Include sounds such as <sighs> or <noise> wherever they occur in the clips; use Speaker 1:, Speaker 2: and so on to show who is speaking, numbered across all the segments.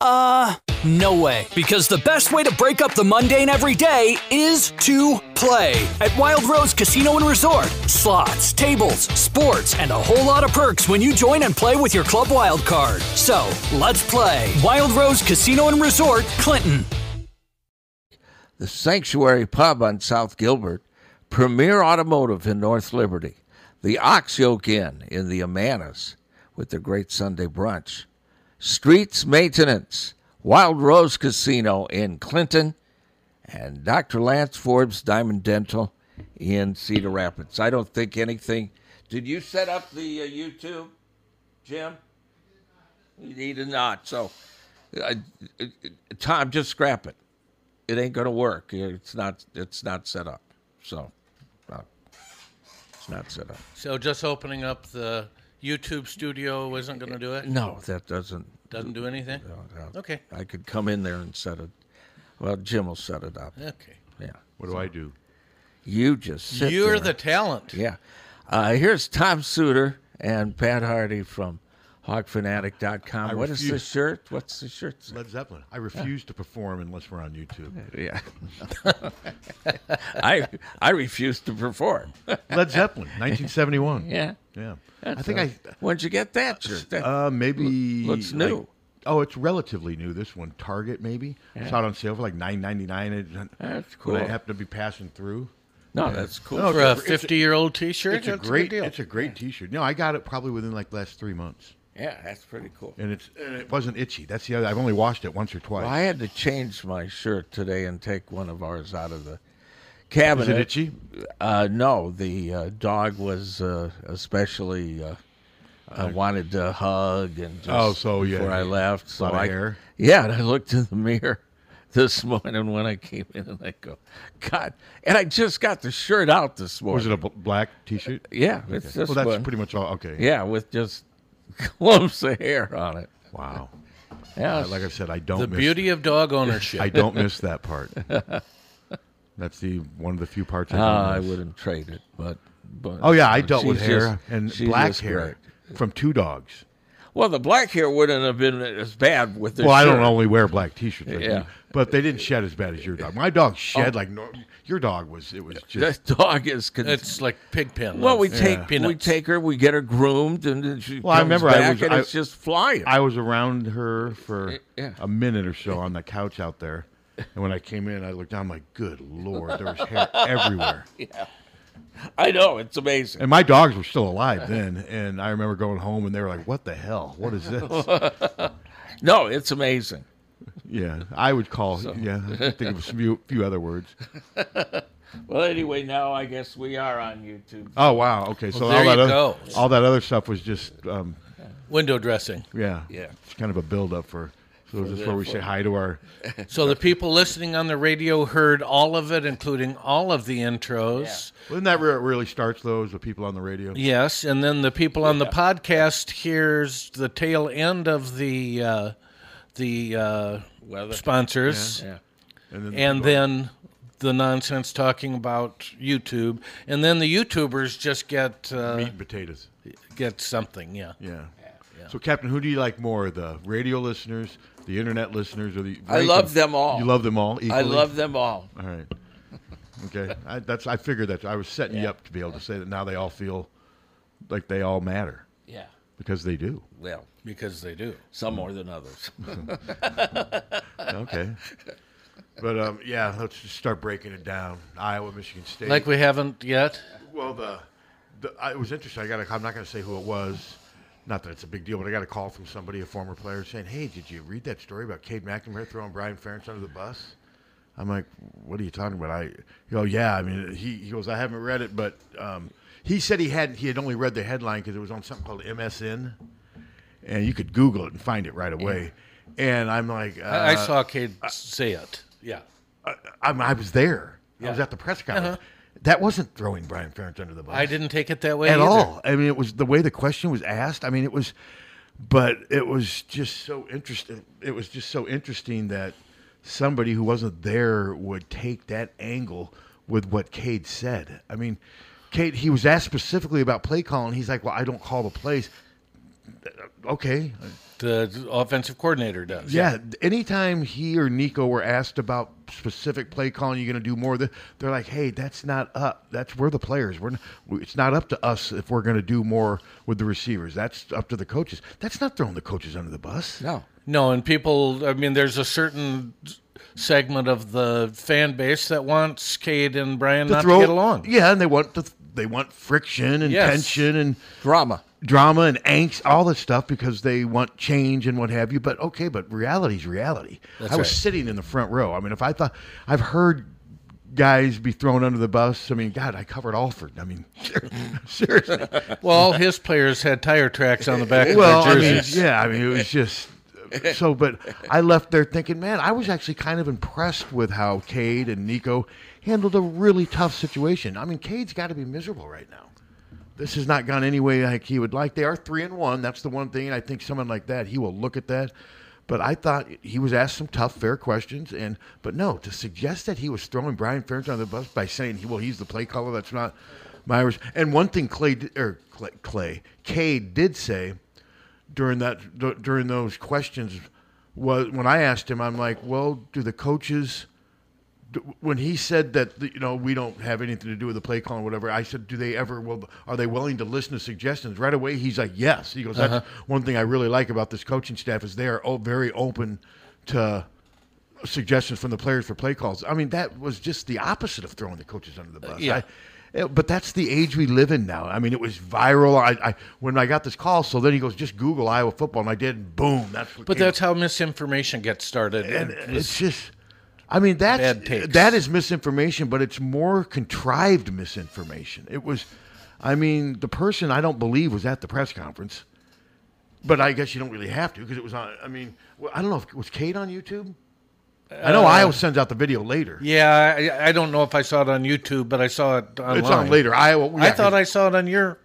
Speaker 1: Uh, no way. Because the best way to break up the mundane every day is to play at Wild Rose Casino and Resort. Slots, tables, sports, and a whole lot of perks when you join and play with your club wild card. So let's play Wild Rose Casino and Resort, Clinton.
Speaker 2: The Sanctuary Pub on South Gilbert, Premier Automotive in North Liberty, the Ox Yoke Inn in the Amanas with their great Sunday brunch, Streets Maintenance, Wild Rose Casino in Clinton, and Dr. Lance Forbes Diamond Dental in Cedar Rapids. I don't think anything. Did you set up the uh, YouTube, Jim? You need to not. So, uh, uh, Tom, just scrap it. It ain't going to work. It's not. It's not set up. So, uh, it's not set up.
Speaker 3: So just opening up the YouTube studio isn't going to do it.
Speaker 2: No, that doesn't.
Speaker 3: Doesn't do anything.
Speaker 2: no.
Speaker 3: Okay.
Speaker 2: I could come in there and set it. Well, Jim will set it up.
Speaker 3: Okay.
Speaker 2: Yeah.
Speaker 4: What do I do?
Speaker 2: You just sit
Speaker 3: You're
Speaker 2: there.
Speaker 3: the talent.
Speaker 2: Yeah. Uh, here's Tom Suter and Pat Hardy from hogfanatic.com.
Speaker 4: I
Speaker 2: What is
Speaker 4: refuse-
Speaker 2: this shirt? What's the shirt? say?
Speaker 4: Led Zeppelin. I refuse to perform unless we're on YouTube.
Speaker 2: Yeah. <laughs> I I refuse to perform.
Speaker 4: <laughs> Led Zeppelin, 1971.
Speaker 2: Yeah.
Speaker 4: Yeah. I
Speaker 2: That's
Speaker 4: think
Speaker 2: a-
Speaker 4: I
Speaker 2: When'd you get that shirt? That-
Speaker 4: Uh, maybe
Speaker 2: looks
Speaker 4: like-
Speaker 2: new.
Speaker 4: oh, it's relatively new. This one, Target, maybe. It's out on sale for like nine ninety nine.
Speaker 2: That's
Speaker 4: When I
Speaker 2: cool.
Speaker 4: happened to be passing through.
Speaker 2: no, that's cool.
Speaker 4: No,
Speaker 3: For a
Speaker 4: It's a-
Speaker 3: fifty-year-old T-shirt,
Speaker 4: It's a
Speaker 3: that's
Speaker 4: great.
Speaker 3: good deal.
Speaker 4: It's a great T-shirt. No, I got it probably within like the last three months,
Speaker 2: Yeah, that's pretty cool.
Speaker 4: and it's and it wasn't itchy. That's the other. I've only washed it once or twice.
Speaker 2: Well, I had to change my shirt today and take one of ours out of the
Speaker 4: Is
Speaker 2: cabinet.
Speaker 4: it itchy?
Speaker 2: Uh, no, the uh, dog was uh, especially uh, uh, wanted to hug and just
Speaker 4: Oh, so, yeah,
Speaker 2: before I
Speaker 4: yeah.
Speaker 2: left. So
Speaker 4: Lot of
Speaker 2: I
Speaker 4: hair.
Speaker 2: yeah, and I looked in the mirror <laughs> this morning when I came in and I go, God, and I just got the shirt out this morning. Uh,
Speaker 4: Was it a bl- black T-shirt?
Speaker 2: yeah, it's this
Speaker 4: Well, that's
Speaker 2: one.
Speaker 4: pretty much all. Okay.
Speaker 2: yeah, with just <laughs> clumps of hair on it.
Speaker 4: Wow.
Speaker 2: Yeah,
Speaker 4: I- Like I said, I don't.
Speaker 3: the
Speaker 4: miss,
Speaker 3: beauty of dog ownership.
Speaker 4: <laughs> I don't miss
Speaker 3: <laughs>
Speaker 2: <laughs>
Speaker 4: that part. That's the one of the few parts I
Speaker 2: uh,
Speaker 4: don't
Speaker 2: I
Speaker 4: miss.
Speaker 2: wouldn't trade it, but but
Speaker 4: Oh yeah, I dealt with
Speaker 2: she's
Speaker 4: hair
Speaker 2: just-
Speaker 4: and
Speaker 2: she's
Speaker 4: black
Speaker 2: just
Speaker 4: hair
Speaker 2: great.
Speaker 4: from two dogs.
Speaker 2: Well, the black hair wouldn't have been as bad with the
Speaker 4: Well, I don't
Speaker 2: shirt.
Speaker 4: only wear black T-shirts, like
Speaker 2: Yeah.
Speaker 4: you, but they didn't shed as bad as your dog. My dog shed
Speaker 2: Oh.
Speaker 4: like nor- your dog was. It was just
Speaker 2: That dog is. Con-
Speaker 3: It's like pig pen.
Speaker 2: well, we
Speaker 3: Yeah.
Speaker 2: take we
Speaker 3: Peanuts.
Speaker 2: take her, we get her groomed, and then she
Speaker 4: Well, I
Speaker 2: comes
Speaker 4: remember I
Speaker 2: back
Speaker 4: was-
Speaker 2: and
Speaker 4: I-
Speaker 2: it's just flying.
Speaker 4: I was around her for
Speaker 2: Yeah.
Speaker 4: a minute or so on the couch out there, and when I came in, I looked down. I'm like, good lord, there was hair
Speaker 2: <laughs>
Speaker 4: everywhere.
Speaker 2: I know it's amazing.
Speaker 4: And my dogs were still alive then. And I remember going home, and they were like, "What the hell? What is this?"
Speaker 2: <laughs> No, it's amazing.
Speaker 4: yeah, I would call. Yeah, I could think of a few, few other words.
Speaker 2: Well, anyway, now I guess we are on YouTube.
Speaker 4: Oh wow. Okay, so
Speaker 3: Well, there
Speaker 4: all that
Speaker 3: you
Speaker 4: other,
Speaker 3: go.
Speaker 4: all that other stuff was just um,
Speaker 3: window dressing.
Speaker 4: yeah,
Speaker 2: Yeah.
Speaker 4: It's kind of a build up for. So is this where we say hi to our?
Speaker 3: So the people listening on the radio heard all of it, including all of the intros.
Speaker 4: Isn't that where it really starts, though, is the people on the radio?
Speaker 3: Yes, and then the people on the podcast hears the tail end of the uh, the uh,
Speaker 2: Weather.
Speaker 3: sponsors,
Speaker 2: Yeah.
Speaker 4: And then,
Speaker 3: and then the nonsense talking about YouTube, and then the YouTubers just get uh,
Speaker 4: meat and potatoes.
Speaker 3: get something. Yeah,
Speaker 4: Yeah. So, Captain, who do you like more, the radio listeners, the internet listeners, or the?
Speaker 2: I love them all.
Speaker 4: You love them all. Equally?
Speaker 2: I love them all.
Speaker 4: All right. Okay. I, that's. I figured that. I was setting you up to be able to say that. Now they all feel like they all matter
Speaker 2: Yeah.
Speaker 4: because they do.
Speaker 2: Well,
Speaker 3: because they do.
Speaker 2: some more than
Speaker 4: <laughs>
Speaker 2: others.
Speaker 4: Hmm. Okay. But um, yeah, let's just start breaking it down. Iowa, Michigan State.
Speaker 3: Like we haven't yet.
Speaker 4: Well, the, the I, it was interesting. I got. A, I'm not going to say who it was. Not that it's a big deal, but I got a call from somebody, a former player, saying, "Hey, did you read that story about Cade McNamara throwing Brian Ferentz under the bus?" I'm like, "What are you talking about?" I, he go, "Yeah, I mean," he, he goes, "I haven't read it, but um, he said he had he had only read the headline because it was on something called MSN, and you could Google it and find it right away." And I'm like, uh,
Speaker 3: I, I saw Cade say it. Yeah.
Speaker 4: I, I'm- I was there. I was
Speaker 3: Yeah.
Speaker 4: at the press conference. That wasn't throwing Brian Ferentz under the bus
Speaker 3: Uh-huh. I didn't take it that way
Speaker 4: at
Speaker 3: either.
Speaker 4: all. I mean, it was the way the question was asked. I mean, it was, but it was just so interesting. It was just so interesting that somebody who wasn't there would take that angle with what Cade said. I mean, Cade, he was asked specifically about play calling. He's like, "Well, I don't call the plays." Okay,
Speaker 3: The offensive coordinator does.
Speaker 4: yeah. Anytime he or Nico were asked about specific play calling, you're going to do more. th- They're like, hey, that's not up. That's we're the players. We're n- it's not up to us if we're going to do more with the receivers. That's up to the coaches. That's not throwing the coaches under the bus.
Speaker 2: No.
Speaker 3: No, and people, I mean, there's a certain segment of the fan base that wants Cade and Brian not to get
Speaker 4: <laughs>
Speaker 3: along.
Speaker 4: Yeah, and they want to, they want friction and
Speaker 3: Yes.
Speaker 4: tension and
Speaker 2: Drama.
Speaker 4: drama and angst, all this stuff because they want change and what have you. But okay, but reality's reality. I was
Speaker 3: right.
Speaker 4: sitting in the front row. I mean, if I thought I've heard guys be thrown under the bus. I mean, God, I covered Alford. I mean, <laughs> seriously.
Speaker 3: Well, all his players had tire tracks on the back
Speaker 4: well,
Speaker 3: of
Speaker 4: I
Speaker 3: their
Speaker 4: mean,
Speaker 3: jerseys.
Speaker 4: yeah, I mean, it was just so. But I left there thinking, man, I was actually kind of impressed with how Cade and Nico handled a really tough situation. I mean, Cade's got to be miserable right now. This has not gone any way like he would like. They are three and one. That's the one thing. And I think someone like that, he will look at that. But I thought he was asked some tough, fair questions, and but no, to suggest that he was throwing Brian Ferentz on the bus by saying, "Well, he's the play caller." That's not my. res- And one thing Clay did- or Clay, Clay Cade did say during that d- during those questions was when I asked him, I'm like, well, do the coaches? d- When he said that the, you know we don't have anything to do with the play calling, whatever, I said, do they ever? Well, are they willing to listen to suggestions right away? He's like, yes. He goes, that's
Speaker 3: Uh-huh.
Speaker 4: one thing I really like about this coaching staff is they are o- very open to suggestions from the players for play calls. I mean, that was just the opposite of throwing the coaches under the bus.
Speaker 3: Uh, yeah.
Speaker 4: I- yeah, but that's the age we live in now. I mean, it was viral. I, I when I got this call, so then he goes, "Just Google Iowa football," and I did. And boom, <laughs> that's what.
Speaker 3: But
Speaker 4: came-
Speaker 3: that's how misinformation gets started.
Speaker 4: and
Speaker 3: It was-
Speaker 4: it's just. I mean, that's
Speaker 3: Bad takes.
Speaker 4: that is misinformation, but it's more contrived misinformation. It was, I mean, the person I don't believe was at the press conference, but I guess you don't really have to because it was on. I mean, well, I don't know if was Kate on YouTube. I
Speaker 3: Uh,
Speaker 4: know Iowa sends out the video later.
Speaker 3: yeah, I, I don't know if I saw it on YouTube, but I saw it online.
Speaker 4: It's on later. Iowa.
Speaker 3: I
Speaker 4: yeah,
Speaker 3: thought I saw it on your.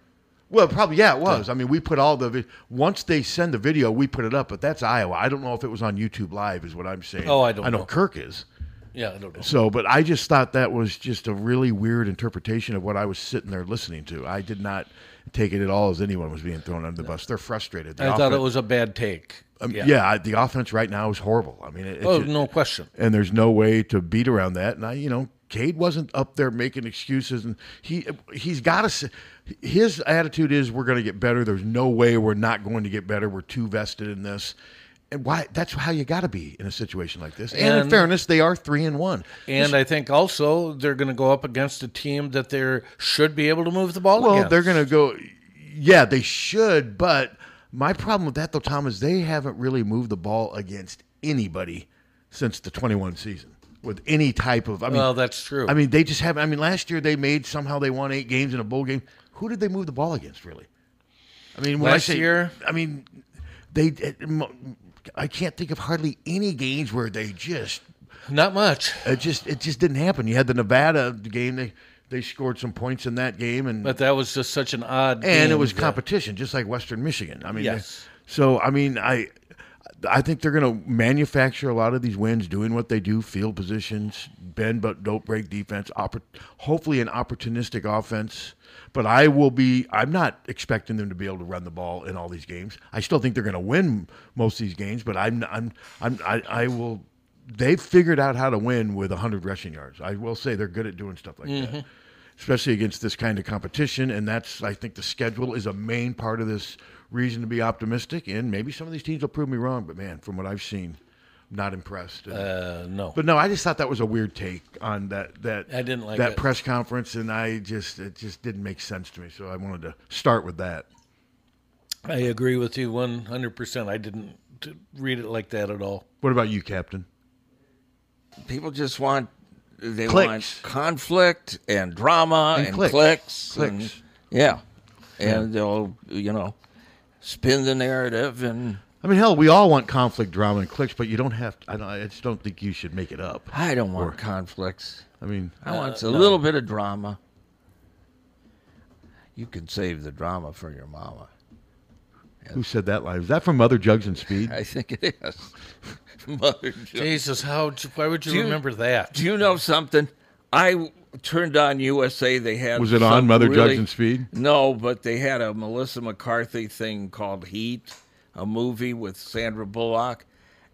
Speaker 4: Well, probably yeah, it was. I mean, we put all the vi- once they send the video, we put it up. But that's Iowa. I don't know if it was on YouTube Live, is what I'm saying.
Speaker 3: Oh, I don't
Speaker 4: I know,
Speaker 3: know.
Speaker 4: Kirk is.
Speaker 3: Yeah, I don't know.
Speaker 4: So, but I just thought that was just a really weird interpretation of what I was sitting there listening to. I did not take it at all as anyone was being thrown under the bus. They're frustrated. The
Speaker 3: I thought it
Speaker 4: offen-
Speaker 3: was a bad take.
Speaker 4: um, yeah, I- the offense right now is horrible. I mean, it, it's
Speaker 3: Oh,
Speaker 4: just-
Speaker 3: no question.
Speaker 4: and there's no way to beat around that. And I, you know, Cade wasn't up there making excuses, and he he's got to. His attitude is, we're going to get better. There's no way we're not going to get better. We're too vested in this. And why? That's how you got to be in a situation like this. And, in
Speaker 3: And-
Speaker 4: fairness, they are three and one.
Speaker 3: And I think also they're going to go up against a team that they should be able to move the ball.
Speaker 4: Well,
Speaker 3: against.
Speaker 4: they're going to go. Yeah, they should. But my problem with that, though, Tom, is they haven't really moved the ball against anybody since the 21 season with any type of. I mean,
Speaker 3: Well, that's true.
Speaker 4: I mean, they just have. I mean, last year they made somehow they won eight games in a bowl game. Who did they move the ball against, really? I mean, when I
Speaker 3: Last
Speaker 4: say,
Speaker 3: year?
Speaker 4: I mean, they. eh, I can't think of hardly any games where they just
Speaker 3: not much.
Speaker 4: it just it just didn't happen. You had the Nevada game. They they scored some points in that game, and
Speaker 3: But that was just such an odd.
Speaker 4: and it
Speaker 3: game
Speaker 4: was
Speaker 3: that-
Speaker 4: competition, just like Western Michigan. I mean,
Speaker 3: Yes.
Speaker 4: so I mean, I I think they're going to manufacture a lot of these wins, doing what they do: field positions, bend but don't break defense. Oppor- hopefully, an opportunistic offense. But I will be. I'm not expecting them to be able to run the ball in all these games. I still think they're going to win most of these games, but I'm I'm I'm I, I will.
Speaker 3: Mm-hmm.
Speaker 4: They've figured out how to win with 100 rushing yards. I will say they're good at doing stuff like that. especially against this kind of competition. And that's, I think, the schedule is a main part of this reason to be optimistic. And maybe some of these teams will prove me wrong, but man, from what I've seen, I'm not impressed. And-
Speaker 3: Uh, no.
Speaker 4: But no, I just thought that was a weird take on that that
Speaker 3: I didn't like
Speaker 4: that
Speaker 3: it.
Speaker 4: press conference, and I just it just didn't make sense to me. So I wanted to start with that.
Speaker 3: I agree with you 100%. I didn't t- read it like that at all.
Speaker 4: What about you, Captain?
Speaker 2: <laughs> People just want they want
Speaker 4: Clicks.
Speaker 2: conflict and drama and,
Speaker 4: And clicks.
Speaker 2: clicks. and-
Speaker 4: Clicks.
Speaker 2: yeah. And they'll you know spin the narrative and
Speaker 4: I mean, hell, we all want conflict, drama, and clicks, but you don't have. To, I, don't, I just don't think you should make it up.
Speaker 2: I don't want conflicts.
Speaker 4: I mean, uh,
Speaker 2: I want a little bit of drama. You can save the drama for your mama.
Speaker 4: who said that line? Is that from Mother Jugs and Speed?
Speaker 2: I think it is. <laughs> Mother Jo-
Speaker 3: Jesus, how? d- Why would you
Speaker 2: Do you-
Speaker 3: remember that?
Speaker 2: Do you know something? I w- turned on USA. They had
Speaker 4: Was it on
Speaker 2: some
Speaker 4: Mother Jugs
Speaker 2: really,
Speaker 4: and Speed?
Speaker 2: No, but they had a Melissa McCarthy thing called Heat, a movie with Sandra Bullock,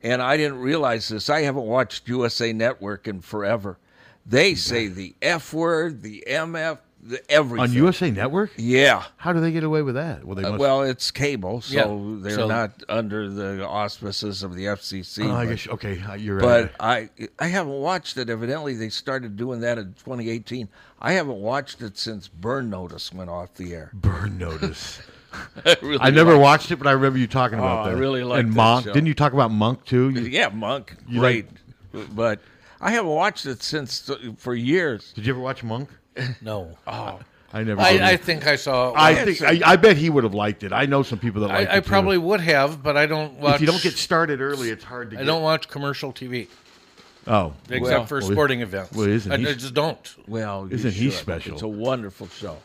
Speaker 2: and I didn't realize this. I haven't watched USA Network in forever. They say the F word, the MF, the everything
Speaker 4: On USA Network?
Speaker 2: Yeah.
Speaker 4: How do they get away with that? Well, they
Speaker 2: Uh,
Speaker 4: must.
Speaker 2: well, it's cable, so
Speaker 3: Yeah,
Speaker 2: they're
Speaker 3: so-
Speaker 2: not under the auspices of the FCC.
Speaker 4: Oh, I
Speaker 2: but-
Speaker 4: guess, okay, uh, you're right.
Speaker 2: but I I haven't watched it. Evidently, they started doing that in 2018. I haven't watched it since Burn Notice went off the air.
Speaker 4: Burn
Speaker 2: <laughs>
Speaker 3: <laughs>
Speaker 4: notice.
Speaker 2: I, really
Speaker 4: I never watched it, but I remember you talking about
Speaker 2: Oh, I
Speaker 4: that.
Speaker 2: really like
Speaker 4: and
Speaker 2: that
Speaker 4: Monk.
Speaker 2: show.
Speaker 4: Didn't you talk about Monk too?
Speaker 2: <laughs>
Speaker 4: You-
Speaker 2: Yeah, Monk,
Speaker 4: You
Speaker 2: great,
Speaker 4: like-
Speaker 2: but I haven't watched it since uh, for years. Oh,
Speaker 4: Did you ever watch Monk?
Speaker 3: <laughs> No.
Speaker 4: I never. did.
Speaker 3: I, I think I saw.
Speaker 4: I
Speaker 3: I,
Speaker 4: think I, I bet he would have liked it. I know some people that like it.
Speaker 3: I,
Speaker 4: too.
Speaker 3: probably would have, but I don't watch.
Speaker 4: if you don't get started early, it's hard to.
Speaker 3: I
Speaker 4: get,
Speaker 3: don't watch commercial TV
Speaker 4: Oh,
Speaker 3: except
Speaker 2: Well-
Speaker 3: for
Speaker 4: Well, he-
Speaker 3: sporting events.
Speaker 4: well, isn't
Speaker 3: I,
Speaker 4: he-
Speaker 3: I just don't.
Speaker 2: Well, you
Speaker 4: Isn't he
Speaker 2: should.
Speaker 4: special?
Speaker 2: It's a wonderful show.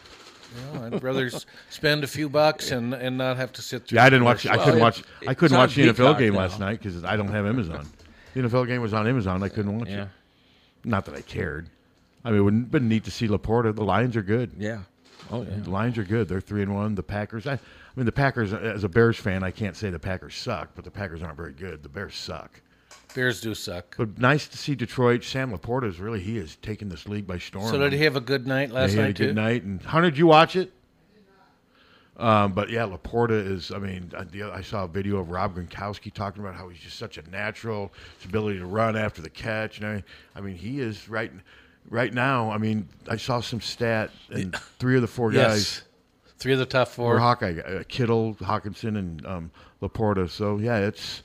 Speaker 3: No, I'd rather s- <laughs> spend a few bucks and, and not have to sit through.
Speaker 4: yeah, I didn't watch. I
Speaker 3: commercials.
Speaker 4: couldn't
Speaker 2: it-
Speaker 4: watch. I
Speaker 2: it's
Speaker 4: couldn't
Speaker 2: on
Speaker 4: watch the NFL
Speaker 2: Peacock
Speaker 4: game
Speaker 2: now.
Speaker 4: last night because I don't have Amazon. the NFL game was on Amazon. I couldn't watch it. Not that I cared. I mean, it wouldn't been neat to see Laporta. The Lions are good.
Speaker 2: Yeah. Oh yeah.
Speaker 4: The Lions are good. They're three and one. The Packers. I, I mean, the Packers. As a Bears fan, I can't say the Packers suck, but the Packers aren't very good. The Bears suck.
Speaker 3: Bears do suck.
Speaker 4: But nice to see Detroit. Sam Laporta is really he is taking this league by storm.
Speaker 3: So did he have a good night last
Speaker 4: yeah, he had
Speaker 3: night
Speaker 4: a good
Speaker 3: too?
Speaker 4: night. And Hunter, did you watch it? Um, but yeah, Laporta is. I mean, I, the, I saw a video of Rob Gronkowski talking about how he's just such a natural, his ability to run after the catch, and I, I mean, he is right, right now. I mean, I saw some stat, and three of the four guys
Speaker 3: Yes. Three of the top
Speaker 4: or
Speaker 3: four.
Speaker 4: Hawkeye, uh, Kittle, Hawkinson, and um, Laporta. So yeah, it's,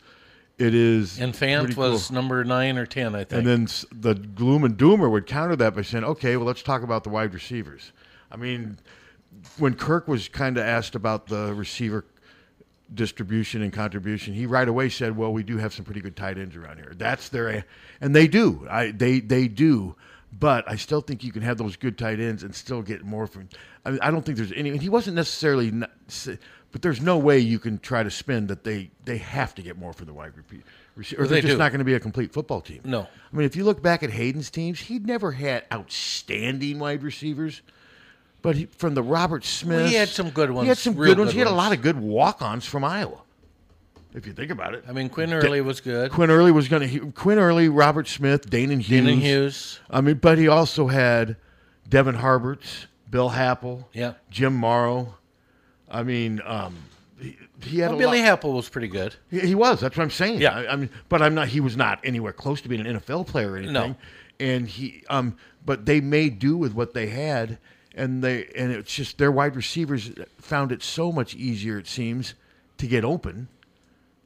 Speaker 4: it is.
Speaker 3: and Fant
Speaker 4: pretty
Speaker 3: was
Speaker 4: cool.
Speaker 3: number nine or ten, I think.
Speaker 4: And then s- the gloom and doomer would counter that by saying, okay, well, let's talk about the wide receivers. I mean, when Kirk was kind of asked about the receiver distribution and contribution, he right away said, well, we do have some pretty good tight ends around here. That's their, a- and they do. I, they, they do. But I still think you can have those good tight ends and still get more from. I, mean, I don't think there's any. And he wasn't necessarily, not, s- but there's no way you can try to spin that they they have to get more from the wide repeat, receiver. Or
Speaker 3: they
Speaker 4: they're just
Speaker 3: do.
Speaker 4: not going to be a complete football team.
Speaker 3: No.
Speaker 4: I mean, if you look back at Hayden's teams, he'd never had outstanding wide receivers. But he, from the Robert Smith,
Speaker 3: he had some good
Speaker 4: He had
Speaker 3: ones,
Speaker 4: some
Speaker 3: real
Speaker 4: good ones.
Speaker 3: good
Speaker 4: he had a
Speaker 3: ones.
Speaker 4: lot of good walk-ons from Iowa. If you think about it,
Speaker 3: I mean, Quinn Early was good.
Speaker 4: Quinn Early was going to Quinn Early, Robert Smith, Danon Hughes.
Speaker 3: Quinn Hughes.
Speaker 4: I mean, but he also had Devin Harberts, Bill Happel,
Speaker 3: Yeah.
Speaker 4: Jim Morrow. I mean, um, he, he had
Speaker 3: Well,
Speaker 4: a
Speaker 3: Billy
Speaker 4: lot.
Speaker 3: Happel was pretty good.
Speaker 4: He, he was. That's what I'm saying.
Speaker 3: Yeah.
Speaker 4: I, I mean, but I'm not. He was not anywhere close to being an NFL player or anything.
Speaker 3: No.
Speaker 4: And he, um, but they made do with what they had, and they, and it's just their wide receivers found it so much easier. It seems to get open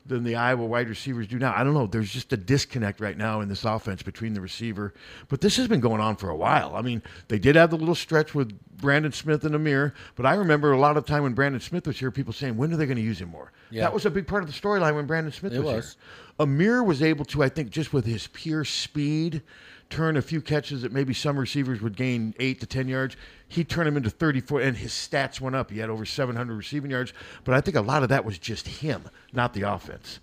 Speaker 4: than the Iowa wide receivers do now. I don't know. There's just a disconnect right now in this offense between the receiver. But this has been going on for a while. I mean, they did have the little stretch with Brandon Smith and Amir, but I remember a lot of time when Brandon Smith was here, people saying, when are they going to use him more?
Speaker 3: Yeah.
Speaker 4: That was a big part of the storyline when Brandon Smith
Speaker 3: It
Speaker 4: was,
Speaker 3: was.
Speaker 4: here. Amir was able to, I think, just with his pure speed, turn a few catches that maybe some receivers would gain eight to 10 yards. He turned them into 34, and his stats went up. He had over 700 receiving yards, but I think a lot of that was just him, not the offense.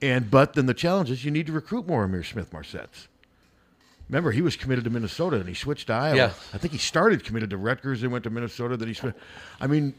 Speaker 4: And but then the challenge is you need to recruit more Amir Smith Marsetts. Remember, he was committed to Minnesota and he switched to Iowa.
Speaker 3: Yeah.
Speaker 4: I think he started committed to Rutgers and went to Minnesota. Then he switched. I mean,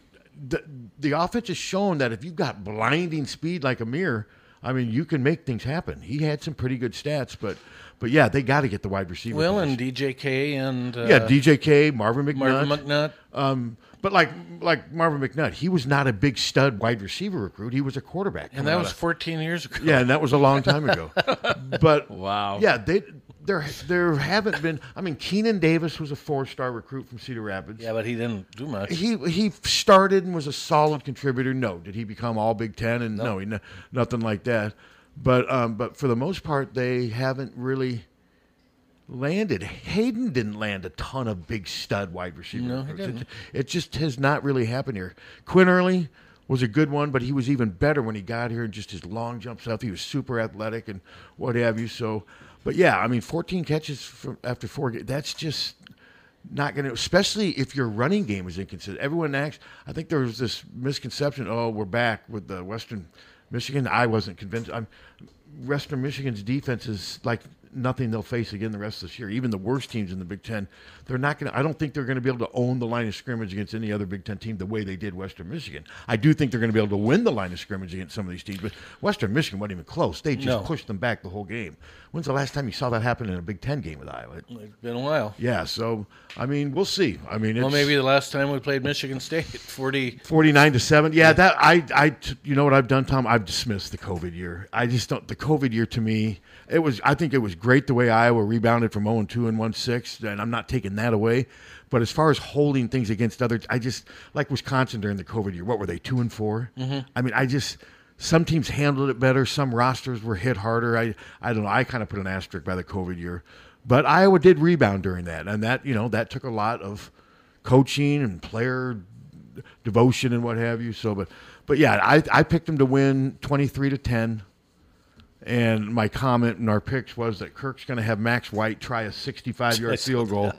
Speaker 4: the, the offense has shown that if you've got blinding speed like Amir, I mean, you can make things happen. He had some pretty good stats, but but yeah, they got to get the wide receiver.
Speaker 3: Will
Speaker 4: position.
Speaker 3: and DJK and uh,
Speaker 4: yeah, DJK, Marvin McNutt.
Speaker 3: Marvin McNutt.
Speaker 4: Um, but like like Marvin McNutt, he was not a big stud wide receiver recruit. He was a quarterback.
Speaker 3: and
Speaker 4: coming
Speaker 3: that
Speaker 4: out
Speaker 3: was
Speaker 4: of-
Speaker 3: 14 years ago.
Speaker 4: yeah, and that was a long time ago. <laughs>
Speaker 3: <laughs>
Speaker 4: but
Speaker 3: Wow.
Speaker 4: yeah, they there there haven't been. I mean, Keenan Davis was a four star recruit from Cedar Rapids.
Speaker 3: Yeah, but he didn't do much.
Speaker 4: He he started and was a solid contributor. No, did he become all Big Ten? And no, he, n- nothing like that. But um, but for the most part, they haven't really landed. Hayden didn't land a ton of big stud wide receiver.
Speaker 3: No, he
Speaker 4: recruits. It-
Speaker 3: didn't.
Speaker 4: It, just has not really happened here. Quinn Early was a good one, but he was even better when he got here and just his long jump stuff. He was super athletic and what have you. So, but yeah, I mean, 14 catches from after four ga- that's just not going to, especially if your running game is inconsistent. Everyone acts, I think there was this misconception oh, we're back with the Western Michigan. I wasn't convinced. I'm, Western Michigan's defense is like nothing they'll face again the rest of this year. Even the worst teams in the Big Ten, they're not going to, I don't think they're going to be able to own the line of scrimmage against any other Big Ten team the way they did Western Michigan. I do think they're going to be able to win the line of scrimmage against some of these teams, but Western Michigan wasn't even close. They just
Speaker 3: No.
Speaker 4: pushed them back the whole game. When's the last time you saw that happen in a Big Ten game with Iowa?
Speaker 3: It's been a while.
Speaker 4: Yeah, so I mean, we'll see. I mean, it's
Speaker 3: Well, maybe the last time we played Michigan State, <laughs> 40.
Speaker 4: forty-nine to seven. Yeah, that I, I, t- you know what I've done, Tom? I've dismissed the COVID year. I just don't. The COVID year to me, it was. I think it was great the way Iowa rebounded from zero and two and one six, and I'm not taking that away. But as far as holding things against others, I just like Wisconsin during the COVID year. What were they two and 4 I mean, I just. Some teams handled it better. Some rosters were hit harder. I, I don't know. I kind of put an asterisk by the COVID year, but Iowa did rebound during that, and that you know that took a lot of coaching and player devotion and what have you. So, but but yeah, I I picked them to win twenty three to ten, and my comment in our picks was that Kirk's going to have Max White try a sixty five yard
Speaker 3: <laughs>
Speaker 4: field goal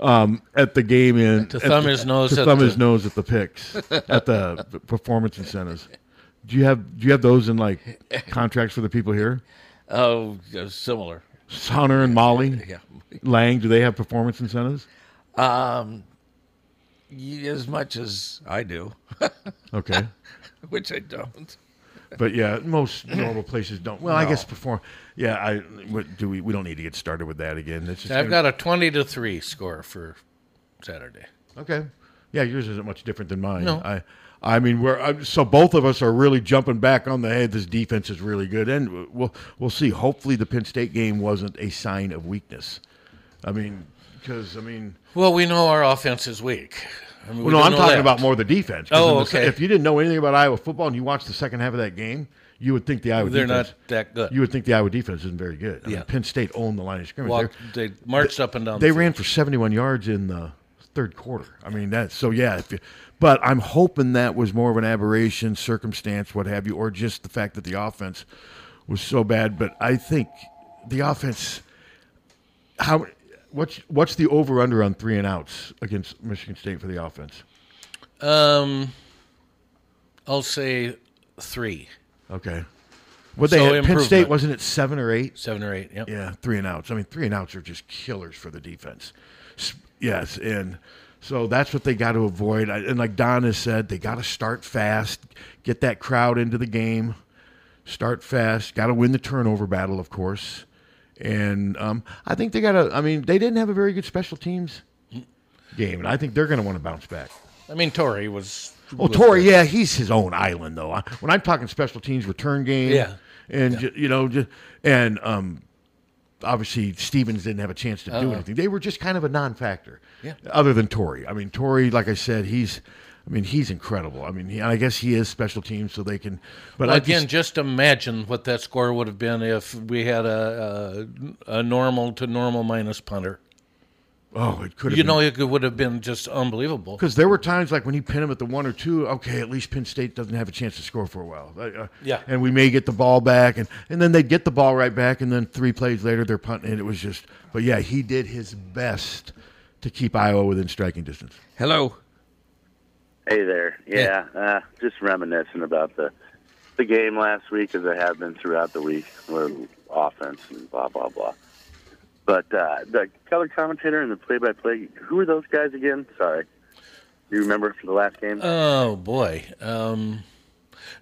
Speaker 4: um, at the game in
Speaker 3: To
Speaker 4: at
Speaker 3: thumb
Speaker 4: the-
Speaker 3: his nose
Speaker 4: to
Speaker 3: at
Speaker 4: thumb
Speaker 3: the-
Speaker 4: his nose at the picks at the
Speaker 3: <laughs>
Speaker 4: p- performance incentives. Do you have do you have those in like contracts for the people here?
Speaker 2: Oh, uh, similar.
Speaker 4: Sonner
Speaker 3: <laughs>
Speaker 4: and Molly,
Speaker 2: Yeah.
Speaker 4: Lang, do they have performance incentives?
Speaker 2: Um, y- as much as I do, <laughs>
Speaker 4: Okay.
Speaker 2: which I don't.
Speaker 4: But yeah, most normal places don't. Well, I
Speaker 2: No.
Speaker 4: guess perform. Yeah, I what, do we? We don't need to get started with that again. It's just
Speaker 3: I've
Speaker 4: gonna-
Speaker 3: got a 20 to 3 score for Saturday.
Speaker 4: okay. Yeah, yours isn't much different than mine.
Speaker 3: No.
Speaker 4: I, I mean, we're I, so both of us are really jumping back on the head. This defense is really good, and we'll we'll see. Hopefully, the Penn State game wasn't a sign of weakness. I mean, because I mean,
Speaker 3: Well, we know our offense is weak. I mean, we
Speaker 4: well, no,
Speaker 3: do
Speaker 4: I'm
Speaker 3: know
Speaker 4: talking
Speaker 3: that.
Speaker 4: about more the defense. 'cause
Speaker 3: Oh,
Speaker 4: in the se-
Speaker 3: okay.
Speaker 4: If you didn't know anything about Iowa football and you watched the second half of that game, you would think the Iowa
Speaker 3: They're
Speaker 4: defense,
Speaker 3: not that good.
Speaker 4: You would think the Iowa defense isn't very good. I mean,
Speaker 3: Yeah.
Speaker 4: Penn State owned the line of scrimmage.
Speaker 3: Walked-
Speaker 4: They're-
Speaker 3: they marched up and down.
Speaker 4: they
Speaker 3: the field.
Speaker 4: ran for 71 yards in the third quarter. I mean that. So yeah, if you, but I'm hoping that was more of an aberration, circumstance, what have you, or just the fact that the offense was so bad. But I think the offense. How what's what's the over under on three and outs against Michigan State for the offense?
Speaker 3: Um, I'll say three,
Speaker 4: Okay. What they
Speaker 3: So
Speaker 4: had- Penn State
Speaker 3: improvement.
Speaker 4: wasn't it seven or eight?
Speaker 3: seven or eight. Yep.
Speaker 4: Yeah, three and outs. I mean, three and outs are just killers for the defense. S- Yes, and so that's what they got to avoid. I- And like Don has said, they got to start fast, get that crowd into the game, start fast. Got to win the turnover battle, of course. And um, I think they got to. I mean, they didn't have a very good special teams
Speaker 3: Mm.
Speaker 4: game, and I think they're going to want to bounce back.
Speaker 3: I mean, Torrey was.
Speaker 4: Well,
Speaker 3: was
Speaker 4: Torrey, Oh, yeah, he's his own island though. I- When I'm talking special teams, return game,
Speaker 3: Yeah.
Speaker 4: and ju- you know, ju- and um, obviously Stevens didn't have a chance to do anything. They were just kind of a non-factor,
Speaker 3: Uh-uh. Yeah.
Speaker 4: Other than Torrey, I mean, Torrey, like I said, he's, I mean, he's incredible. I mean, he, I guess he is special teams, so they can. But I
Speaker 3: Again,
Speaker 4: just-
Speaker 3: just imagine what that score would have been if we had a a, a normal to normal minus punter.
Speaker 4: oh, it could have
Speaker 3: You
Speaker 4: been-
Speaker 3: know, it would have been just unbelievable.
Speaker 4: Because there were times like when you pin them at the one or two, okay, at least Penn State doesn't have a chance to score for a while. Uh, uh,
Speaker 3: Yeah.
Speaker 4: And we may get the ball back. And, and then they'd get the ball right back. And then three plays later, they're punting. And it was just, but yeah, he did his best to keep Iowa within striking distance.
Speaker 2: Hello.
Speaker 5: Hey there. Yeah, uh, just reminiscing about the the game last week, as I have been throughout the week, where offense and blah blah blah. But uh, the color commentator and the play-by-play, who are those guys again? Sorry, you remember for the last game?
Speaker 3: Oh boy. Um,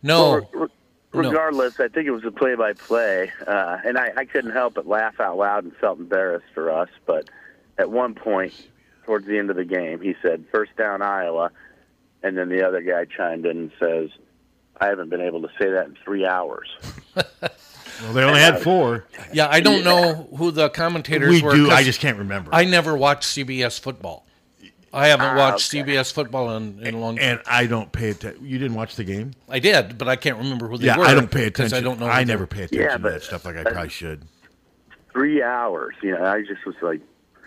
Speaker 3: no,
Speaker 5: Well, regardless, I think it was a play by play, and I, I couldn't help but laugh out loud and felt embarrassed for us. But at one point, towards the end of the game, he said, first down, Iowa. And then the other guy chimed in and says, I haven't been able to say that in three hours.
Speaker 4: Well, they only had four.
Speaker 3: Yeah, I don't know who the commentators
Speaker 4: We
Speaker 3: were.
Speaker 4: do,
Speaker 3: 'cause
Speaker 4: I just can't remember.
Speaker 3: I never watched CBS football. I haven't
Speaker 5: Ah,
Speaker 3: watched
Speaker 5: okay.
Speaker 3: CBS football in, in a long time.
Speaker 4: And I don't pay attention. You didn't watch the game?
Speaker 3: I did, but I can't remember who they
Speaker 4: Yeah,
Speaker 3: were.
Speaker 4: I don't pay
Speaker 3: 'cause
Speaker 4: attention.
Speaker 3: I don't know.
Speaker 4: I
Speaker 3: who they-
Speaker 4: never pay attention to
Speaker 5: but-
Speaker 4: that stuff like I probably should.
Speaker 5: Three hours. You know, I just was like,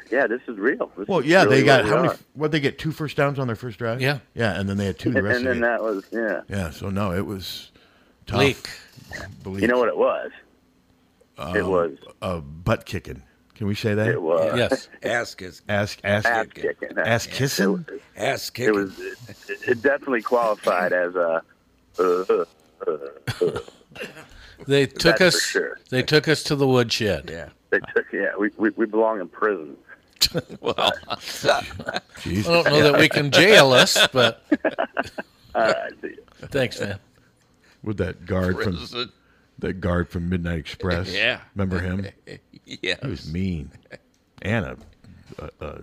Speaker 5: yeah, this is real. This
Speaker 4: Well,
Speaker 5: is
Speaker 4: yeah,
Speaker 5: really
Speaker 4: they got
Speaker 5: where
Speaker 4: how
Speaker 5: we
Speaker 4: many?
Speaker 5: are.
Speaker 4: What they get two first downs on their first drive?
Speaker 3: Yeah.
Speaker 4: yeah, and then they had two
Speaker 5: <laughs>
Speaker 4: the
Speaker 5: And,
Speaker 4: rest
Speaker 5: and
Speaker 4: of the
Speaker 5: then
Speaker 4: game.
Speaker 5: that was, yeah.
Speaker 4: yeah, so no, it was tough.
Speaker 3: Blake.
Speaker 4: Bleak.
Speaker 5: You know what it was? it was.
Speaker 4: Uh, butt kicking. Can we say that?
Speaker 5: It was. <laughs>
Speaker 3: Yes.
Speaker 2: Ask is
Speaker 4: Ass, ass,
Speaker 5: Ass kicking.
Speaker 4: ass kissing.
Speaker 2: ass
Speaker 5: It
Speaker 2: kicking.
Speaker 5: was. It, it definitely qualified as a. Uh,
Speaker 3: They took
Speaker 5: That's
Speaker 3: us.
Speaker 5: for sure.
Speaker 3: They took us to the woodshed.
Speaker 2: yeah.
Speaker 5: they took, yeah, we, we we belong in prison.
Speaker 3: <laughs>
Speaker 5: <laughs>
Speaker 2: Well,
Speaker 4: Jeez.
Speaker 3: I don't know that we can jail us, but
Speaker 5: <laughs> All right, see ya.
Speaker 3: thanks, man.
Speaker 4: with that guard from
Speaker 2: prison.
Speaker 4: that guard from Midnight
Speaker 2: <laughs>
Speaker 4: Express.
Speaker 2: Yeah.
Speaker 4: remember him?
Speaker 2: Yeah.
Speaker 4: He was mean, and a a, a,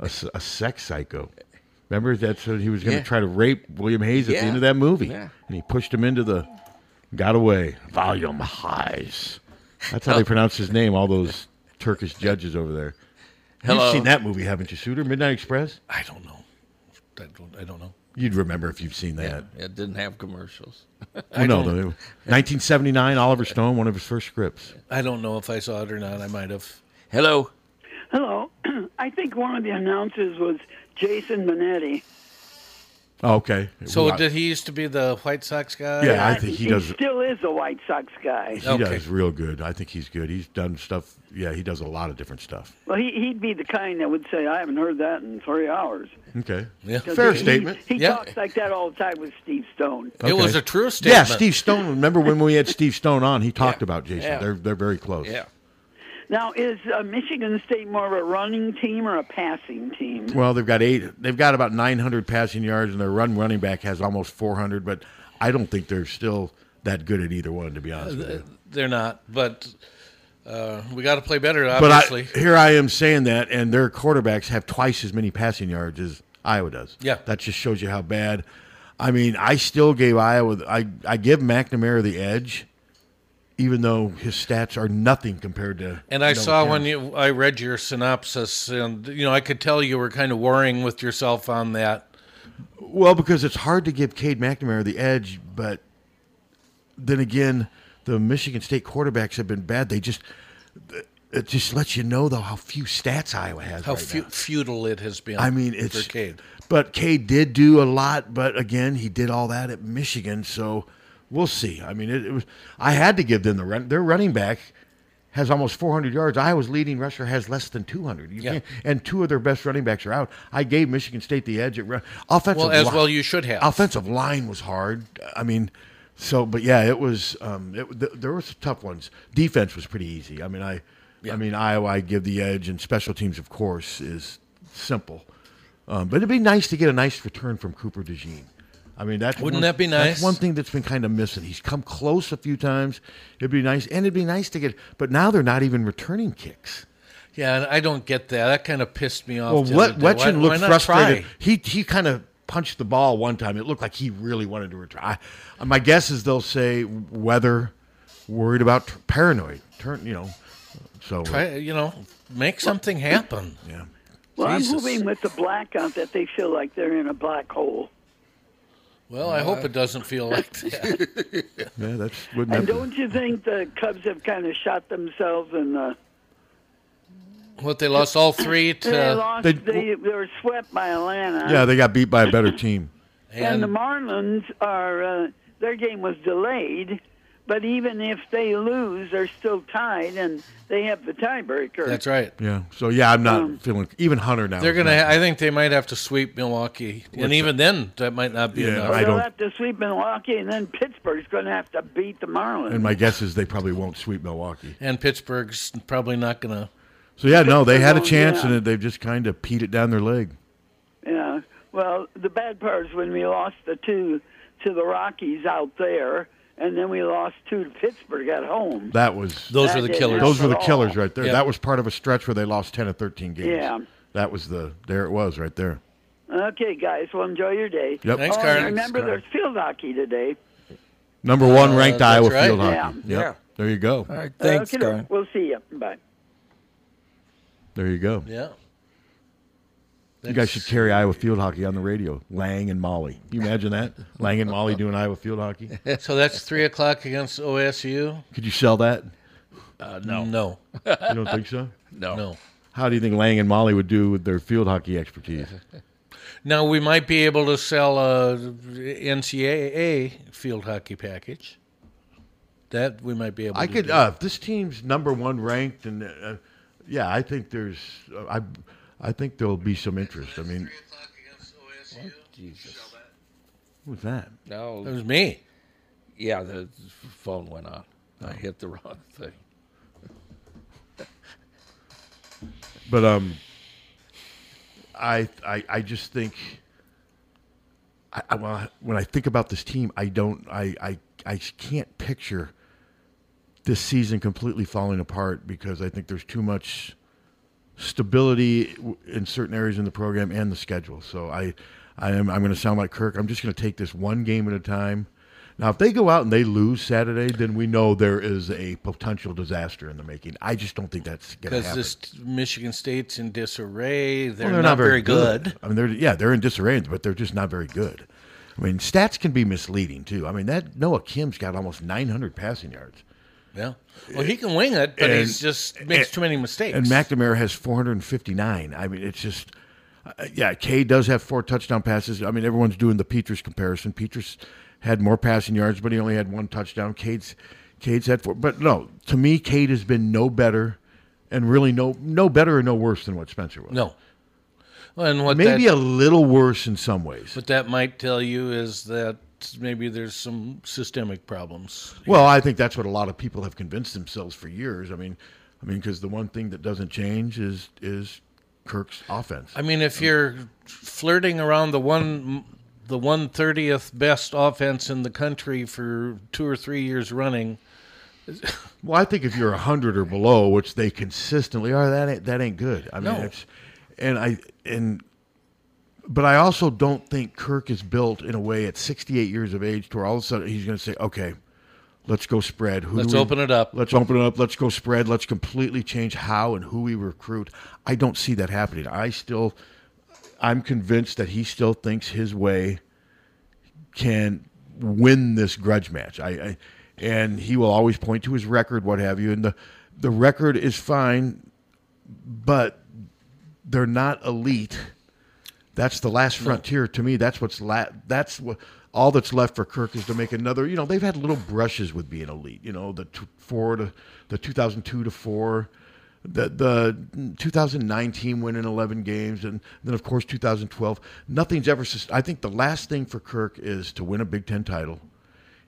Speaker 4: a, a sex psycho. Remember that's what he was going to
Speaker 2: Yeah.
Speaker 4: try to rape William Hayes at
Speaker 2: Yeah.
Speaker 4: the end of that movie,
Speaker 2: Yeah.
Speaker 4: and he pushed him into the. Got away. Volume highs. That's how
Speaker 2: Oh.
Speaker 4: they pronounce his name. All those Turkish judges over there.
Speaker 2: Hello.
Speaker 4: You've seen that movie, haven't you, Suter? Midnight Express.
Speaker 3: I don't know. I don't. I don't know.
Speaker 4: You'd remember if you've seen that.
Speaker 2: It didn't have commercials.
Speaker 4: I know. 1979, Oliver Stone, one of his first scripts.
Speaker 3: I don't know if I saw it or not. I might have.
Speaker 2: Hello.
Speaker 6: Hello. <clears throat> I think one of the announcers was Jason Manetti.
Speaker 4: Oh, okay.
Speaker 3: So
Speaker 4: Wow.
Speaker 3: did he used to be the White Sox guy?
Speaker 4: Yeah, I think he does.
Speaker 6: still is a White Sox guy.
Speaker 4: He
Speaker 3: Okay.
Speaker 4: does real good. I think he's good. He's done stuff. Yeah, he does a lot of different stuff.
Speaker 6: Well, he, he'd be the kind that would say, "I haven't heard that in three hours."
Speaker 4: Okay.
Speaker 3: Yeah.
Speaker 4: Fair
Speaker 6: He-
Speaker 4: statement.
Speaker 6: He,
Speaker 3: Yeah.
Speaker 6: talks like that all the time with Steve Stone.
Speaker 3: It was
Speaker 4: Okay.
Speaker 3: a true
Speaker 4: Yeah,
Speaker 3: statement.
Speaker 4: Steve Stone. Remember when we had Steve Stone
Speaker 3: <laughs>
Speaker 4: on? He talked
Speaker 2: Yeah.
Speaker 4: about Jason.
Speaker 2: Yeah.
Speaker 4: They're they're very close.
Speaker 2: Yeah.
Speaker 6: Now, is uh, Michigan State more of a running team or a passing team?
Speaker 4: Well, they've got eight. They've got about 900 passing yards, and their run running back has almost 400. But I don't think they're still that good at either one, to be honest with you.
Speaker 3: Uh, They're not, but uh, we got to play better.
Speaker 4: But
Speaker 3: Obviously.
Speaker 4: I, here I am saying that, and their quarterbacks have twice as many passing yards as Iowa does.
Speaker 3: Yeah.
Speaker 4: that just shows you how bad. I mean, I still gave Iowa. I I give McNamara the edge, even though his stats are nothing compared to.
Speaker 3: And I
Speaker 4: Noah
Speaker 3: saw
Speaker 4: Kemp.
Speaker 3: when you I read your synopsis, and you know I could tell you were kind of worrying with yourself on that.
Speaker 4: Well, because it's hard to give Cade McNamara the edge, but then again, the Michigan State quarterbacks have been bad. They just it just lets you know though how few stats Iowa has.
Speaker 3: How
Speaker 4: right
Speaker 3: feu-
Speaker 4: now.
Speaker 3: futile it has been.
Speaker 4: I mean, it's
Speaker 3: for Cade.
Speaker 4: But Cade did do a lot, but again, he did all that at Michigan, so we'll see. I mean, it, it was. I had to give them the run. Their running back has almost 400 yards. Iowa's leading rusher has less than 200. You
Speaker 3: Yeah.
Speaker 4: can't- and two of their best running backs are out. I gave Michigan State the edge at run. offensive.
Speaker 3: Well, as
Speaker 4: line-
Speaker 3: well you should have.
Speaker 4: Offensive line was hard. I mean. So, but yeah, it was. Um, it, th- there were some tough ones. Defense was pretty easy. I mean, I, I mean, Iowa I give the edge, and special teams, of course, is simple. Um, but it'd be nice to get a nice return from Cooper DeJean. I mean, that's
Speaker 3: Wouldn't
Speaker 4: one-
Speaker 3: that be
Speaker 4: that's
Speaker 3: nice?
Speaker 4: one thing that's been kind of missing. He's come close a few times. It'd be nice, and it'd be nice to get. But now they're not even returning kicks.
Speaker 3: Yeah, and I don't get that. That kind of pissed me off.
Speaker 4: Well,
Speaker 3: the
Speaker 4: what
Speaker 3: other day. Why-
Speaker 4: Wetchin looked
Speaker 3: why not
Speaker 4: frustrated.
Speaker 3: try?
Speaker 4: He he kind of punched the ball one time. It looked like he really wanted to retry. I, my guess is they'll say weather, worried about tr- paranoid, turn you know. So
Speaker 3: Try- you know, make something happen.
Speaker 4: yeah,
Speaker 6: well,
Speaker 3: Jesus.
Speaker 6: I'm moving with the blackout that they feel like they're in a black hole.
Speaker 3: Well, I hope it doesn't feel
Speaker 6: <laughs>
Speaker 3: like
Speaker 4: <laughs>
Speaker 3: that.
Speaker 4: yeah, that's wouldn't
Speaker 6: And
Speaker 4: that be-
Speaker 6: don't you think the Cubs have kind of shot themselves in the?
Speaker 3: what they lost all three
Speaker 6: They
Speaker 3: to,
Speaker 6: lost.
Speaker 4: they-
Speaker 6: They, they were swept by Atlanta.
Speaker 4: yeah, they got beat by a better team.
Speaker 6: And
Speaker 3: and,
Speaker 6: the Marlins are uh, their game was delayed, but even if they lose, they're still tied, and they have the tiebreaker.
Speaker 3: that's right.
Speaker 4: Yeah, so yeah, I'm not feeling even Hunter now.
Speaker 3: They're
Speaker 4: is
Speaker 3: gonna.
Speaker 4: not-
Speaker 3: ha- I think they might have to sweep Milwaukee, and even then, that might not be
Speaker 4: Yeah,
Speaker 3: enough.
Speaker 6: Well,
Speaker 4: I
Speaker 6: they'll
Speaker 4: don't-
Speaker 6: have to sweep Milwaukee, and then Pittsburgh's going to have to beat the Marlins.
Speaker 4: And my guess is they probably won't sweep Milwaukee.
Speaker 3: and Pittsburgh's probably not gonna.
Speaker 4: So yeah, no, they had a
Speaker 6: Oh,
Speaker 4: chance
Speaker 6: yeah.
Speaker 4: and they've just kind of peed it down their leg.
Speaker 6: yeah. Well, the bad part is when we lost the two to the Rockies out there, and then we lost two to Pittsburgh at home.
Speaker 4: That was
Speaker 6: Those That were the didn't killers.
Speaker 4: Those were the
Speaker 6: help at
Speaker 4: killers
Speaker 6: all.
Speaker 4: right there.
Speaker 6: Yeah.
Speaker 4: That was part of a stretch where they lost ten or thirteen games.
Speaker 6: Yeah.
Speaker 4: That was the there it was right there.
Speaker 6: Okay, guys. Well, enjoy your day.
Speaker 4: Yep. Thanks,
Speaker 6: oh, and
Speaker 4: Carl.
Speaker 6: Remember,
Speaker 4: Thanks,
Speaker 6: there's field hockey today.
Speaker 4: Number one
Speaker 6: Uh,
Speaker 4: ranked
Speaker 6: that's
Speaker 4: Iowa
Speaker 6: right.
Speaker 4: field
Speaker 6: Yeah.
Speaker 4: hockey.
Speaker 6: Yeah.
Speaker 4: Yep. There you go.
Speaker 2: All right.
Speaker 6: Okay, We'll see you. Bye.
Speaker 4: There you go.
Speaker 3: Yeah.
Speaker 4: You guys should carry Iowa field hockey on the radio. Lang and Molly. Can you imagine that? Lang and Molly doing Iowa field hockey.
Speaker 3: so that's three o'clock against OSU.
Speaker 4: Could you sell that?
Speaker 3: Uh, no, no.
Speaker 4: You don't think <laughs> so?
Speaker 3: No, no.
Speaker 4: How do you think Lang and Molly would do with their field hockey expertise?
Speaker 3: Now we might be able to sell a NCAA field hockey package. That we might be able.
Speaker 4: I
Speaker 3: to
Speaker 4: could.
Speaker 3: do.
Speaker 4: Uh, if this team's number one ranked, and uh, yeah, I think there's. Uh, I, I think there'll be some interest. I mean,
Speaker 2: Jesus.
Speaker 4: what was that?
Speaker 2: No.
Speaker 3: That was me. Oh.
Speaker 2: Yeah, the phone went on. I hit the wrong thing.
Speaker 4: But um, I I I just think. I, I when I- when I think about this team, I don't. I I I can't picture this season completely falling apart because I think there's too much stability w- in certain areas in the program and the schedule. So I, I am I'm going to sound like Kirk. I'm just going to take this one game at a time. Now, if they go out and they lose Saturday, then we know there is a potential disaster in the making. I just don't think that's going to
Speaker 3: Because
Speaker 4: happen.
Speaker 3: this Michigan State's in disarray. They're,
Speaker 4: Well,
Speaker 3: not, very good.
Speaker 4: I mean, they're yeah, they're in disarray, but they're just not very good. I mean, stats can be misleading too. I mean, that Noah Kim's got almost 900 passing yards.
Speaker 3: Yeah. Well, he can wing it, but he's just makes
Speaker 4: and-
Speaker 3: too many mistakes.
Speaker 4: And McNamara has 459. I mean, it's just, uh, yeah, Kay does have four touchdown passes. I mean, everyone's doing the Petrus comparison. Petrus had more passing yards, but he only had one touchdown. Cade's, Cade's had four. But no, to me, Cade has been no better and really no, no better or no worse than what Spencer was.
Speaker 3: No. Well, and what
Speaker 4: Maybe
Speaker 3: that,
Speaker 4: a little worse in some ways.
Speaker 3: what that might tell you is that maybe there's some systemic problems.
Speaker 4: Well, I think that's what a lot of people have convinced themselves for years. I mean, I mean, because the one thing that doesn't change is is Kirk's offense.
Speaker 3: I mean, if you're flirting around the one the one thirtieth best offense in the country for two or three years running, <laughs>
Speaker 4: Well, I think if you're hundred or below, which they consistently are, that ain't that ain't good. I mean,
Speaker 3: No.
Speaker 4: it's and I and but I also don't think Kirk is built in a way at 68 years of age to where all of a sudden he's going to say, okay, let's go spread. Who do
Speaker 3: Let's
Speaker 4: we-
Speaker 3: open it up.
Speaker 4: Let's open it up. Let's go spread. Let's completely change how and who we recruit. I don't see that happening. I still, I'm convinced that he still thinks his way can win this grudge match. I, I and he will always point to his record, what have you. And the the record is fine, but they're not elite. That's the last frontier to me. That's what's la- that's what all that's left for Kirk is to make another. You know, they've had little brushes with being elite. You know, the two, four to the 2002 to four, the the 2009 team winning 11 games, and then of course 2012. Nothing's ever. sus- I think the last thing for Kirk is to win a Big Ten title,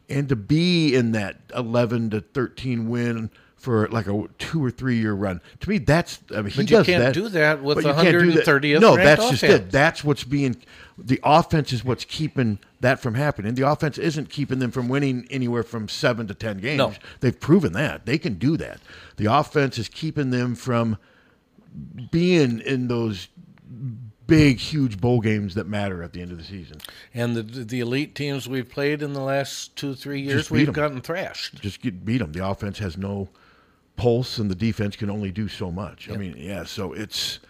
Speaker 4: and to be in that 11 to 13 win. For like a two or three year run, to me that's I mean he
Speaker 3: But you
Speaker 4: does
Speaker 3: can't
Speaker 4: that.
Speaker 3: do that with
Speaker 4: But
Speaker 3: the
Speaker 4: you can't do that.
Speaker 3: 130th
Speaker 4: No,
Speaker 3: ranked
Speaker 4: that's just
Speaker 3: offense.
Speaker 4: it. That's what's being the offense is what's keeping that from happening. The offense isn't keeping them from winning anywhere from seven to ten games.
Speaker 3: No.
Speaker 4: They've proven that they can do that. The offense is keeping them from being in those big, huge bowl games that matter at the end of the season.
Speaker 3: and the the elite teams we've played in the last two three years,
Speaker 4: Just beat
Speaker 3: we've
Speaker 4: 'em.
Speaker 3: gotten thrashed.
Speaker 4: Just get beat them. The offense has no pulse, and the defense can only do so much. I mean, yeah. So it's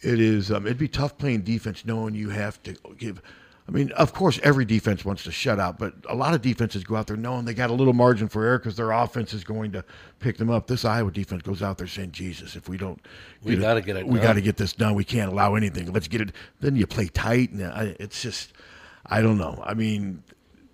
Speaker 4: it is. Um, it'd be tough playing defense knowing you have to give. I mean, of course, every defense wants to shut out, but a lot of defenses go out there knowing they got a little margin for error because their offense is going to pick them up. This Iowa defense goes out there saying, "Jesus, if we don't,
Speaker 3: We
Speaker 4: a-
Speaker 3: gotta get it
Speaker 4: we
Speaker 3: done."
Speaker 4: got to get this done. We can't allow anything. Let's get it." Then you play tight, and I, it's just, I don't know. I mean,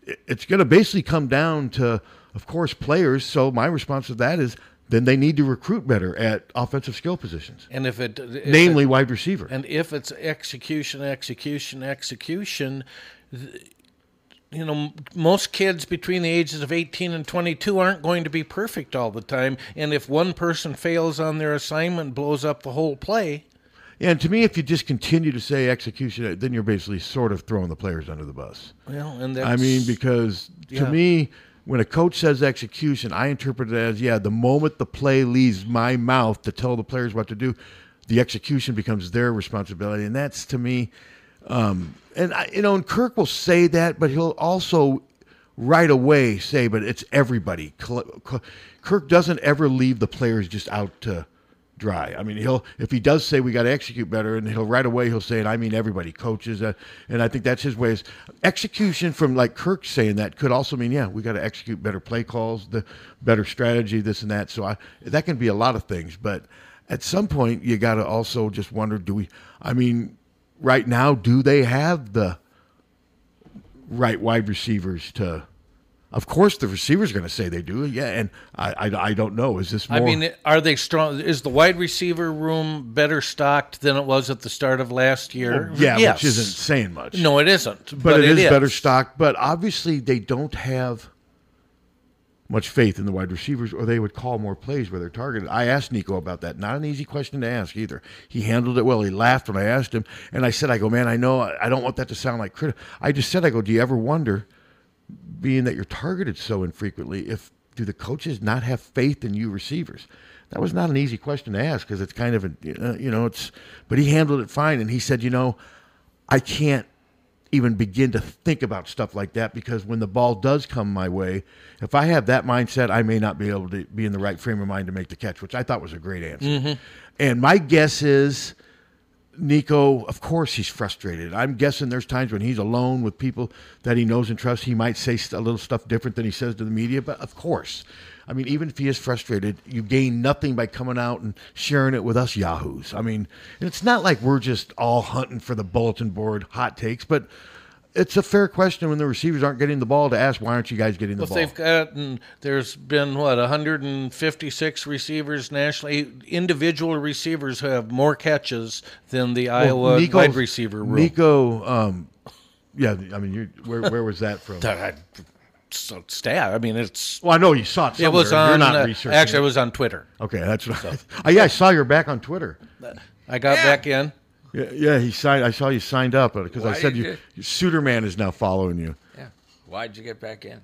Speaker 4: it- it's going to basically come down to, of course, players. So my response to that is, then they need to recruit better at offensive skill positions,
Speaker 3: And if it if
Speaker 4: namely
Speaker 3: it-
Speaker 4: wide receiver.
Speaker 3: and if it's execution, execution, execution, th- you know, m- most kids between the ages of 18 and 22 aren't going to be perfect all the time. And if one person fails on their assignment, blows up the whole play.
Speaker 4: And to me, if you just continue to say execution, then you're basically sort of throwing the players under the bus.
Speaker 3: Well, and that's,
Speaker 4: I mean, because to
Speaker 3: yeah.
Speaker 4: me, when a coach says execution, I interpret it as yeah, the moment the play leaves my mouth to tell the players what to do, the execution becomes their responsibility, and that's to me, um, and I, you know, and Kirk will say that, but he'll also right away say, but it's everybody. Cl- cl- Kirk doesn't ever leave the players just out to dry. I mean, he'll if he does say we got to execute better, and he'll right away he'll say it. I mean, everybody, coaches, uh, and I think that's his way. Is execution from like Kirk saying that could also mean yeah, we got to execute better play calls, the better strategy, this and that. So I that can be a lot of things, but at some point you got to also just wonder, do we? I mean, right now, do they have the right wide receivers to? Of course, the receiver's going to say they do. Yeah, and I, I, I don't know. Is this more?
Speaker 3: I mean, are they strong? Is the wide receiver room better stocked than it was at the start of last year?
Speaker 4: Well, yeah, which
Speaker 3: Yes.
Speaker 4: isn't saying much.
Speaker 3: No, it isn't.
Speaker 4: but, it is, better stocked. But obviously, they don't have much faith in the wide receivers, or they would call more plays where they're targeted. I asked Nico about that. Not an easy question to ask either. He handled it well. He laughed when I asked him, and I said, "I go, man, I know I I don't want that to sound like critical. I just said, I go, do you ever wonder, being that you're targeted so infrequently, if do the coaches not have faith in you receivers?" That was not an easy question to ask because it's kind of a, you know, it's, but he handled it fine. And he said, you know, I can't even begin to think about stuff like that because when the ball does come my way, if I have that mindset, I may not be able to be in the right frame of mind to make the catch, which I thought was a great answer.
Speaker 3: Mhm.
Speaker 4: And my guess is Nico, of course, he's frustrated. I'm guessing there's times when he's alone with people that he knows and trusts. He might say st- a little stuff different than he says to the media, but of course. I mean, even if he is frustrated, you gain nothing by coming out and sharing it with us yahoos. I mean, and it's not like we're just all hunting for the bulletin board hot takes, but it's a fair question when the receivers aren't getting the ball to ask, why aren't you guys getting the
Speaker 3: Well, if
Speaker 4: ball?
Speaker 3: they've gotten, there's been what 156 receivers nationally, individual receivers who have more catches than the
Speaker 4: Well,
Speaker 3: Iowa
Speaker 4: Nico's-
Speaker 3: uh, wide receiver room.
Speaker 4: Nico, um, yeah, I mean, you where, where was that
Speaker 3: <laughs>
Speaker 4: from?
Speaker 3: so stat. I mean, it's.
Speaker 4: Well, I know you saw it. Somewhere.
Speaker 3: It was on.
Speaker 4: You're not
Speaker 3: uh,
Speaker 4: researching.
Speaker 3: actually,
Speaker 4: it.
Speaker 3: it was on Twitter.
Speaker 4: Okay, that's what. I, oh, yeah, I saw you're back on Twitter.
Speaker 3: I got back in.
Speaker 4: Yeah, yeah, he signed. I saw you signed up because I
Speaker 2: Why
Speaker 4: said
Speaker 2: did
Speaker 4: you, Suterman is now following you.
Speaker 2: Yeah. Why'd you get back in?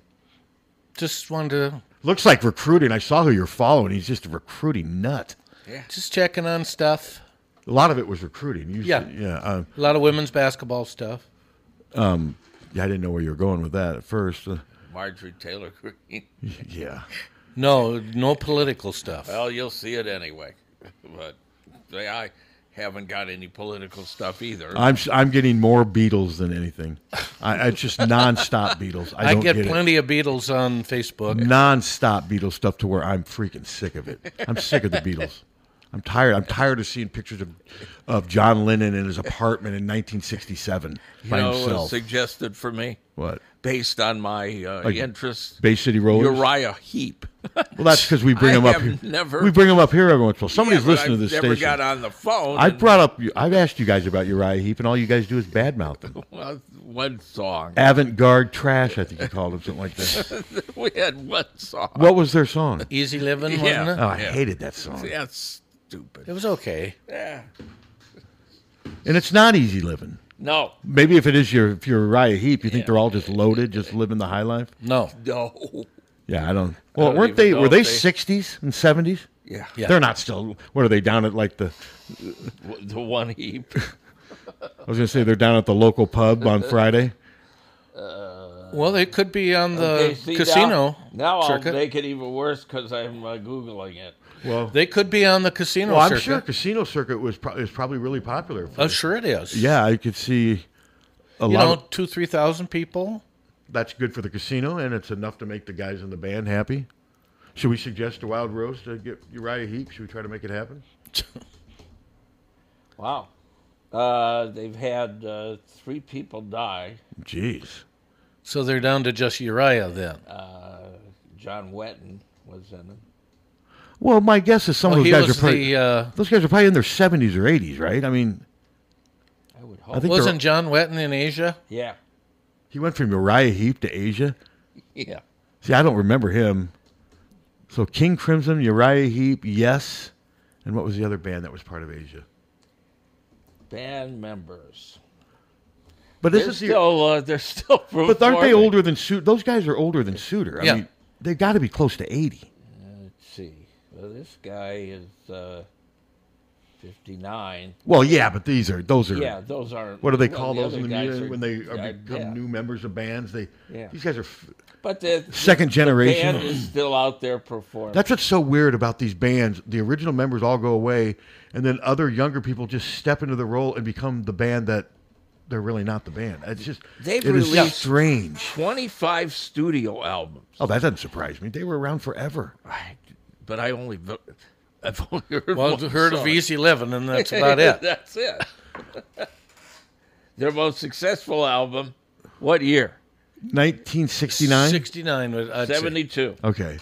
Speaker 3: Just wanted to
Speaker 4: Looks like recruiting. I saw who you're following. He's just a recruiting nut.
Speaker 3: just checking on stuff.
Speaker 4: A lot of it was recruiting. You-
Speaker 3: Yeah.
Speaker 4: yeah. Um,
Speaker 3: A lot of women's basketball stuff.
Speaker 4: um, yeah, I didn't know where you were going with that at first. Uh,
Speaker 2: Marjorie Taylor
Speaker 3: <laughs>
Speaker 2: Greene.
Speaker 4: yeah.
Speaker 3: No, no political stuff.
Speaker 2: Well, you'll see it anyway. <laughs> But they, I haven't got any political stuff either.
Speaker 4: I'm I'm getting more Beatles than anything. I, I just nonstop Beatles. I,
Speaker 3: I,
Speaker 4: don't
Speaker 3: get,
Speaker 4: get it.
Speaker 3: plenty of Beatles on Facebook.
Speaker 4: Non-stop Beatles stuff to where I'm freaking sick of it. I'm sick of the
Speaker 2: <laughs>
Speaker 4: Beatles. I'm tired. I'm tired of seeing pictures of, of John Lennon in his apartment in 1967
Speaker 2: you
Speaker 4: by
Speaker 2: know, what was
Speaker 4: himself.
Speaker 2: suggested for me.
Speaker 4: What?
Speaker 2: Based on my uh,
Speaker 4: Like
Speaker 2: interests.
Speaker 4: Bay City Rollers?
Speaker 2: Uriah Heep. well,
Speaker 4: <laughs> Well, that's because we bring
Speaker 2: I
Speaker 4: them up
Speaker 2: have
Speaker 4: here.
Speaker 2: never- <laughs>
Speaker 4: we bring them up here every once in a while. Somebody's
Speaker 2: but
Speaker 4: listening
Speaker 2: I've
Speaker 4: to this
Speaker 2: never
Speaker 4: station.
Speaker 2: got on the phone
Speaker 4: I
Speaker 2: and-
Speaker 4: brought up. I've asked you guys about Uriah Heep, and all you guys do is badmouth him.
Speaker 2: one song.
Speaker 4: Avant-garde trash, I think you called him something like that.
Speaker 2: <laughs> we had one song.
Speaker 4: What was their song?
Speaker 3: Easy Living, wasn't it?
Speaker 4: Oh, I hated that song.
Speaker 2: That's stupid.
Speaker 3: It was okay.
Speaker 2: Yeah.
Speaker 4: And it's not easy living.
Speaker 2: No.
Speaker 4: Maybe if it is your if you're Uriah Heep, you think they're all just loaded, just living the high life.
Speaker 3: No.
Speaker 2: No. <laughs>
Speaker 4: Yeah, I don't. Well,
Speaker 2: don't
Speaker 4: weren't
Speaker 2: even
Speaker 4: they?
Speaker 2: know
Speaker 4: Were
Speaker 2: if
Speaker 4: they
Speaker 2: they-
Speaker 4: sixties and seventies?
Speaker 2: Yeah.
Speaker 3: Yeah.
Speaker 4: They're not still. What are they down at? Like the
Speaker 2: The one heap.
Speaker 4: I was gonna say they're down at the local
Speaker 3: <laughs>
Speaker 4: pub on Friday.
Speaker 3: Well, it could be on the
Speaker 2: Okay, see,
Speaker 3: casino
Speaker 2: Now, now
Speaker 3: circuit.
Speaker 2: I'll make it even worse because I'm uh, googling it.
Speaker 4: Well,
Speaker 3: They could be on the casino
Speaker 4: well, I'm
Speaker 3: circuit.
Speaker 4: sure casino circuit was pro- is probably really popular. For
Speaker 3: Oh, sure it is.
Speaker 4: Yeah, I could see a
Speaker 3: you
Speaker 4: lot.
Speaker 3: know,
Speaker 4: of-
Speaker 3: two, three thousand people.
Speaker 4: that's good for the casino, and it's enough to make the guys in the band happy. Should we suggest a wild rose to get Uriah Heep? Should we try to make it happen?
Speaker 2: Wow. Uh, they've had uh, three people die.
Speaker 4: Jeez.
Speaker 3: So they're down to just Uriah then.
Speaker 2: Uh, John Wetton was in it.
Speaker 4: Well, my guess is some
Speaker 3: Well,
Speaker 4: of
Speaker 3: he
Speaker 4: those guys
Speaker 3: was
Speaker 4: are probably
Speaker 3: the, uh,
Speaker 4: those guys are probably in their seventies or eighties, right? I mean,
Speaker 2: I would hope.
Speaker 4: I think
Speaker 3: Wasn't
Speaker 4: they're-
Speaker 3: John Wetton in Asia?
Speaker 2: yeah.
Speaker 4: he went from Uriah Heep to Asia.
Speaker 2: <laughs> Yeah.
Speaker 4: See, I don't remember him. So King Crimson, Uriah Heep, Yes, and what was the other band that was part of Asia?
Speaker 2: Band members.
Speaker 4: But this
Speaker 2: They're
Speaker 4: is the,
Speaker 2: still, uh, they're still
Speaker 4: <laughs> but aren't they
Speaker 2: performing.
Speaker 4: older than Suit? Those guys are older than Suter. I
Speaker 3: Yeah.
Speaker 4: mean, They've got to be close to 80.
Speaker 2: Let's see. Well, this guy is uh, 59.
Speaker 4: Well, yeah, but these are those are
Speaker 2: Yeah, those aren't-
Speaker 4: What do they
Speaker 2: well,
Speaker 4: call
Speaker 2: the
Speaker 4: those in
Speaker 2: other
Speaker 4: the
Speaker 2: guys
Speaker 4: media
Speaker 2: are-
Speaker 4: when they are
Speaker 2: I-
Speaker 4: become
Speaker 2: yeah.
Speaker 4: new members of bands? They
Speaker 2: Yeah.
Speaker 4: these guys are. f-
Speaker 2: But the
Speaker 4: Second
Speaker 2: the
Speaker 4: generation.
Speaker 2: band is still out there performing.
Speaker 4: That's what's so weird about these bands. The original members all go away, and then other younger people just step into the role and become the band that they're really not the band. It's just
Speaker 2: They've
Speaker 4: it is
Speaker 2: released
Speaker 4: strange.
Speaker 2: 25 studio albums,
Speaker 4: Oh, that doesn't surprise me. They were around forever.
Speaker 2: but I only vo- I've only heard
Speaker 3: Well,
Speaker 2: one
Speaker 3: heard of
Speaker 2: song.
Speaker 3: Easy Living,
Speaker 2: <laughs>
Speaker 3: and that's about it.
Speaker 2: that's it. Their most successful album, what year?
Speaker 4: 1969.
Speaker 3: 69 was I'd say.
Speaker 2: 72.
Speaker 4: Okay.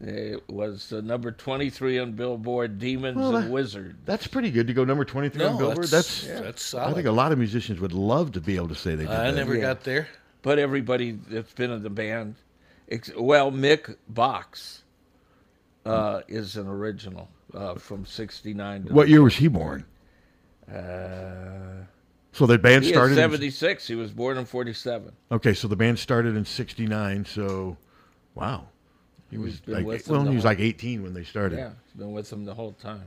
Speaker 2: It was uh, number 23 on Billboard, Demons
Speaker 4: Well,
Speaker 2: and
Speaker 4: that-
Speaker 2: Wizard.
Speaker 4: That's pretty good to go number 23 on
Speaker 3: No,
Speaker 4: Billboard. That's,
Speaker 3: that's- that's
Speaker 4: I
Speaker 3: solid.
Speaker 4: think a lot of musicians would love to be able to say they did
Speaker 3: I
Speaker 4: that.
Speaker 3: never got there.
Speaker 2: But everybody that's been in the band, ex- well, Mick Box uh, is an original uh, from 69 to
Speaker 4: What year was he born?
Speaker 2: Uh,
Speaker 4: So the band
Speaker 2: he is
Speaker 4: started. in-
Speaker 2: 76. He was born in 47.
Speaker 4: okay, so the band started in 69. So, wow. He was
Speaker 2: been
Speaker 4: like,
Speaker 2: with them
Speaker 4: well,
Speaker 2: the
Speaker 4: he was
Speaker 2: whole-
Speaker 4: like 18 when they started.
Speaker 2: Yeah, he's been with them the whole time.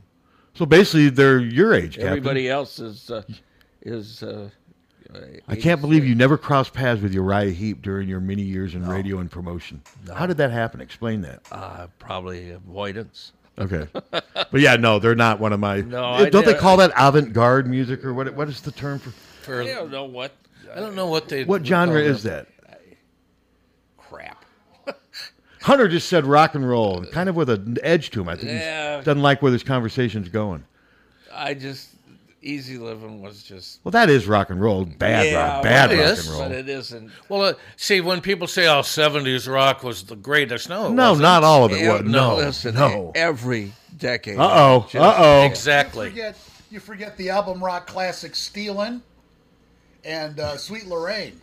Speaker 4: So basically, they're your age, Captain.
Speaker 2: Everybody else is uh, is. Uh,
Speaker 4: I can't believe you never crossed paths with Uriah Heep during your many years in radio and promotion. How did that happen? Explain that.
Speaker 2: Uh, probably avoidance.
Speaker 4: Okay, <laughs> but yeah, no, they're not one of my.
Speaker 2: No,
Speaker 4: Eh,
Speaker 2: I
Speaker 4: don't they
Speaker 2: did-
Speaker 4: call that avant-garde music or what? What is the term for?
Speaker 3: For,
Speaker 2: I don't know what
Speaker 3: I don't know what they.
Speaker 4: What
Speaker 3: would
Speaker 4: genre
Speaker 3: call
Speaker 4: is that?
Speaker 2: crap.
Speaker 4: Hunter just said rock and roll, and kind of with an edge to him. I think he
Speaker 2: Yeah.
Speaker 4: doesn't like where this conversation's going.
Speaker 2: I just easy living was just
Speaker 4: Well, that is rock and roll, bad
Speaker 2: yeah,
Speaker 4: rock, bad
Speaker 2: well, it
Speaker 4: rock
Speaker 2: is,
Speaker 4: and
Speaker 2: but
Speaker 4: roll.
Speaker 2: it isn't.
Speaker 3: Well, uh, see, when people say, "Oh, '70s rock was the greatest," no, it
Speaker 4: No,
Speaker 3: wasn't.
Speaker 4: not all of it.
Speaker 2: Ev-
Speaker 4: was. No,
Speaker 2: listen,
Speaker 4: no.
Speaker 2: e- every decade.
Speaker 4: Uh oh,
Speaker 2: just-
Speaker 4: uh oh.
Speaker 3: exactly.
Speaker 7: forget you forget the album rock classics "Stealin'" and uh, Sweet
Speaker 4: <laughs>
Speaker 7: Lorraine.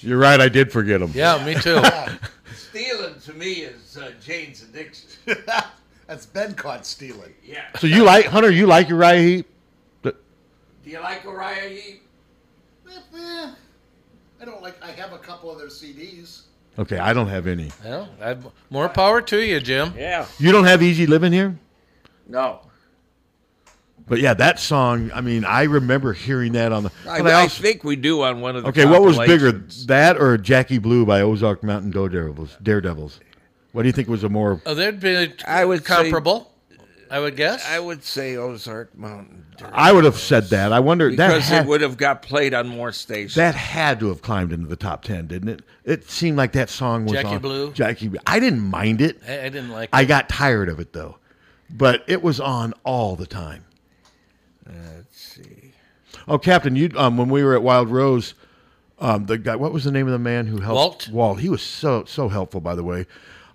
Speaker 4: You're right. I did forget him.
Speaker 3: Yeah, me too.
Speaker 2: Stealing to me is uh,
Speaker 7: <laughs>
Speaker 2: Jane's addiction.
Speaker 7: That's Ben caught stealing.
Speaker 2: yeah.
Speaker 4: So you like Hunter? You like Uriah Heep?
Speaker 2: Do you like Orion Heap?
Speaker 7: Eh, eh, I don't like. I have a couple of their CDs.
Speaker 4: Okay, I don't have any.
Speaker 3: well, I, more power to you, Jim.
Speaker 2: Yeah.
Speaker 4: You don't have Easy Living here?
Speaker 2: No.
Speaker 4: But yeah, that song. I mean, I remember hearing that on the.
Speaker 2: I,
Speaker 4: but I
Speaker 2: I
Speaker 4: also-
Speaker 2: think we do on one of the
Speaker 4: okay, what was bigger,
Speaker 2: compilations.
Speaker 4: that or Jackie Blue by Ozark Mountain Daredevils? Daredevils. What do you think was a more?
Speaker 3: Oh, that'd be
Speaker 2: I would say-
Speaker 3: comparable. I would guess.
Speaker 2: I would say Ozark Mountain Dirt.
Speaker 4: I would have said that. I wonder that
Speaker 2: Because
Speaker 4: had,
Speaker 2: it would have got played on more stations.
Speaker 4: that had to have climbed into the top ten, didn't it? It seemed like that song was
Speaker 3: Jackie
Speaker 4: on-
Speaker 3: Blue?
Speaker 4: Jackie, I didn't mind it.
Speaker 3: I, I didn't like.
Speaker 4: I got tired of it though, but it was on all the time.
Speaker 2: Let's see.
Speaker 4: Oh, Captain, you um, when we were at Wild Rose, um, the guy, what was the name of the man who
Speaker 3: Walt.
Speaker 4: helped? Walt. He was so so helpful, by the way.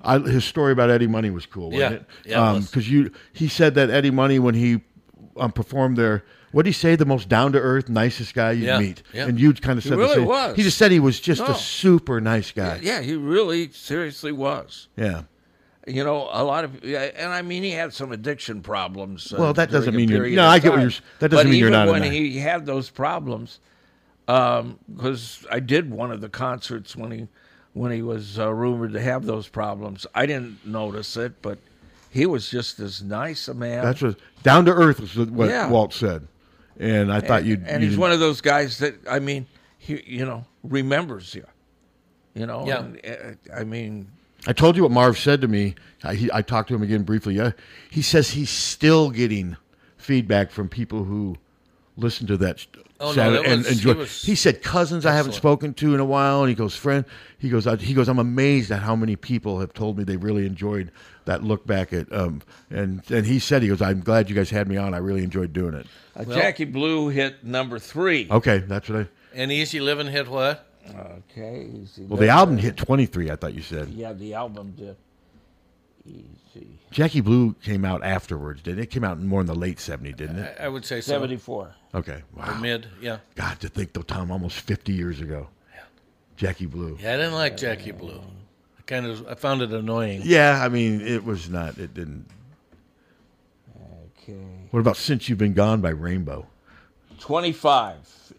Speaker 4: I, his story about Eddie Money was cool, wasn't
Speaker 3: Yeah.
Speaker 4: it?
Speaker 3: Yeah, it was.
Speaker 4: because you he said that Eddie Money when he um, performed there. What did he say? The most down to earth, nicest guy you'd
Speaker 3: Yeah.
Speaker 4: meet,
Speaker 3: Yeah.
Speaker 4: and you kind of said the
Speaker 2: really
Speaker 4: same.
Speaker 2: was.
Speaker 4: He just said he was just
Speaker 2: No.
Speaker 4: a super nice guy.
Speaker 2: Yeah, he really seriously was.
Speaker 4: Yeah.
Speaker 2: You know, a lot of, yeah, and I mean, he had some addiction problems. uh,
Speaker 4: Well, that
Speaker 2: during
Speaker 4: doesn't
Speaker 2: a
Speaker 4: mean you're-
Speaker 2: period
Speaker 4: no,
Speaker 2: of
Speaker 4: I get what
Speaker 2: time.
Speaker 4: you're s- that doesn't
Speaker 2: But
Speaker 4: mean you're
Speaker 2: even
Speaker 4: not a
Speaker 2: when
Speaker 4: man.
Speaker 2: he had those problems, because I did one of the concerts when he when he was uh, rumored to have those problems. I didn't notice it, but he was just as nice a man.
Speaker 4: That's what down to earth was what
Speaker 2: Yeah.
Speaker 4: Walt said, and I thought you'd.
Speaker 2: and
Speaker 4: you
Speaker 2: he's
Speaker 4: didn't-
Speaker 2: one of those guys that I mean, he you know remembers you. You know,
Speaker 3: Yeah.
Speaker 2: and, uh, I mean,
Speaker 4: I told you what Marv said to me. I, he, I talked to him again briefly. Yeah, he says he's still getting feedback from people who listen to that.
Speaker 3: Oh, no,
Speaker 4: Saturday
Speaker 3: that
Speaker 4: and
Speaker 3: was-
Speaker 4: enjoy.
Speaker 3: he was
Speaker 4: he said cousins I haven't spoken to in a while, and he goes friend. He goes I, he goes I'm amazed at how many people have told me they really enjoyed that look back at um and and he said he goes I'm glad you guys had me on. I really enjoyed doing it.
Speaker 2: uh, Jackie Blue hit number three.
Speaker 4: Okay, that's what I.
Speaker 3: And Easy Living hit what?
Speaker 2: Okay, easy.
Speaker 4: Well, the album hit 23. I thought you said
Speaker 2: Yeah, the album did. Easy.
Speaker 4: Jackie Blue came out afterwards, didn't it? It came out more in the late 70s, didn't
Speaker 3: I,
Speaker 4: it?
Speaker 3: I would say so.
Speaker 2: 74.
Speaker 4: Okay, wow.
Speaker 3: or mid. Yeah,
Speaker 4: God, to think though, Tom, almost 50 years ago. Jackie Blue. Yeah.
Speaker 3: yeah. I didn't like Jackie Blue. I kind of I found it annoying.
Speaker 4: I mean, it was not, it didn't.
Speaker 2: Okay.
Speaker 4: What about Since You've Been Gone by Rainbow?
Speaker 2: 25.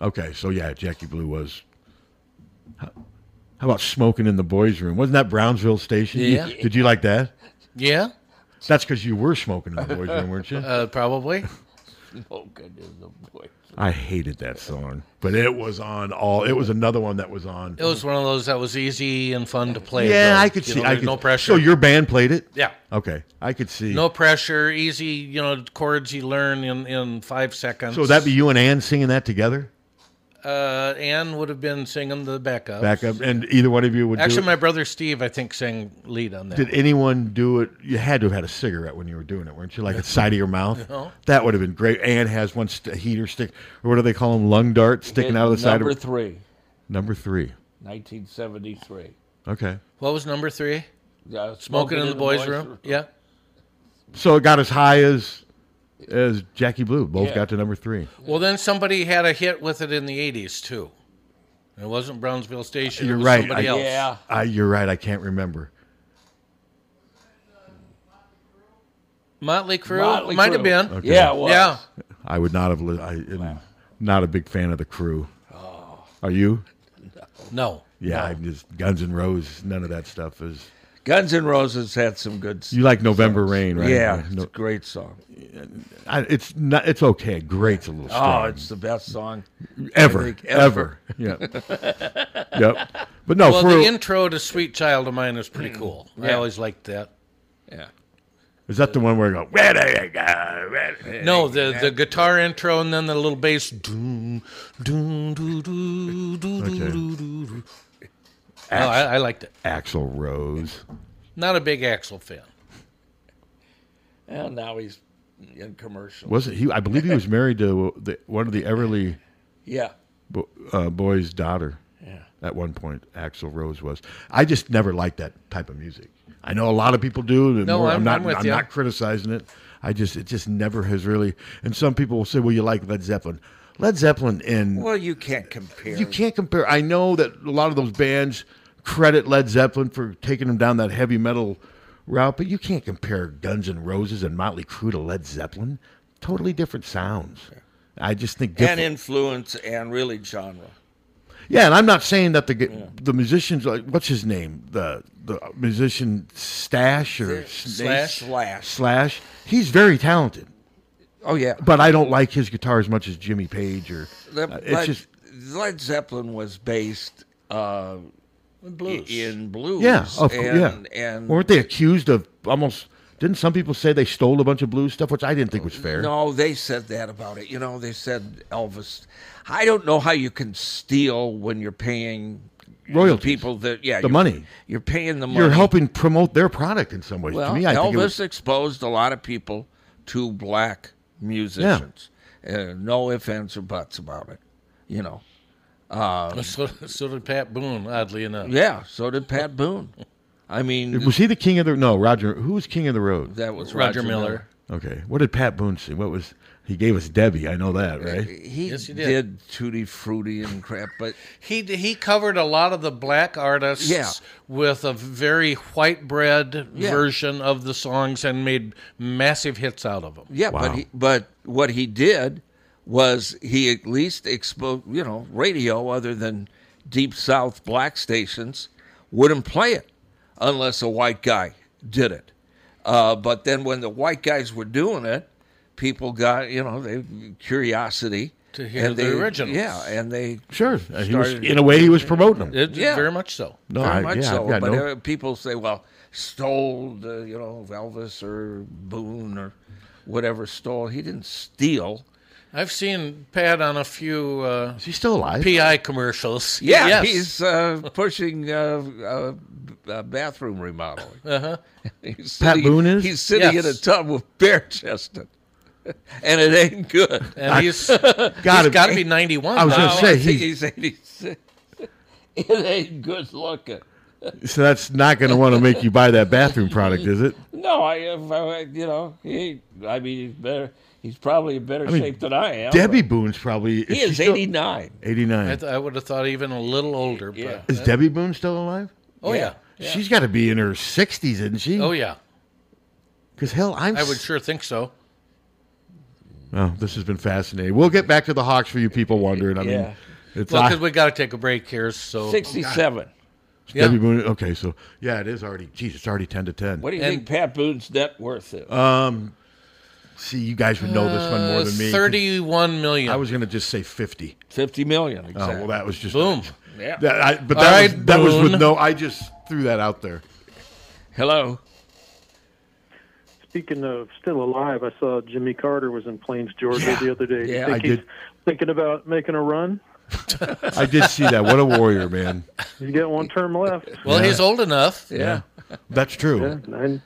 Speaker 4: Okay, so yeah, Jackie Blue was. How about smoking in the boys' room? Wasn't that Brownsville Station? You-
Speaker 3: Yeah.
Speaker 4: Did you like that?
Speaker 3: Yeah.
Speaker 4: That's because you were smoking in the boys'
Speaker 3: <laughs>
Speaker 4: room, weren't you?
Speaker 3: Uh, probably.
Speaker 2: Smoking in the boys.
Speaker 4: I hated that song, but it was on all. It was another one that was on.
Speaker 3: It was one of those that was easy and fun to play.
Speaker 4: yeah,
Speaker 3: though.
Speaker 4: I could
Speaker 3: You
Speaker 4: see.
Speaker 3: know,
Speaker 4: I
Speaker 3: there's
Speaker 4: could,
Speaker 3: no pressure.
Speaker 4: So your band played it?
Speaker 3: Yeah.
Speaker 4: Okay, I could see.
Speaker 3: no pressure. Easy, you know, chords you learn in, in five seconds.
Speaker 4: So would that be you and Ann singing that together,
Speaker 3: uh, Anne would have been singing the backup.
Speaker 4: back up, and either one of you would.
Speaker 3: Actually,
Speaker 4: do it.
Speaker 3: my brother Steve, I think, sang lead on that.
Speaker 4: Did anyone do it? You had to have had a cigarette when you were doing it, weren't you? Like the side of your mouth.
Speaker 3: No.
Speaker 4: That would have been great. Ann has one st- heater stick, or what do they call them? Lung dart sticking out of the side
Speaker 2: Number
Speaker 4: of
Speaker 2: three,
Speaker 4: number three.
Speaker 2: 1973.
Speaker 4: Okay.
Speaker 3: What was number three?
Speaker 2: Uh,
Speaker 3: Smoking in the boys' room. Yeah.
Speaker 4: So it got as high as as Jackie Blue. Both got to number three.
Speaker 3: Well, then somebody had a hit with it in the '80s too. It wasn't Brownsville Station.
Speaker 4: You're
Speaker 3: it was
Speaker 4: right.
Speaker 3: Somebody
Speaker 4: I-
Speaker 3: else.
Speaker 2: Yeah.
Speaker 4: I, you're right. I can't remember.
Speaker 3: Motley Crue.
Speaker 2: Motley
Speaker 3: Might have
Speaker 2: Crue.
Speaker 3: been.
Speaker 4: Okay.
Speaker 2: Yeah, it was.
Speaker 3: Yeah.
Speaker 4: I would not have. Li- I am not a big fan of the crew. Are you?
Speaker 3: Oh. No.
Speaker 4: Yeah, I'm just Guns N' Roses. None of that stuff is.
Speaker 2: Guns N' Roses had some good stuff.
Speaker 4: You like November Rain, right?
Speaker 2: Yeah, it's
Speaker 4: No-
Speaker 2: a great song.
Speaker 4: I, it's not. It's okay. Great's a little. Strong.
Speaker 2: Oh, it's the best song. I
Speaker 4: ever,
Speaker 2: think
Speaker 4: ever.
Speaker 2: ever.
Speaker 4: Yeah.
Speaker 2: <laughs>
Speaker 4: yep. But no,
Speaker 3: Well,
Speaker 4: for
Speaker 3: the intro to "Sweet Child of Mine" is pretty cool. I
Speaker 2: Mm. Yeah.
Speaker 3: always liked that.
Speaker 2: Yeah.
Speaker 4: is that the one where you go? Where do you go? Where do you-"
Speaker 3: No, the the guitar intro and then the little bass. Doom, doom, doo, doo, doo,
Speaker 4: Okay.
Speaker 3: doo, doo, doo, doo. No, I, I liked it.
Speaker 4: Axl Rose.
Speaker 3: Not a big Axl fan.
Speaker 2: Well, now he's in commercial.
Speaker 4: Wasn't he? I believe he was married to the, one of the Everly
Speaker 2: Yeah.
Speaker 4: bo- uh, boys' daughter. Yeah. At one point, Axl Rose was. I just never liked that type of music. I know a lot of people do. and
Speaker 3: No,
Speaker 4: more-
Speaker 3: I'm-
Speaker 4: not.
Speaker 3: I'm with you.
Speaker 4: not criticizing it. I just it just never has really. And some people will say, "Well, you like Led Zeppelin." Led Zeppelin and
Speaker 2: Well, you can't compare.
Speaker 4: You can't compare. I know that a lot of those bands credit Led Zeppelin for taking them down that heavy metal route, but you can't compare Guns N' Roses and Motley Crue to Led Zeppelin. Totally different sounds. I just think different.
Speaker 2: And influence and really genre.
Speaker 4: yeah, and I'm not saying that the g the musicians like what's his name the the musician Stash or
Speaker 3: Slash?
Speaker 2: Slash.
Speaker 4: Slash. He's very talented,
Speaker 2: Oh, yeah.
Speaker 4: but I don't like his guitar as much as Jimmy Page or
Speaker 2: The-
Speaker 4: uh,
Speaker 2: Led,
Speaker 4: it's just
Speaker 2: Led Zeppelin was based uh,
Speaker 3: Blues.
Speaker 2: in blues.
Speaker 4: Yeah, of course.
Speaker 2: and,
Speaker 4: Yeah,
Speaker 2: And
Speaker 4: weren't they accused of almost? Didn't some people say they stole a bunch of blues stuff, which I didn't think was fair?
Speaker 2: No, they said that about it. You know, they said Elvis. I don't know how you can steal when you're paying
Speaker 4: Royalties.
Speaker 2: people that yeah
Speaker 4: The
Speaker 2: you're-
Speaker 4: money.
Speaker 2: You're paying the money.
Speaker 4: You're helping promote their product in some ways.
Speaker 2: Well,
Speaker 4: to me, I
Speaker 2: Elvis
Speaker 4: think it was,
Speaker 2: exposed a lot of people to black musicians. Uh, no ifs ands or buts about it. You know. Um,
Speaker 3: So, so did Pat Boone, oddly enough.
Speaker 2: Yeah. So did Pat Boone. I mean,
Speaker 4: was he the king of the no Roger? Who was king of the road?
Speaker 2: that was
Speaker 3: Roger
Speaker 2: Roger,
Speaker 3: Miller.
Speaker 4: Okay, what did Pat Boone sing? What was he gave us Debbie? I know that, right?
Speaker 2: Uh, He,
Speaker 3: Yes, he did.
Speaker 2: did. Tutti Frutti and crap, but
Speaker 3: He he covered a lot of the black artists
Speaker 2: Yeah.
Speaker 3: with a very white bread
Speaker 2: Yeah.
Speaker 3: version of the songs and made massive hits out of them.
Speaker 2: Yeah,
Speaker 4: Wow.
Speaker 2: but he, but what he did was he at least exposed, you know, radio other than deep south black stations wouldn't play it unless a white guy did it. Uh, but then when the white guys were doing it, people got you know they curiosity
Speaker 3: To hear the
Speaker 2: they,
Speaker 3: originals.
Speaker 2: Yeah, and they
Speaker 4: Sure. Uh, he was,
Speaker 2: Started-
Speaker 4: in a way, he was promoting them.
Speaker 3: It-
Speaker 2: Yeah.
Speaker 3: Very much so.
Speaker 4: No,
Speaker 2: very
Speaker 4: I-
Speaker 2: much
Speaker 4: yeah,
Speaker 2: so.
Speaker 4: yeah,
Speaker 2: But
Speaker 4: no.
Speaker 2: uh, people say, well, stole the, you know Elvis or Boone or whatever stole. He didn't steal.
Speaker 3: I've seen Pat on a few uh,
Speaker 4: Is he still alive?
Speaker 3: PI commercials.
Speaker 2: Yeah,
Speaker 3: Yes.
Speaker 2: he's uh, pushing uh, uh, uh, bathroom remodeling. Uh-huh. <laughs> he's
Speaker 4: Pat
Speaker 2: sitting,
Speaker 4: Boone is?
Speaker 2: He's sitting in
Speaker 3: Yes.
Speaker 2: a tub with bare chested, <laughs> and it ain't good. <laughs>
Speaker 3: and he's, he's
Speaker 4: got
Speaker 3: got to be 91.
Speaker 4: I was
Speaker 3: now.
Speaker 4: gonna
Speaker 2: I
Speaker 4: say
Speaker 2: think
Speaker 4: he.
Speaker 2: he's eighty-six. <laughs> it ain't good looking.
Speaker 4: So that's not going to want to make you buy that bathroom product, is
Speaker 2: <laughs>
Speaker 4: it?
Speaker 2: No, I, if I you know, he. ain't- I mean, he's better. He's probably in better
Speaker 4: mean,
Speaker 2: shape than I am.
Speaker 4: Debbie Boone's probably.
Speaker 2: but He is eighty-nine.
Speaker 3: I,
Speaker 4: Eighty-nine.
Speaker 3: th- I would have thought even a little older. But,
Speaker 2: Yeah.
Speaker 4: Is Debbie Boone still alive?
Speaker 3: Oh, yeah.
Speaker 4: She's got to be in her sixties, isn't she?
Speaker 3: Oh, yeah.
Speaker 4: Because hell, I'm.
Speaker 3: I would sure think so.
Speaker 4: Oh, this has been fascinating. We'll get back to the Hawks for you people wondering. I mean,
Speaker 2: Yeah.
Speaker 4: it's
Speaker 3: Well,
Speaker 4: I-
Speaker 3: because we got to take a break here. So
Speaker 2: Sixty-seven.
Speaker 4: Yeah. Debbie Boone. Okay, so yeah, it is already. Geez, it's already ten to ten.
Speaker 2: What do you think Pat Boone's net worth is?
Speaker 4: Um, see, you guys would know this one more
Speaker 8: Uh,
Speaker 4: than me.
Speaker 8: 31 million.
Speaker 4: I was going to just say fifty.
Speaker 2: 50 million, exactly.
Speaker 4: Oh well, that was just
Speaker 8: Boom.
Speaker 2: Yeah.
Speaker 4: That, I, but
Speaker 8: All
Speaker 4: that, was,
Speaker 8: right,
Speaker 4: that was with
Speaker 8: Boone.
Speaker 4: no. I just threw that out there.
Speaker 2: Hello.
Speaker 9: Speaking of still alive, I saw Jimmy Carter was in Plains, Georgia the other day.
Speaker 2: Yeah,
Speaker 9: You
Speaker 4: I
Speaker 9: think he's
Speaker 4: did.
Speaker 9: Thinking about making a run.
Speaker 4: <laughs> I did see that. What a warrior, man.
Speaker 9: He's got one term left.
Speaker 8: well, he's old enough.
Speaker 2: Yeah.
Speaker 4: That's true.
Speaker 9: Nine-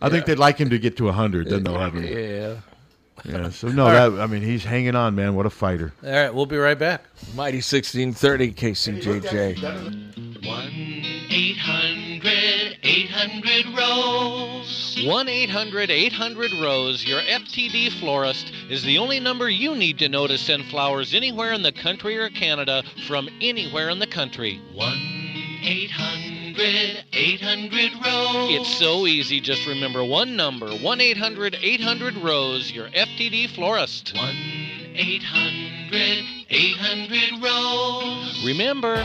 Speaker 4: I think they'd like him to get to hundred. Then they'll have him.
Speaker 2: Yeah.
Speaker 4: Yeah. So no, that I mean, he's hanging on, man. What a fighter.
Speaker 8: All right, we'll be right back.
Speaker 2: Mighty 1630 KCJJ.
Speaker 3: 1 800 800 Rose, your FTD florist, is the only number you need to know to send flowers anywhere in the country or Canada from anywhere in the country. 1 800 800 Rose. It's so easy, just remember one number 1 800 800 Rose, your FTD florist. 1 800 800 Rose. Remember,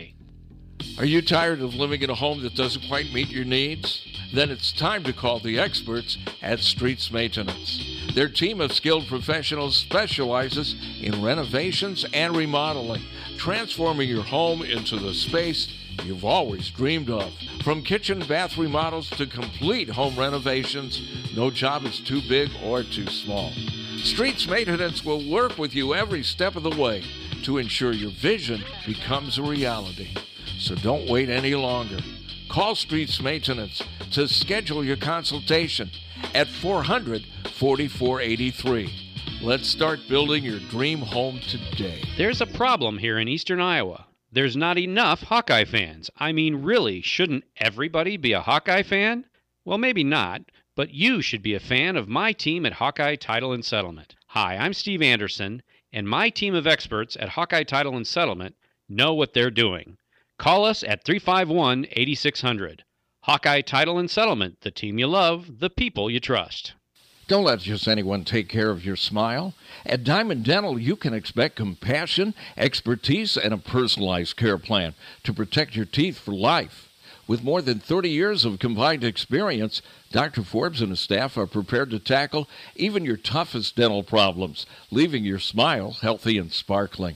Speaker 2: Are you tired of living in a home that doesn't quite meet your needs? Then it's time to call the experts at Streets Maintenance. Their team of skilled professionals specializes in renovations and remodeling, transforming your home into the space you've always dreamed of. From kitchen bath remodels to complete home renovations, no job is too big or too small. Streets Maintenance will work with you every step of the way to ensure your vision becomes a reality. So don't wait any longer. Call Streets Maintenance to schedule your consultation at 400 4483. Let's start building your dream home today.
Speaker 10: There's a problem here in eastern Iowa. There's not enough Hawkeye fans. I mean, really, shouldn't everybody be a Hawkeye fan? Well, maybe not, but you should be a fan of my team at Hawkeye Title and Settlement. Hi, I'm Steve Anderson, and my team of experts at Hawkeye Title and Settlement know what they're doing. Call us at 351 8600. Hawkeye Title and Settlement, the team you love, the people you trust.
Speaker 2: Don't let just anyone take care of your smile. At Diamond Dental, you can expect compassion, expertise, and a personalized care plan to protect your teeth for life. With more than 30 years of combined experience, Dr. Forbes and his staff are prepared to tackle even your toughest dental problems, leaving your smile healthy and sparkling.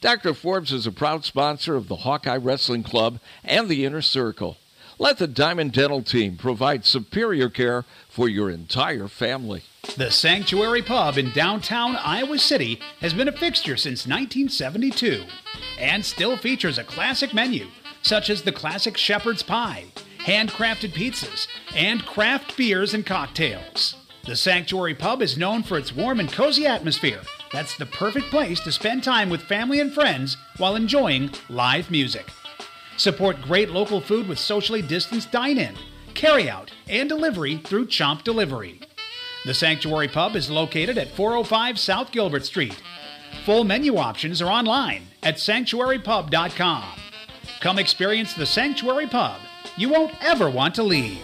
Speaker 2: Dr. Forbes is a proud sponsor of the Hawkeye Wrestling Club and the Inner Circle. Let the Diamond Dental team provide superior care for your entire family.
Speaker 11: The Sanctuary Pub in downtown Iowa City has been a fixture since 1972 and still features a classic menu such as the classic shepherd's pie, handcrafted pizzas, and craft beers and cocktails. The Sanctuary Pub is known for its warm and cozy atmosphere. That's the perfect place to spend time with family and friends while enjoying live music. Support great local food with socially distanced dine-in, carry-out, and delivery through Chomp Delivery. The Sanctuary Pub is located at 405 South Gilbert Street. Full menu options are online at sanctuarypub.com. Come experience the Sanctuary Pub. You won't ever want to leave.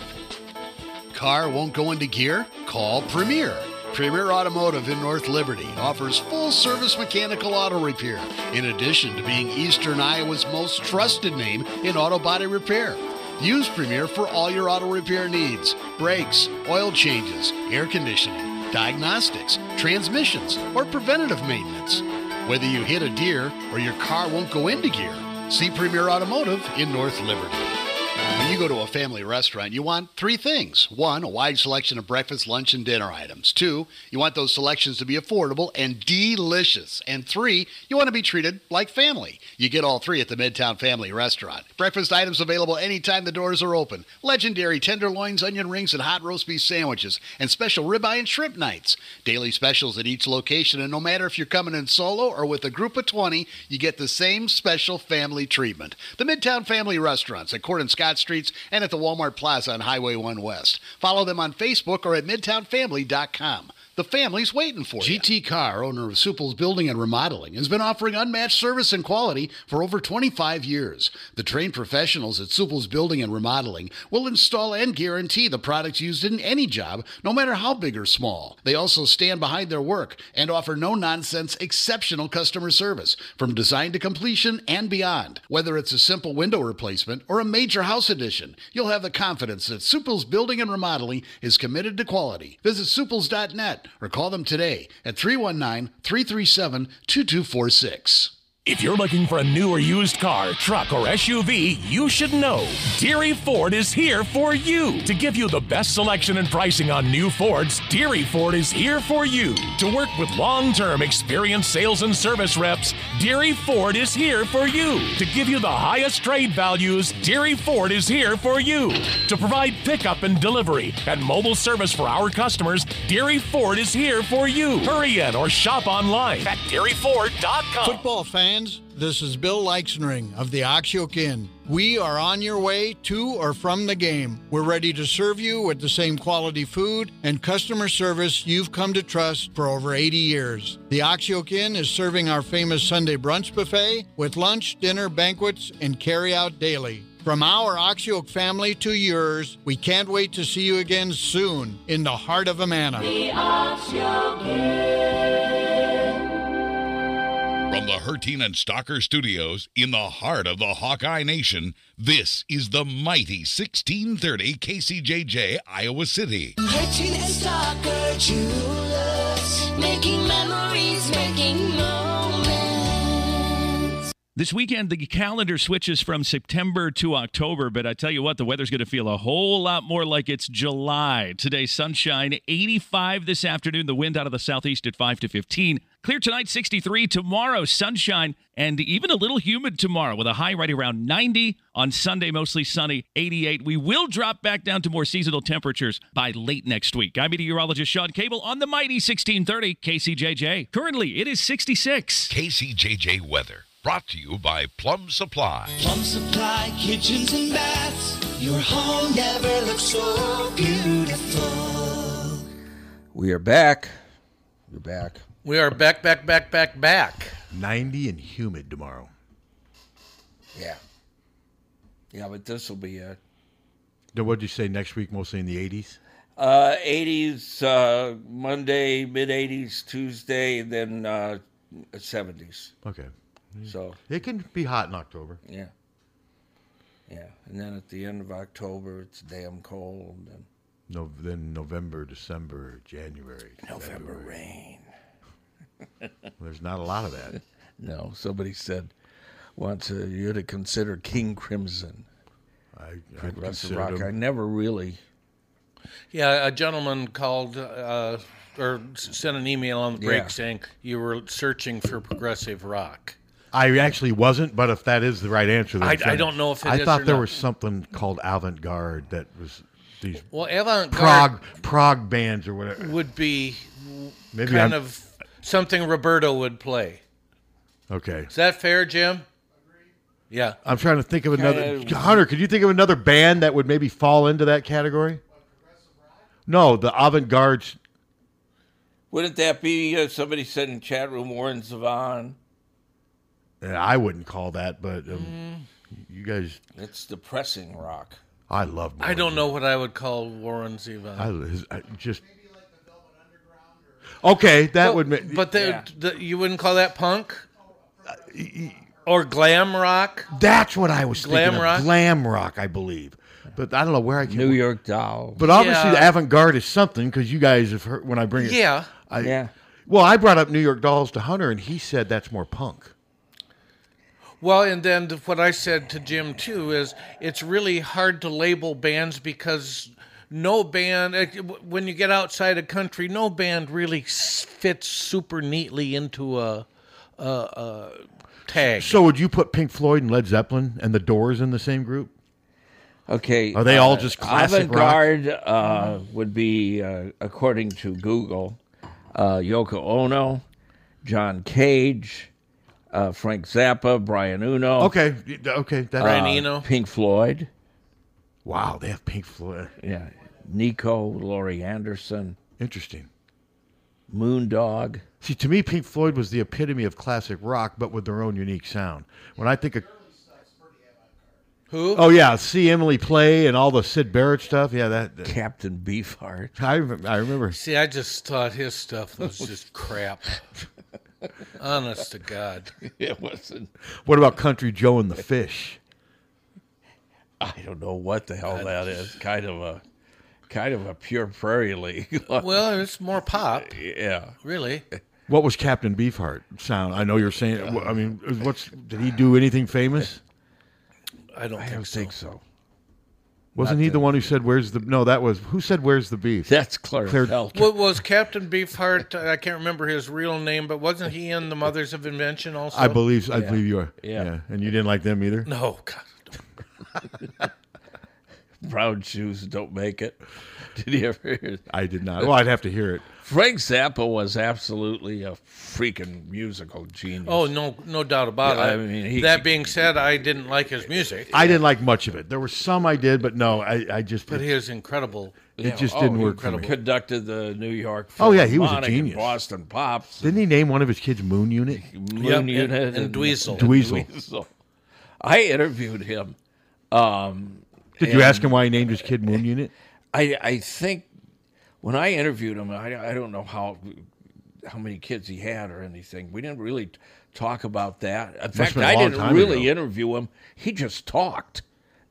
Speaker 12: car won't go into gear? Call Premier. Premier Automotive in North Liberty offers full service mechanical auto repair, in addition to being Eastern Iowa's most trusted name in auto body repair. Use Premier for all your auto repair needs brakes, oil changes, air conditioning, diagnostics, transmissions, or preventative maintenance. Whether you hit a deer or your car won't go into gear, see Premier Automotive in North Liberty. When you go to a family restaurant, you want three things. One, a wide selection of breakfast, lunch, and dinner items. Two, you want those selections to be affordable and delicious. And three, you want to be treated like family. You get all three at the Midtown Family Restaurant. Breakfast items available anytime the doors are open. Legendary tenderloins, onion rings, and hot roast beef sandwiches, and special ribeye and shrimp nights. Daily specials at each location, and no matter if you're coming in solo or with a group of 20, you get the same special family treatment. The Midtown Family Restaurants at Court and Scott Streets and at the Walmart Plaza on Highway 1 West. Follow them on Facebook or at MidtownFamily.com. The family's waiting for you. GT Carr, owner of Supple's Building and Remodeling, has been offering unmatched service and quality for over 25 years. The trained professionals at Supple's Building and Remodeling will install and guarantee the products used in any job, no matter how big or small. They also stand behind their work and offer no nonsense, exceptional customer service from design to completion and beyond. Whether it's a simple window replacement or a major house addition, you'll have the confidence that Supple's Building and Remodeling is committed to quality. Visit supples.net or call them today at 319 337 2246.
Speaker 13: If you're looking for a new or used car, truck, or SUV, you should know Deary Ford is here for you. To give you the best selection and pricing on new Fords, Deary Ford is here for you. To work with long term experienced sales and service reps, Deary Ford is here for you. To give you the highest trade values, Deary Ford is here for you. To provide pickup and delivery and mobile service for our customers, Deary Ford is here for you. Hurry in or shop online at DearyFord.com.
Speaker 14: Football fans, this is Bill Leixenring of the Oxyoke Inn. We are on your way to or from the game. We're ready to serve you with the same quality food and customer service you've come to trust for over 80 years. The Oxyoke Inn is serving our famous Sunday brunch buffet with lunch, dinner, banquets, and carry out daily. From our Oxyoke family to yours, we can't wait to see you again soon in the heart of Amana.
Speaker 15: From the Hertine and Stocker Studios in the heart of the Hawkeye Nation, this is the mighty 1630 KCJJ Iowa City.
Speaker 16: Hitching and Stalker Jewelers, making memories, making moments.
Speaker 17: This weekend, the calendar switches from September to October, but I tell you what, the weather's going to feel a whole lot more like it's July. Today, sunshine 85 this afternoon, the wind out of the southeast at 5 to 15. Clear tonight, 63. Tomorrow, sunshine and even a little humid tomorrow with a high right around 90. On Sunday, mostly sunny, 88. We will drop back down to more seasonal temperatures by late next week. I'm meteorologist Sean Cable on the mighty 1630 KCJJ. Currently, it is 66.
Speaker 15: KCJJ Weather, brought to you by Plum Supply.
Speaker 16: Plum Supply kitchens and baths. Your home never looks so beautiful.
Speaker 2: We are back. You're back.
Speaker 3: We are back, back, back, back, back.
Speaker 4: 90 and humid tomorrow.
Speaker 2: Yeah. Yeah, but this will be a
Speaker 4: Then What did you say next week? Mostly in the 80s?
Speaker 2: uh, 80s uh, Monday, mid 80s Tuesday, and then uh, 70s.
Speaker 4: Okay.
Speaker 2: So
Speaker 4: It can be hot in October.
Speaker 2: yeah, yeah, and then at the end of October, it's damn cold. And
Speaker 4: No, then November, December, January.
Speaker 2: November rain.
Speaker 4: There's not a lot of that.
Speaker 2: <laughs> no, somebody said once uh, you to consider King Crimson.
Speaker 4: I,
Speaker 2: Fred
Speaker 4: I'd
Speaker 2: Russell
Speaker 4: considered
Speaker 2: Rock.
Speaker 4: him.
Speaker 2: I never really.
Speaker 3: Yeah, a gentleman called uh, or s- sent an email on the break
Speaker 2: Yeah.
Speaker 3: saying you were searching for progressive rock.
Speaker 4: I actually wasn't, but if that is the right answer, then
Speaker 3: I-
Speaker 4: fine.
Speaker 3: I don't know if it
Speaker 4: I
Speaker 3: is
Speaker 4: thought
Speaker 3: or
Speaker 4: there
Speaker 3: not.
Speaker 4: was something called avant garde that was these
Speaker 3: Well, avant-garde-
Speaker 4: prog prog bands or whatever.
Speaker 3: Would be w-
Speaker 4: uh, Maybe
Speaker 3: kind
Speaker 4: I'm-
Speaker 3: of something Roberto would play. <laughs>
Speaker 4: Okay,
Speaker 3: Is that fair, Jim? Yeah.
Speaker 4: I'm trying to think of another.
Speaker 3: Kinda-
Speaker 4: Hunter, could you think of another band that would maybe fall into that category? No, the avant garde.
Speaker 2: Wouldn't that be uh, somebody said in chat room Warren Zevon?
Speaker 3: Mm.
Speaker 4: I wouldn't call that, but um, you guys
Speaker 2: It's depressing rock.
Speaker 4: I love.
Speaker 3: I don't know what I would call Warren's event.
Speaker 4: I, his- I just. Okay, that
Speaker 3: But-
Speaker 4: would make.
Speaker 3: But the, the, you wouldn't call that punk?
Speaker 4: Uh,
Speaker 3: Or glam rock?
Speaker 4: That's what I was
Speaker 3: Glam
Speaker 4: thinking.
Speaker 3: rock?
Speaker 4: Of. Glam rock, I believe. But I don't know where I came. New
Speaker 2: York Doll.
Speaker 4: But obviously,
Speaker 3: Yeah.
Speaker 4: avant garde is something because you guys have heard when I bring it.
Speaker 3: Yeah.
Speaker 4: I,
Speaker 3: Yeah.
Speaker 4: Well, I brought up New York Dolls to Hunter, and he said that's more punk.
Speaker 3: Well, and then th- what I said to Jim too is it's really hard to label bands because no band, eh, w- when you get outside a country, no band really s- fits super neatly into a, a, a tag.
Speaker 4: So would you put Pink Floyd and Led Zeppelin and the Doors in the same group?
Speaker 2: Okay.
Speaker 4: Are they all
Speaker 2: uh,
Speaker 4: just classic rock?
Speaker 2: avant-garde, uh, would be, uh, according to Google, uh, Yoko Ono, John Cage, uh, Frank Zappa, Brian Uno.
Speaker 4: Okay, y- Eh, okay, that-
Speaker 3: Brian
Speaker 2: uh,
Speaker 3: Eno.
Speaker 2: Pink Floyd.
Speaker 4: Wow, they have Pink Floyd.
Speaker 2: Yeah, Nico, Laurie Anderson.
Speaker 4: Interesting.
Speaker 2: Moondog.
Speaker 4: See, to me, Pink Floyd was the epitome of classic rock, but with their own unique sound. When I think of
Speaker 3: Who?
Speaker 4: oh yeah, see Emily play and all the Sid Barrett stuff. Yeah, that, that-
Speaker 2: Captain Beefheart.
Speaker 4: I rem- I remember.
Speaker 3: See, I just thought his stuff was just crap. <laughs> Honest
Speaker 2: <laughs>
Speaker 3: to God.
Speaker 2: It wasn't.
Speaker 4: What about Country Joe and the Fish?
Speaker 2: I don't know what the hell that is. Kind of a, kind of a pure prairie league.
Speaker 3: Well, it's more pop.
Speaker 2: <laughs> Yeah.
Speaker 3: Really?
Speaker 4: What was Captain Beefheart sound? I know you're saying. wh- I mean, what's did he do anything famous?
Speaker 3: I don't
Speaker 2: I don't think so. <laughs>
Speaker 4: Wasn't
Speaker 2: Not
Speaker 4: he the
Speaker 2: that-
Speaker 4: one who said "Where's the"? No, that was who said "Where's the beef"?
Speaker 2: That's Claire, Felton.
Speaker 3: What was Captain Beefheart? uh, I can't remember his real name, but wasn't he in the Mothers of Invention also?
Speaker 4: I believe. I
Speaker 3: Yeah.
Speaker 4: believe you are.
Speaker 3: Yeah.
Speaker 4: And you didn't like them either.
Speaker 3: No, God.
Speaker 2: Brown shoes don't make it. <laughs> Did you ever hear it?
Speaker 4: I did not. Well, I'd have to hear it.
Speaker 2: Frank Zappa was absolutely a freaking musical genius.
Speaker 3: Oh no, no doubt about
Speaker 2: Yeah,
Speaker 3: it.
Speaker 2: I mean, he-
Speaker 3: that being said, I didn't like his music,
Speaker 4: I didn't like much of it. There were some I did, but no, I, I just.
Speaker 3: but he was incredible.
Speaker 4: It just
Speaker 3: Oh,
Speaker 4: didn't
Speaker 2: oh, he
Speaker 4: work for me.
Speaker 2: Conducted the New York.
Speaker 4: Oh, yeah, he was a
Speaker 2: Philharmonic and
Speaker 4: genius.
Speaker 2: Boston Pops,
Speaker 4: didn't he name one of his kids Moon Unit?
Speaker 2: Moon
Speaker 3: Yep, and-
Speaker 2: Unit,
Speaker 3: and Dweezil.
Speaker 2: <laughs>
Speaker 4: Dweezil.
Speaker 2: Dweezil. I interviewed him. Um,
Speaker 4: Did you ask
Speaker 2: and-
Speaker 4: him why he named his kid Moon Unit?
Speaker 2: I I think when I interviewed him, I, I don't know how how many kids he had or anything. We didn't really talk about that. In fact,
Speaker 4: been a
Speaker 2: I
Speaker 4: long
Speaker 2: didn't
Speaker 4: time
Speaker 2: really
Speaker 4: ago.
Speaker 2: interview him. He just talked,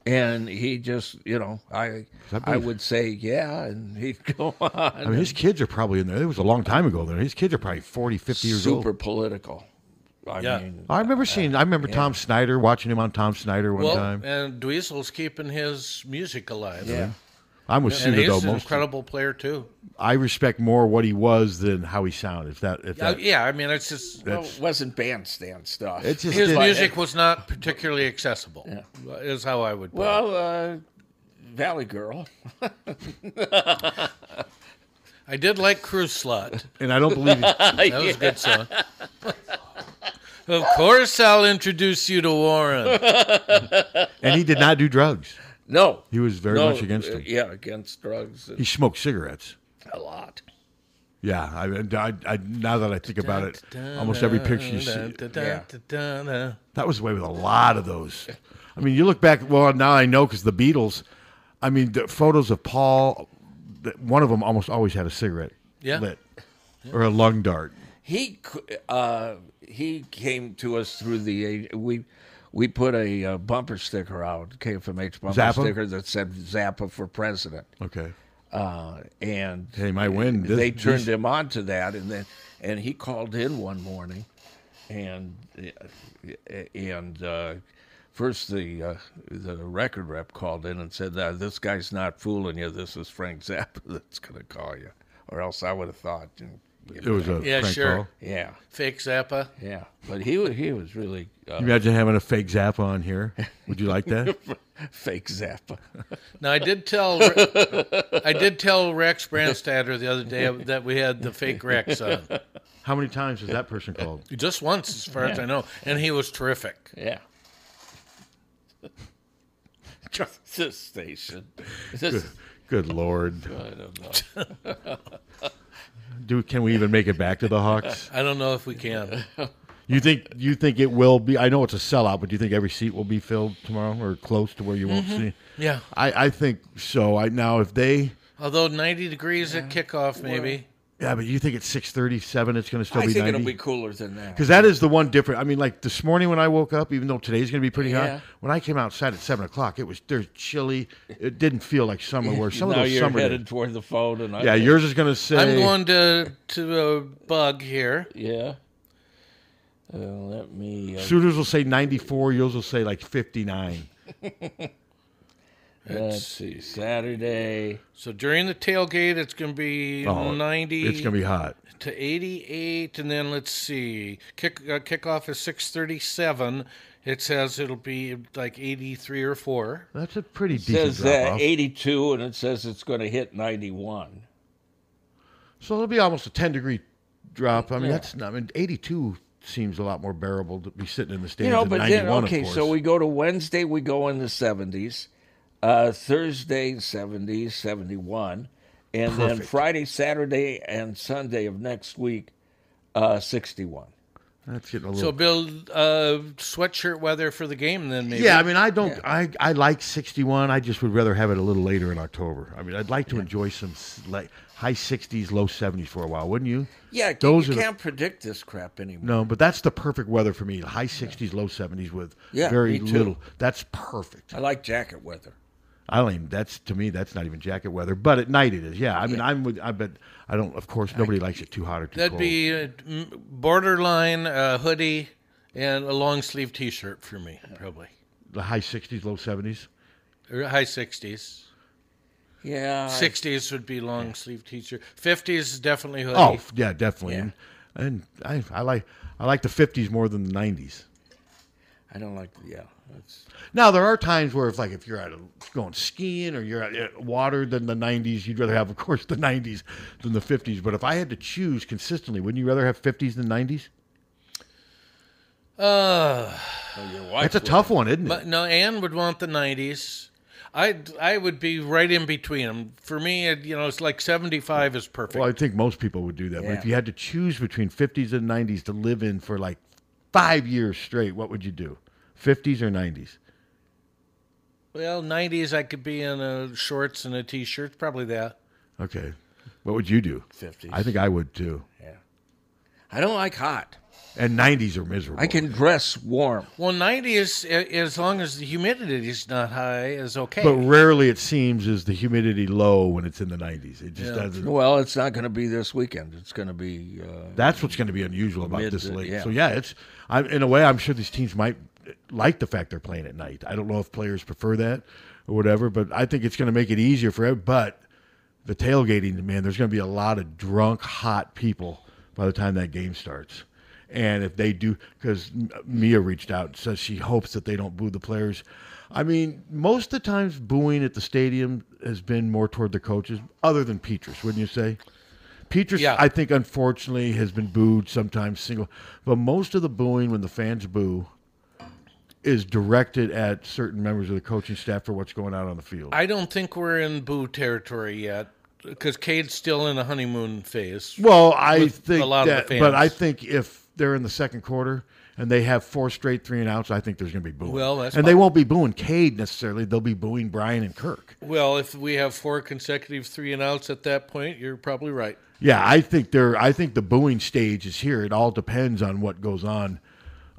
Speaker 2: and he just you know I I
Speaker 4: I believe-
Speaker 2: would say yeah, and he'd <laughs> go on.
Speaker 4: I mean, his kids are probably in there. It was a long time ago. There, his kids are probably 40, 50 years
Speaker 2: super
Speaker 4: old.
Speaker 2: political. I
Speaker 3: Yeah.
Speaker 2: mean,
Speaker 4: I remember seeing. I remember Tom Snyder watching him on Tom Snyder one
Speaker 3: Uh, well,
Speaker 4: time.
Speaker 3: and Dweezil's keeping his music alive.
Speaker 4: Yeah. I'm with
Speaker 3: and
Speaker 4: Suda,
Speaker 3: he's
Speaker 4: though,
Speaker 3: an
Speaker 4: most-
Speaker 3: incredible player too.
Speaker 4: I respect more what he was than how he sounded. If that, if
Speaker 3: Uh,
Speaker 4: that
Speaker 3: yeah, I mean, it's just
Speaker 2: well, it wasn't bandstand stuff.
Speaker 4: It just
Speaker 3: his
Speaker 4: didn't-
Speaker 3: music was not particularly accessible. Is how I would. put it.
Speaker 2: Well, uh, Valley Girl.
Speaker 3: <laughs> I did like Cruise Slot.
Speaker 4: And I don't
Speaker 3: <laughs>
Speaker 4: believe-
Speaker 3: that was a
Speaker 2: <laughs>
Speaker 3: good song. of course, I'll introduce you to Warren.
Speaker 4: <laughs> and he did not do drugs.
Speaker 2: No,
Speaker 4: he was very
Speaker 2: No,
Speaker 4: much against
Speaker 2: uh,
Speaker 4: them.
Speaker 2: Yeah, against drugs.
Speaker 4: He smoked cigarettes.
Speaker 2: a lot.
Speaker 4: Yeah, I, I, I now that I think about it, almost every picture you see, that was the way with a lot of those. I mean, you look back. Well, now I know because the Beatles. I mean, the photos of Paul. that- One of them almost always had a cigarette
Speaker 2: Yeah.
Speaker 4: lit, or a lung dart.
Speaker 2: He c- uh, he came to us through the we we put a uh, bumper sticker out KFMH bumper
Speaker 4: Zappa?
Speaker 2: sticker that said Zappa for president.
Speaker 4: Okay.
Speaker 2: Uh, and
Speaker 4: Hey, my win. This-
Speaker 2: they turned
Speaker 4: these-
Speaker 2: him on to that, and then and he called in one morning, and and uh, first the uh, the record rep called in and said, uh, "This guy's not fooling you. This is Frank Zappa <laughs> that's going to call you, or else I would have thought." you know,
Speaker 4: It was a
Speaker 3: Yeah,
Speaker 4: prank
Speaker 3: sure.
Speaker 4: call.
Speaker 2: Yeah.
Speaker 3: Fake Zappa.
Speaker 2: Yeah, but he was he was really uh,
Speaker 4: Can you imagine having a fake Zappa on here. Would you like that?
Speaker 2: <laughs> fake Zappa. <laughs>
Speaker 3: Now I did tell <laughs> I did tell Rex Brandstatter the
Speaker 2: <laughs>
Speaker 3: other day that we had <laughs> the fake Rex uh. on.
Speaker 4: How many times was that
Speaker 3: <laughs>
Speaker 4: person called?
Speaker 3: Just once, as far as I know, and he was terrific.
Speaker 2: Yeah. this station.
Speaker 4: Good, good lord.
Speaker 2: I don't
Speaker 3: <laughs>
Speaker 2: know.
Speaker 4: Do can we even make it back to the Hawks?
Speaker 2: <laughs>
Speaker 3: I don't know if we can.
Speaker 4: You think you think it will be? I know it's a sellout, but do you think every seat will be filled tomorrow or close to where you won't
Speaker 3: Mhm.
Speaker 4: see?
Speaker 3: Yeah.
Speaker 4: I, I think so. I now if they
Speaker 3: Although 90 degrees at kickoff, maybe.
Speaker 4: yeah, but you think it's six thirty seven, it's going to still
Speaker 2: I
Speaker 4: be
Speaker 2: think
Speaker 4: 90?
Speaker 2: it'll be cooler than that.
Speaker 4: Because that is the one different. I mean, like this morning when I woke up, even though today's going to be pretty
Speaker 2: Yeah.
Speaker 4: hot, when I came outside at seven o'clock, it was there's chilly. It didn't feel like summer. Where some
Speaker 2: Now
Speaker 4: of those
Speaker 2: you're
Speaker 4: summer
Speaker 2: headed
Speaker 4: days-
Speaker 2: toward the phone, and I
Speaker 4: yeah,
Speaker 2: think-
Speaker 4: yours is going to say
Speaker 3: I'm going to to a bug here.
Speaker 2: Yeah. Uh, let me. Uh,
Speaker 4: Suitors will say ninety four. Yours will say like fifty nine.
Speaker 2: Let's see. Saturday.
Speaker 3: So during the tailgate, it's going to be
Speaker 4: Oh,
Speaker 3: 90.
Speaker 4: it's gonna be hot.
Speaker 3: To 88, and then let's see. Kick uh, kickoff is 6:37. It says it'll be like 83 or four.
Speaker 4: That's a pretty
Speaker 2: It
Speaker 4: decent
Speaker 2: says uh,
Speaker 4: drop-off.
Speaker 2: 82, and it says it's going to hit 91.
Speaker 4: So it'll be almost a ten degree drop. I mean,
Speaker 2: Yeah.
Speaker 4: that's not. I mean, eighty two seems a lot more bearable to be sitting in the stands.
Speaker 2: you know,
Speaker 4: than
Speaker 2: but
Speaker 4: 91,
Speaker 2: then
Speaker 4: of
Speaker 2: okay,
Speaker 4: course.
Speaker 2: so we go to Wednesday, we go in the seventies, uh, Thursday seventies, seventy one, and then
Speaker 4: Perfect.
Speaker 2: Friday, Saturday, and Sunday of next week, uh, sixty one.
Speaker 4: that's getting a little.
Speaker 3: So build uh, sweatshirt weather for the game then maybe.
Speaker 4: Yeah, I mean, I don't. I I like sixty one. I just would rather have it a little later in October. I mean, I'd like to enjoy some s- like high sixties, low seventies for a while, wouldn't you?
Speaker 2: Yeah,
Speaker 4: those
Speaker 2: you
Speaker 4: are the-
Speaker 2: can't predict this crap anymore.
Speaker 4: no, but that's the perfect weather for me. High sixties, low seventies with
Speaker 2: Yeah,
Speaker 4: very
Speaker 2: me too.
Speaker 4: little. That's perfect.
Speaker 2: I like jacket weather.
Speaker 4: I don't even. That's to me. That's not even jacket weather, but at night it is. Yeah, I mean, I'm with. I bet. I don't. Of course, nobody likes it too hot or too
Speaker 3: That'd
Speaker 4: cold.
Speaker 3: be uh, m- borderline uh, hoodie and a long sleeve T-shirt for me, probably
Speaker 4: the high sixties, low seventies.
Speaker 3: or high sixties.
Speaker 2: Yeah, I-
Speaker 3: sixties would be long sleeve T-shirt. Fifties is definitely hoodie.
Speaker 4: Oh f- yeah, definitely. And, and I, I like I like the fifties more than the nineties.
Speaker 2: I don't like. Yeah, that's
Speaker 4: Now there are times where if like if you're out of, going skiing or you're out at water than the nineties, you'd rather have of course the nineties than the fifties. But if I had to choose consistently, wouldn't you rather have fifties than nineties?
Speaker 3: Uh,
Speaker 4: Oh, That's a would. tough one, isn't it?
Speaker 3: But no, Anne would want the nineties. I I would be right in between them. For me, it, you know, it's like seventy-five is perfect.
Speaker 4: Well, I think most people would do that. But if
Speaker 3: Yeah.
Speaker 4: you had to choose between fifties and nineties to live in for like five years straight, what would you do? Fifties or nineties?
Speaker 3: Well, nineties I could be in a shorts and a T-shirt, probably that.
Speaker 4: Okay. What would you do?
Speaker 2: 50s.
Speaker 4: I think I would too.
Speaker 2: I don't like hot.
Speaker 4: And nineties are miserable.
Speaker 2: I can dress warm.
Speaker 3: Well, nineties as long as the humidity is not high is okay.
Speaker 4: But rarely it seems is the humidity low when it's in the nineties. It just doesn't.
Speaker 2: Well, it's not going to be this weekend. It's going to be. Uh,
Speaker 4: That's what's going to be unusual about
Speaker 2: Mid-
Speaker 4: this league.
Speaker 2: yeah.
Speaker 4: So yeah, it's I, in a way I'm sure these teams might like the fact they're playing at night. I don't know if players prefer that or whatever, but I think it's going to make it easier for every, but the tailgating man, there's going to be a lot of drunk hot people by the time that game starts. And if they do, because Mia reached out and says she hopes that they don't boo the players. I mean, most of the times booing at the stadium has been more toward the coaches, other than Petrus, wouldn't you say? Petrus, I think, unfortunately, has been booed sometimes single, but most of the booing when the fans boo is directed at certain members of the coaching staff for what's going on on the field.
Speaker 3: I don't think we're in boo territory yet because Cade's still in the honeymoon phase.
Speaker 4: Well, I
Speaker 3: with
Speaker 4: think
Speaker 3: a lot of
Speaker 4: that,
Speaker 3: the fans.
Speaker 4: but I think if they're in the second quarter and they have four straight three and outs, I think there's going to be booing.
Speaker 3: Well, that's
Speaker 4: and they
Speaker 3: fine.
Speaker 4: won't be booing Cade necessarily; they'll be booing Brian and Kirk.
Speaker 3: Well, if we have four consecutive three and outs at that point, you're probably right.
Speaker 4: Yeah, I think they're. I think the booing stage is here. It all depends on what goes on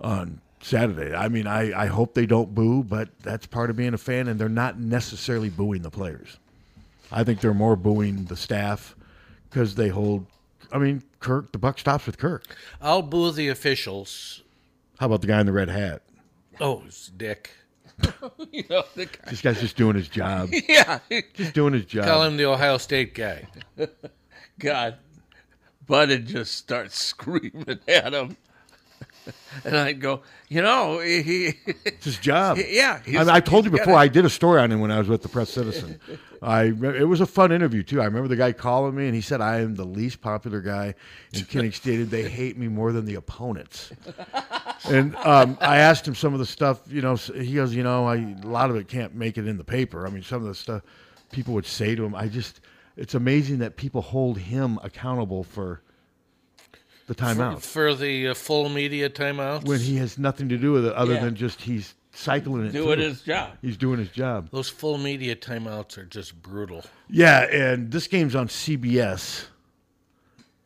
Speaker 4: on Saturday. I mean, I I hope they don't boo, but that's part of being a fan, and they're not necessarily booing the players. I think they're more booing the staff because they hold. I mean, Kirk. The buck stops with Kirk.
Speaker 3: I'll boo the officials.
Speaker 4: How about the guy in the red hat?
Speaker 3: Oh, it's <laughs> Dick.
Speaker 2: you know, the guy.
Speaker 4: This guy's just doing his <laughs> job.
Speaker 2: <laughs> Yeah.
Speaker 4: Just doing his job.
Speaker 3: Call him the Ohio State guy.
Speaker 2: <laughs> God, Bud would just start screaming <laughs> at him. And I'd go, you know, he. It's
Speaker 4: his job.
Speaker 2: <laughs> Yeah.
Speaker 4: I, mean, I told you before, I did a story on him when I was with the Press Citizen. I re- it was a fun interview too. I remember the guy calling me and he said, "I am the least popular guy in Kinnick Stadium. They hate me more than the opponents." And um, I asked him some of the stuff. You know, s- he goes, "You know, I, a lot of it can't make it in the paper. I mean, some of the stuff people would say to him. I just, it's amazing that people hold him accountable for." the timeout
Speaker 3: for the uh, full media timeout.
Speaker 4: when he has nothing to do with it other
Speaker 3: Yeah.
Speaker 4: than just he's cycling it.
Speaker 3: Doing
Speaker 4: through.
Speaker 3: his job.
Speaker 4: He's doing his job.
Speaker 3: Those full media timeouts are just brutal.
Speaker 4: Yeah, and this game's on CBS.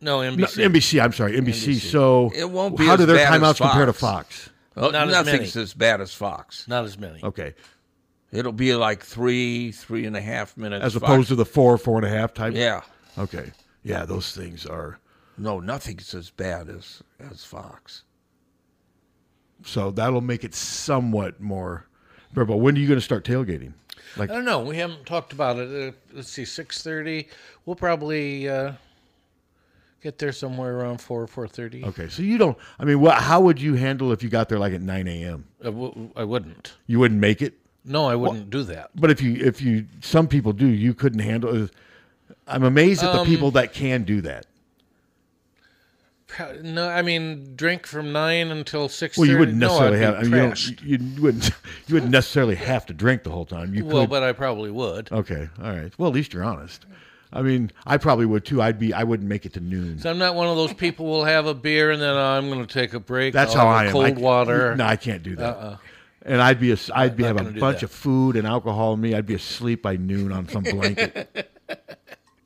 Speaker 3: No,
Speaker 4: No,
Speaker 3: NBC.
Speaker 4: NBC. I'm sorry, NBC. So
Speaker 2: It won't be
Speaker 4: how
Speaker 2: as
Speaker 4: do their
Speaker 2: bad as
Speaker 4: timeouts compare to
Speaker 2: Fox.
Speaker 4: Fox?
Speaker 2: Oh,
Speaker 3: Not as
Speaker 2: nothing's as,
Speaker 3: many.
Speaker 2: bad as Fox.
Speaker 3: Not as many.
Speaker 4: Okay.
Speaker 2: It'll be like three, three and a half minutes.
Speaker 4: as
Speaker 2: Fox.
Speaker 4: opposed to the four, four and a half type.
Speaker 2: Yeah.
Speaker 4: Okay. Yeah, those things are.
Speaker 2: No, nothing's as bad as as Fox.
Speaker 4: So that'll make it somewhat more. But when are you going to start tailgating? Like
Speaker 3: I don't know. We haven't talked about it. Uh, let's see, six thirty. We'll probably uh, get there somewhere around four, four thirty.
Speaker 4: okay, so you don't. I mean, what? How would you handle if you got there like at nine a.m.?
Speaker 3: I, w- I wouldn't.
Speaker 4: You wouldn't make it.
Speaker 3: No, I wouldn't do that.
Speaker 4: But if you, if you, some people do. You couldn't handle. uh, I'm amazed at the
Speaker 3: Um,
Speaker 4: people that can do that.
Speaker 3: Pro- No, I mean drink from nine until six.
Speaker 4: Well, you wouldn't
Speaker 3: no,
Speaker 4: necessarily
Speaker 3: I'd
Speaker 4: have.
Speaker 3: be
Speaker 4: I mean, you,
Speaker 3: trashed.
Speaker 4: don't, you wouldn't. <laughs> You wouldn't necessarily have to drink the whole time. You
Speaker 3: well,
Speaker 4: could-
Speaker 3: but I probably would.
Speaker 4: Okay, all right. Well, at least you're honest. I mean, I probably would too. I'd be. I wouldn't make it to noon.
Speaker 3: So I'm not one of those people who will have a beer and then I'm going to take a break.
Speaker 4: That's
Speaker 3: I'll
Speaker 4: how
Speaker 3: have
Speaker 4: I
Speaker 3: a
Speaker 4: am.
Speaker 3: Cold
Speaker 4: I-
Speaker 3: water.
Speaker 4: No, I can't do that.
Speaker 3: Uh-uh.
Speaker 4: And I'd be. A, I'd be have a
Speaker 3: gonna do
Speaker 4: bunch
Speaker 3: that.
Speaker 4: of food and alcohol in me. I'd be asleep by noon on some blanket.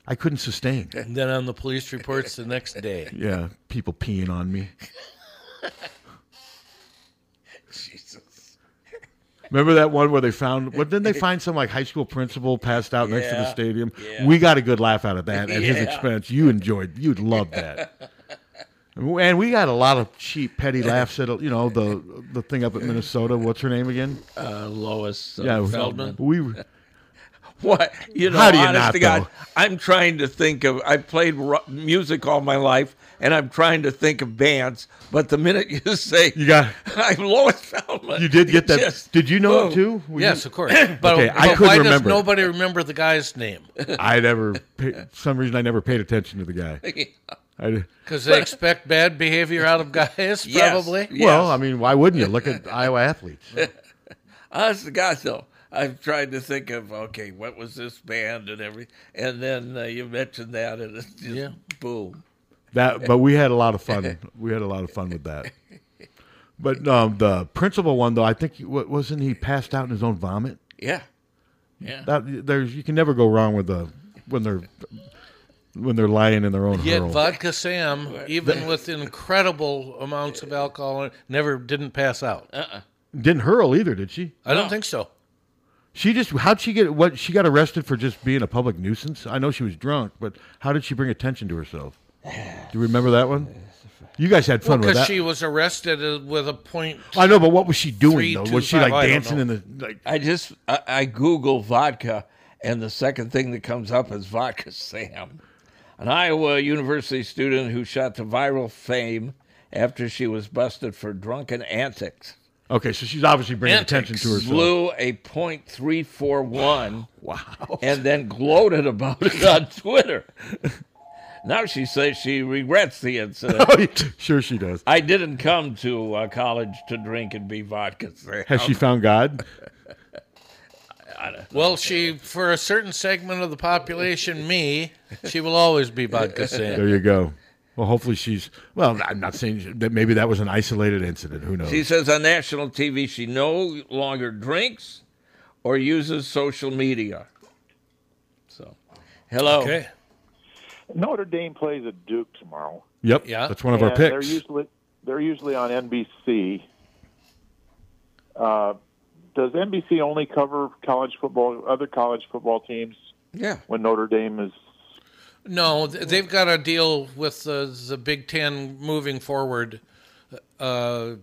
Speaker 4: I couldn't sustain.
Speaker 3: And then on the police reports the next day.
Speaker 4: Yeah, people peeing on me.
Speaker 2: Jesus.
Speaker 4: Remember that one where they found? What didn't they find some like high school principal passed out next to the
Speaker 2: Yeah,
Speaker 4: stadium?
Speaker 2: yeah.
Speaker 4: We got a good laugh out of that at his
Speaker 2: Yeah.
Speaker 4: expense. You enjoyed. You'd love that. And we got a lot of cheap petty laughs at you know the the thing up at Minnesota. What's her name again?
Speaker 2: Uh, Lois uh,
Speaker 4: Yeah,
Speaker 2: Feldman.
Speaker 4: <laughs> We
Speaker 2: <laughs> What you know?
Speaker 4: How do you
Speaker 2: honest
Speaker 4: not,
Speaker 2: to God,
Speaker 4: though?
Speaker 2: I'm trying to think of. I played ro- music all my life, and I'm trying to think of bands. But the minute you <laughs> say
Speaker 4: you got,
Speaker 2: I'm Lois Feldman.
Speaker 4: You did get
Speaker 2: <laughs>
Speaker 4: that-
Speaker 2: just-
Speaker 4: did you know it, too? Were
Speaker 3: Oh, yes,
Speaker 4: you-
Speaker 3: of
Speaker 2: <laughs>
Speaker 4: <coughs>
Speaker 3: course.
Speaker 4: Okay,
Speaker 3: But,
Speaker 4: I
Speaker 3: but
Speaker 4: couldn't
Speaker 3: why
Speaker 4: remember it.
Speaker 3: does nobody remember the guy's name?
Speaker 4: <laughs>
Speaker 3: <laughs>
Speaker 4: I never. Pay, for some reason I never paid attention to the guy. I,
Speaker 3: Because they expect bad behavior out of guys, probably.
Speaker 4: Well, I mean, why wouldn't you look at Iowa athletes?
Speaker 2: Honest to God, though, I've tried to think of okay, what was this band and everything, and then uh, you mentioned that, and it's just boom.
Speaker 4: That, but we had a lot of fun. We had a lot of fun with that. But um, the principal one, though, I think wa- wasn't he passed out in his own vomit?
Speaker 2: <laughs> Yeah, yeah.
Speaker 4: That there's you can never go wrong with the when they're when they're lying in their own
Speaker 3: Yet
Speaker 4: hurl.
Speaker 3: Vodka Sam, even with incredible amounts of alcohol, never didn't pass out. Uh-uh.
Speaker 4: Didn't hurl either, did she?
Speaker 3: I don't think so.
Speaker 4: She just how'd she get what she got arrested for just being a public nuisance? I know she was drunk, but how did she bring attention to herself? Do you remember that one? You guys had fun
Speaker 3: Because
Speaker 4: with that.
Speaker 3: she was arrested uh, with a point.
Speaker 4: I know, but what was she doing
Speaker 3: Three,
Speaker 4: though?
Speaker 3: two,
Speaker 4: was she
Speaker 3: five, I
Speaker 4: like
Speaker 3: don't
Speaker 4: dancing in the like?
Speaker 2: I just I, I Google vodka, and the second thing that comes up is vodka <laughs> Sam, an Iowa University student who shot to viral fame after she was busted for drunken antics.
Speaker 4: Okay, so she's obviously bringing attention to herself. <laughs>
Speaker 2: Blew a point three four
Speaker 4: <sighs>
Speaker 2: one. Wow! And then gloated about it on <laughs> Twitter. now she says she regrets the
Speaker 4: <laughs>
Speaker 2: incident.
Speaker 4: Oh, sure, she does.
Speaker 2: I didn't come to uh, college to drink and be vodka. Sam.
Speaker 4: Has
Speaker 3: Oh.
Speaker 4: she found God?
Speaker 3: Well, she for a certain segment of the population, me, she will always be
Speaker 4: <laughs>
Speaker 3: vodka Sam.
Speaker 4: There you go. Well, hopefully she's. Well, I'm not saying that. Maybe that was an isolated incident. Who knows?
Speaker 2: She says on national TV she no longer drinks or uses social media. So, hello.
Speaker 3: Okay.
Speaker 18: Notre Dame plays at Duke tomorrow.
Speaker 4: Yep. Yeah. That's one of our
Speaker 18: And They're
Speaker 4: picks.
Speaker 18: usually they're usually on NBC. Uh, does NBC only cover college football, other college football teams?
Speaker 2: Yeah.
Speaker 18: When Notre Dame is
Speaker 3: No, th- they've got a deal with the, the Big Ten moving forward. Uh,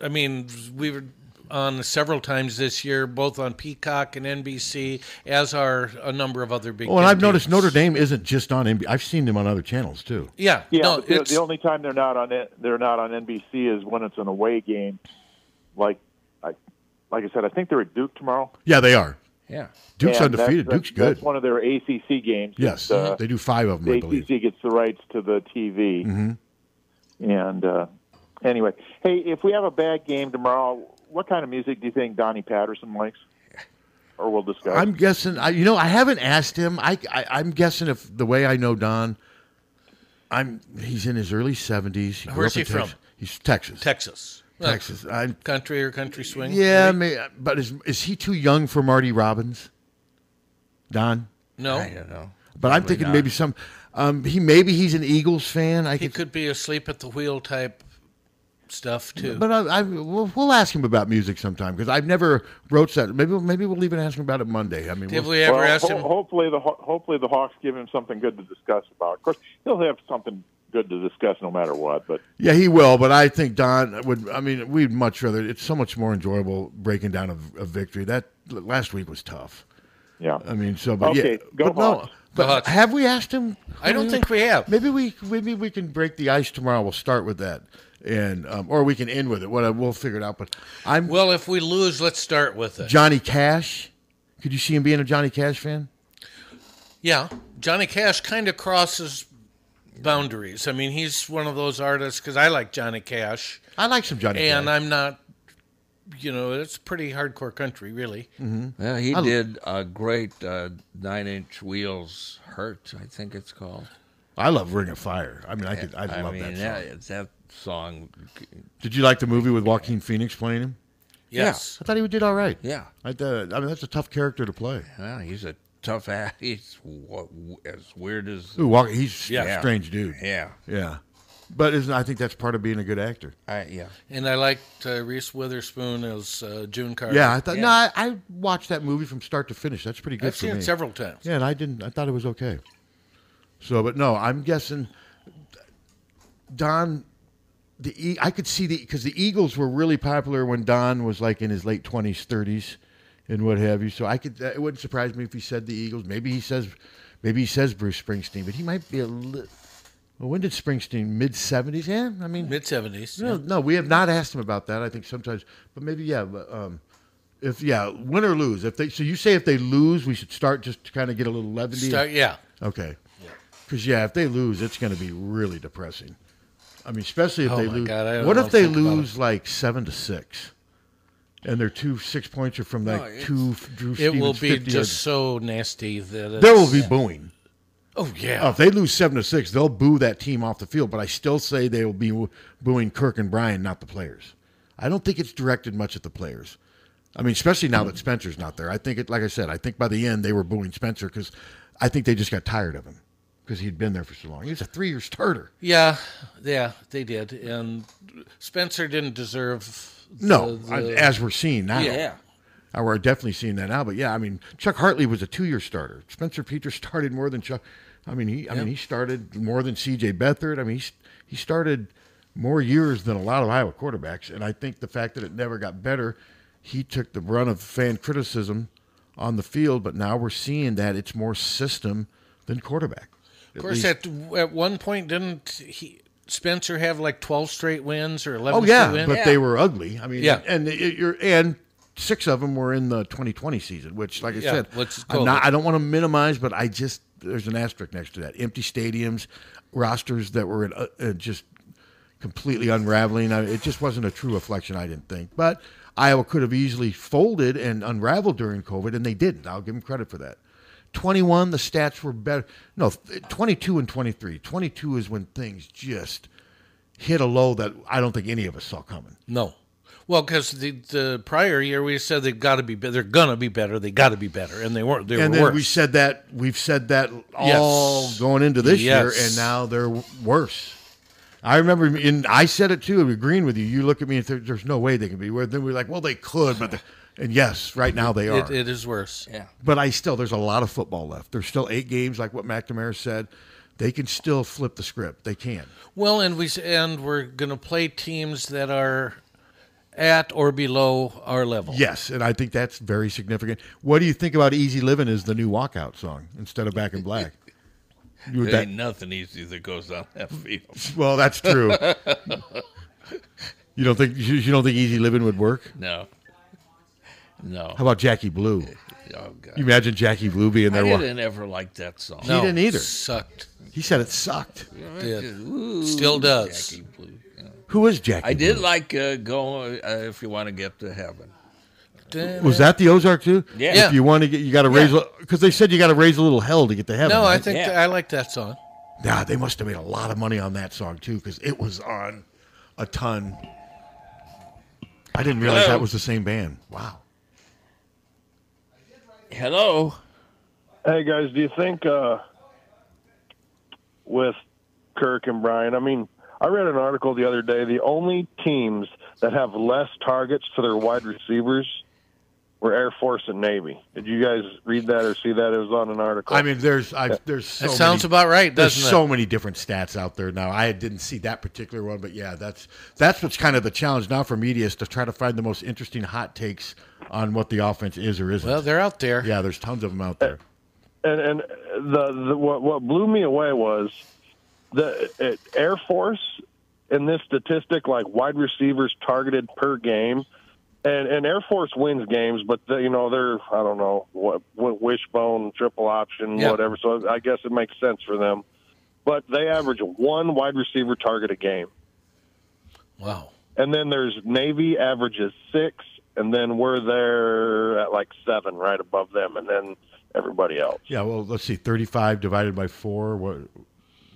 Speaker 3: I mean, we were on several times this year, both on Peacock and NBC, as are a number of other Big
Speaker 4: Well, and
Speaker 3: Ten
Speaker 4: I've noticed
Speaker 3: teams.
Speaker 4: Notre Dame isn't just on NBC. I've seen them on other channels too.
Speaker 3: Yeah,
Speaker 18: yeah,
Speaker 3: no,
Speaker 18: but the,
Speaker 3: it's-
Speaker 18: the only time they're not on it, they're not on NBC is when it's an away game. Like, I, like I said, I think they're at Duke tomorrow.
Speaker 4: Yeah, they are.
Speaker 2: Yeah,
Speaker 4: Duke's
Speaker 18: And
Speaker 4: undefeated.
Speaker 18: that's-
Speaker 4: Duke's
Speaker 18: That's
Speaker 4: good.
Speaker 18: one of their ACC games.
Speaker 4: Yes,
Speaker 18: It's, uh,
Speaker 4: they do five of them,
Speaker 18: the
Speaker 4: I believe.
Speaker 18: ACC gets the rights to the TV.
Speaker 4: hmm
Speaker 18: And uh, anyway, hey, if we have a bad game tomorrow, what kind of music do you think Donnie Patterson likes? Or we'll discuss.
Speaker 4: I'm guessing. I, you know, I haven't asked him. I, I I'm guessing if the way I know Don, I'm. He's in his early seventies. grew
Speaker 3: Where's
Speaker 4: up in
Speaker 3: he from?
Speaker 4: Texas. He's Texas.
Speaker 3: Texas.
Speaker 4: Texas.
Speaker 3: Well,
Speaker 4: I'm-
Speaker 3: country or country swing?
Speaker 4: Yeah, may, but is is he too young for Marty Robbins? Don.
Speaker 3: No. I don't know.
Speaker 4: But I'm
Speaker 3: Probably
Speaker 4: thinking
Speaker 3: not.
Speaker 4: maybe some. Um, he maybe he's an Eagles fan. I
Speaker 3: he
Speaker 4: could,
Speaker 3: could be asleep at the wheel type stuff too.
Speaker 4: but I, I we'll, we'll ask him about music sometime because I've never broached that. Maybe maybe we'll even ask him about it Monday. I mean,
Speaker 3: Did
Speaker 4: we'll-
Speaker 3: we ever
Speaker 18: Well,
Speaker 3: ask
Speaker 18: ho-
Speaker 3: him?
Speaker 18: Hopefully the Haw- hopefully the Hawks give him something good to discuss about. Of course, he'll have something good to discuss no matter what. But
Speaker 4: Yeah, he will, but I think Don would. I mean, we'd much rather. It's so much more enjoyable breaking down a, a victory. That last week was tough. <laughs>
Speaker 18: Yeah,
Speaker 4: I mean, so but
Speaker 18: Okay,
Speaker 4: yeah,
Speaker 18: go
Speaker 4: but no,
Speaker 18: Hawks.
Speaker 4: but
Speaker 18: Go Hawks.
Speaker 4: have we asked him?
Speaker 18: I don't think we have.
Speaker 4: Maybe we maybe we can break the ice tomorrow. We'll start with that, and um, or we can end with it. What we'll figure it out. But I'm
Speaker 3: Well, if we lose, let's start with it.
Speaker 4: Johnny Cash. Could you see him being a Johnny Cash fan?
Speaker 3: Yeah, Johnny Cash kind of crosses boundaries. I mean, he's one of those artists because I like Johnny Cash,
Speaker 4: I like some Johnny.
Speaker 3: and
Speaker 4: Cash.
Speaker 3: I'm not. You know, it's pretty hardcore country, really.
Speaker 4: Mhm.
Speaker 2: Yeah, he
Speaker 4: I-
Speaker 2: did a great uh, Nine Inch Wheels Hurt, I think it's called.
Speaker 4: I love Ring of Fire. I mean, I could. I, love
Speaker 2: mean,
Speaker 4: that song.
Speaker 2: That, that song.
Speaker 4: Did you like the movie with Joaquin Phoenix playing him?
Speaker 2: Yes.
Speaker 4: I thought he did all right.
Speaker 2: Yeah.
Speaker 4: I, thought- I mean, that's a tough character to play.
Speaker 2: Yeah, he's a tough ass. <laughs> He's wa- as weird as.
Speaker 4: Ooh, Joaqu- he's a strange dude.
Speaker 2: Yeah.
Speaker 4: Yeah. But isn't, I think that's part of being a good actor.
Speaker 2: I, yeah.
Speaker 3: And I liked uh, Reese Witherspoon as uh, June Carter.
Speaker 4: Yeah, I thought no, I, I watched that movie from start to finish. That's pretty good
Speaker 3: I've
Speaker 4: for
Speaker 3: seen it
Speaker 4: me.
Speaker 3: several times.
Speaker 4: Yeah, and I didn't. I thought it was okay. So, but no, I'm guessing Don. The E- I could see the because the Eagles were really popular when Don was like in his late twenties, thirties, and what have you. So I could. It wouldn't surprise me if he said the Eagles. Maybe he says, maybe he says Bruce Springsteen, but he might be a little. Well, when did Springsteen? Eh, Mid seventies? Yeah, I mean
Speaker 3: mid seventies.
Speaker 4: No, no, we have not asked him about that. I think sometimes, but maybe yeah. But, um, if yeah, win or lose. If they so you say if they lose, we should start just to kind of get a little levity.
Speaker 3: Start- yeah.
Speaker 4: Okay. Because yeah, if they lose, it's going to be really depressing. I mean, especially if
Speaker 3: Oh,
Speaker 4: they
Speaker 3: my
Speaker 4: lose.
Speaker 3: God, I don't
Speaker 4: what
Speaker 3: wanna
Speaker 4: if they
Speaker 3: think about
Speaker 4: lose like seven to six, and their two six points are from
Speaker 3: No,
Speaker 4: like
Speaker 3: it's-
Speaker 4: two f- Drew
Speaker 3: It will
Speaker 4: Stevens
Speaker 3: be
Speaker 4: 50
Speaker 3: just so nasty that
Speaker 4: yards? There will
Speaker 3: it's-
Speaker 4: be booing.
Speaker 3: Oh yeah.
Speaker 4: Oh, if they lose seven to six, they'll boo that team off the field. But I still say they will be w- booing Kirk and Brian, not the players. I don't think it's directed much at the players. I mean, especially now that Spencer's not there. I think it, like I said, I think by the end they were booing Spencer because I think they just got tired of him because he'd been there for so long. He was a three-year starter.
Speaker 3: Yeah, yeah, they did, and Spencer didn't deserve.
Speaker 4: No,
Speaker 3: the-
Speaker 4: I-
Speaker 3: the-
Speaker 4: as we're seeing now.
Speaker 3: Yeah.
Speaker 4: Uh, We're definitely seeing that now. But yeah, I mean, Chuck Hartley was a two-year starter. Spencer Peters started more than Chuck. I mean, he. I mean,
Speaker 3: Yeah.
Speaker 4: he started more than C.J. Beathard. I mean, he s- he started more years than a lot of Iowa quarterbacks. And I think the fact that it never got better, he took the brunt of fan criticism on the field. But now we're seeing that it's more system than quarterback.
Speaker 3: Of course, at at one point, didn't he Spencer have like twelve straight wins or eleven?
Speaker 4: Oh yeah,
Speaker 3: straight wins?
Speaker 4: but they were ugly. I mean,
Speaker 3: yeah,
Speaker 4: and it, you're and six of them were in the 2020 season, which, like I
Speaker 3: Yeah,
Speaker 4: said,
Speaker 3: which is
Speaker 4: I'm
Speaker 3: COVID.
Speaker 4: not, I don't want to minimize, but I just there's an asterisk next to that. Empty stadiums, rosters that were in, uh, uh, just completely unraveling. I, it just wasn't a true reflection, I didn't think. But Iowa could have easily folded and unraveled during COVID, and they didn't. I'll give them credit for that. 21, the stats were better. No, 22 and 23. 22 is when things just hit a low that I don't think any of us saw coming.
Speaker 3: no. Well, because the, the prior year we said they've got to be be- they're gonna be better they got to be better and they weren't they
Speaker 4: and
Speaker 3: were
Speaker 4: then
Speaker 3: worse.
Speaker 4: we said that we've said that
Speaker 3: Yes.
Speaker 4: all going into this year,
Speaker 3: Yes.
Speaker 4: and now they're w- worse. I remember, and I said it too, agreeing with you. You look at me and think, there's no way they can be. worse. Then we're like, well, they could, but they <laughs> and yes, right now they are.
Speaker 3: It, it is worse. Yeah.
Speaker 4: But I still, there's a lot of football left. There's still eight games, like what McNamara said. They can still flip the script. They can.
Speaker 3: Well, and we s- and we're gonna play teams that are at or below our level.
Speaker 4: Yes, and I think that's very significant. What do you think about "Easy Living" as the new walkout song instead of "Back in Black"? You
Speaker 2: There
Speaker 4: would- that-
Speaker 2: ain't nothing easy that goes on that field.
Speaker 4: <laughs> Well, that's true. You don't think you, you don't think "Easy Living" would work?
Speaker 2: <laughs> no. No.
Speaker 4: How about Jackie Blue?
Speaker 2: Oh, God.
Speaker 4: You imagine Jackie Blue being
Speaker 2: I
Speaker 4: there? wa-
Speaker 2: didn't uh, ever like that song.
Speaker 4: He didn't either.
Speaker 3: Sucked.
Speaker 4: He said it sucked.
Speaker 3: Did.
Speaker 2: Ooh,
Speaker 3: Still does.
Speaker 2: Jackie Blue. Yeah.
Speaker 4: Who is Jackie?
Speaker 2: I did
Speaker 4: Blue?
Speaker 2: like uh, "Go uh, If You Want to Get to Heaven."
Speaker 4: Was that the Ozark too?
Speaker 2: Yeah.
Speaker 4: If you want to get, you got to raise because they said you got to raise a little hell to get to heaven.
Speaker 3: no, I
Speaker 4: right?
Speaker 3: think I like that song.
Speaker 4: Nah, they must have made a lot of money on that song too, because it was on a ton. I didn't realize
Speaker 2: Hello?
Speaker 4: that was the same band. Wow.
Speaker 2: Hello.
Speaker 8: Hey guys, do you think uh, with Kirk and Brian? I mean, I read an article the other day. The only teams that have less targets to their wide receivers were Air Force and Navy. Did you guys read that or see that? It was on an article.
Speaker 4: I mean, there's I, there's so
Speaker 8: That sounds
Speaker 4: many-
Speaker 8: about right,
Speaker 4: There's
Speaker 8: doesn't it?
Speaker 4: so many different stats out there now. I didn't see that particular one, but yeah, that's that's what's kind of the challenge now for media is to try to find the most interesting hot takes on what the offense is or isn't. Well,
Speaker 8: they're out there.
Speaker 4: Yeah, there's tons of them out there.
Speaker 8: and and the, the what what blew me away was the it, Air Force in this statistic, like wide receivers targeted per game, and and Air Force wins games, but they, you know they're I don't know what, what wishbone, triple option,
Speaker 19: Yeah.
Speaker 8: whatever. So I guess it makes sense for them, but they average one wide receiver target a game.
Speaker 3: Wow.
Speaker 8: And then there's Navy averages six, and then we're there at like seven, right above them, and then everybody else.
Speaker 4: Yeah, well, let's see, 35 divided by four. What?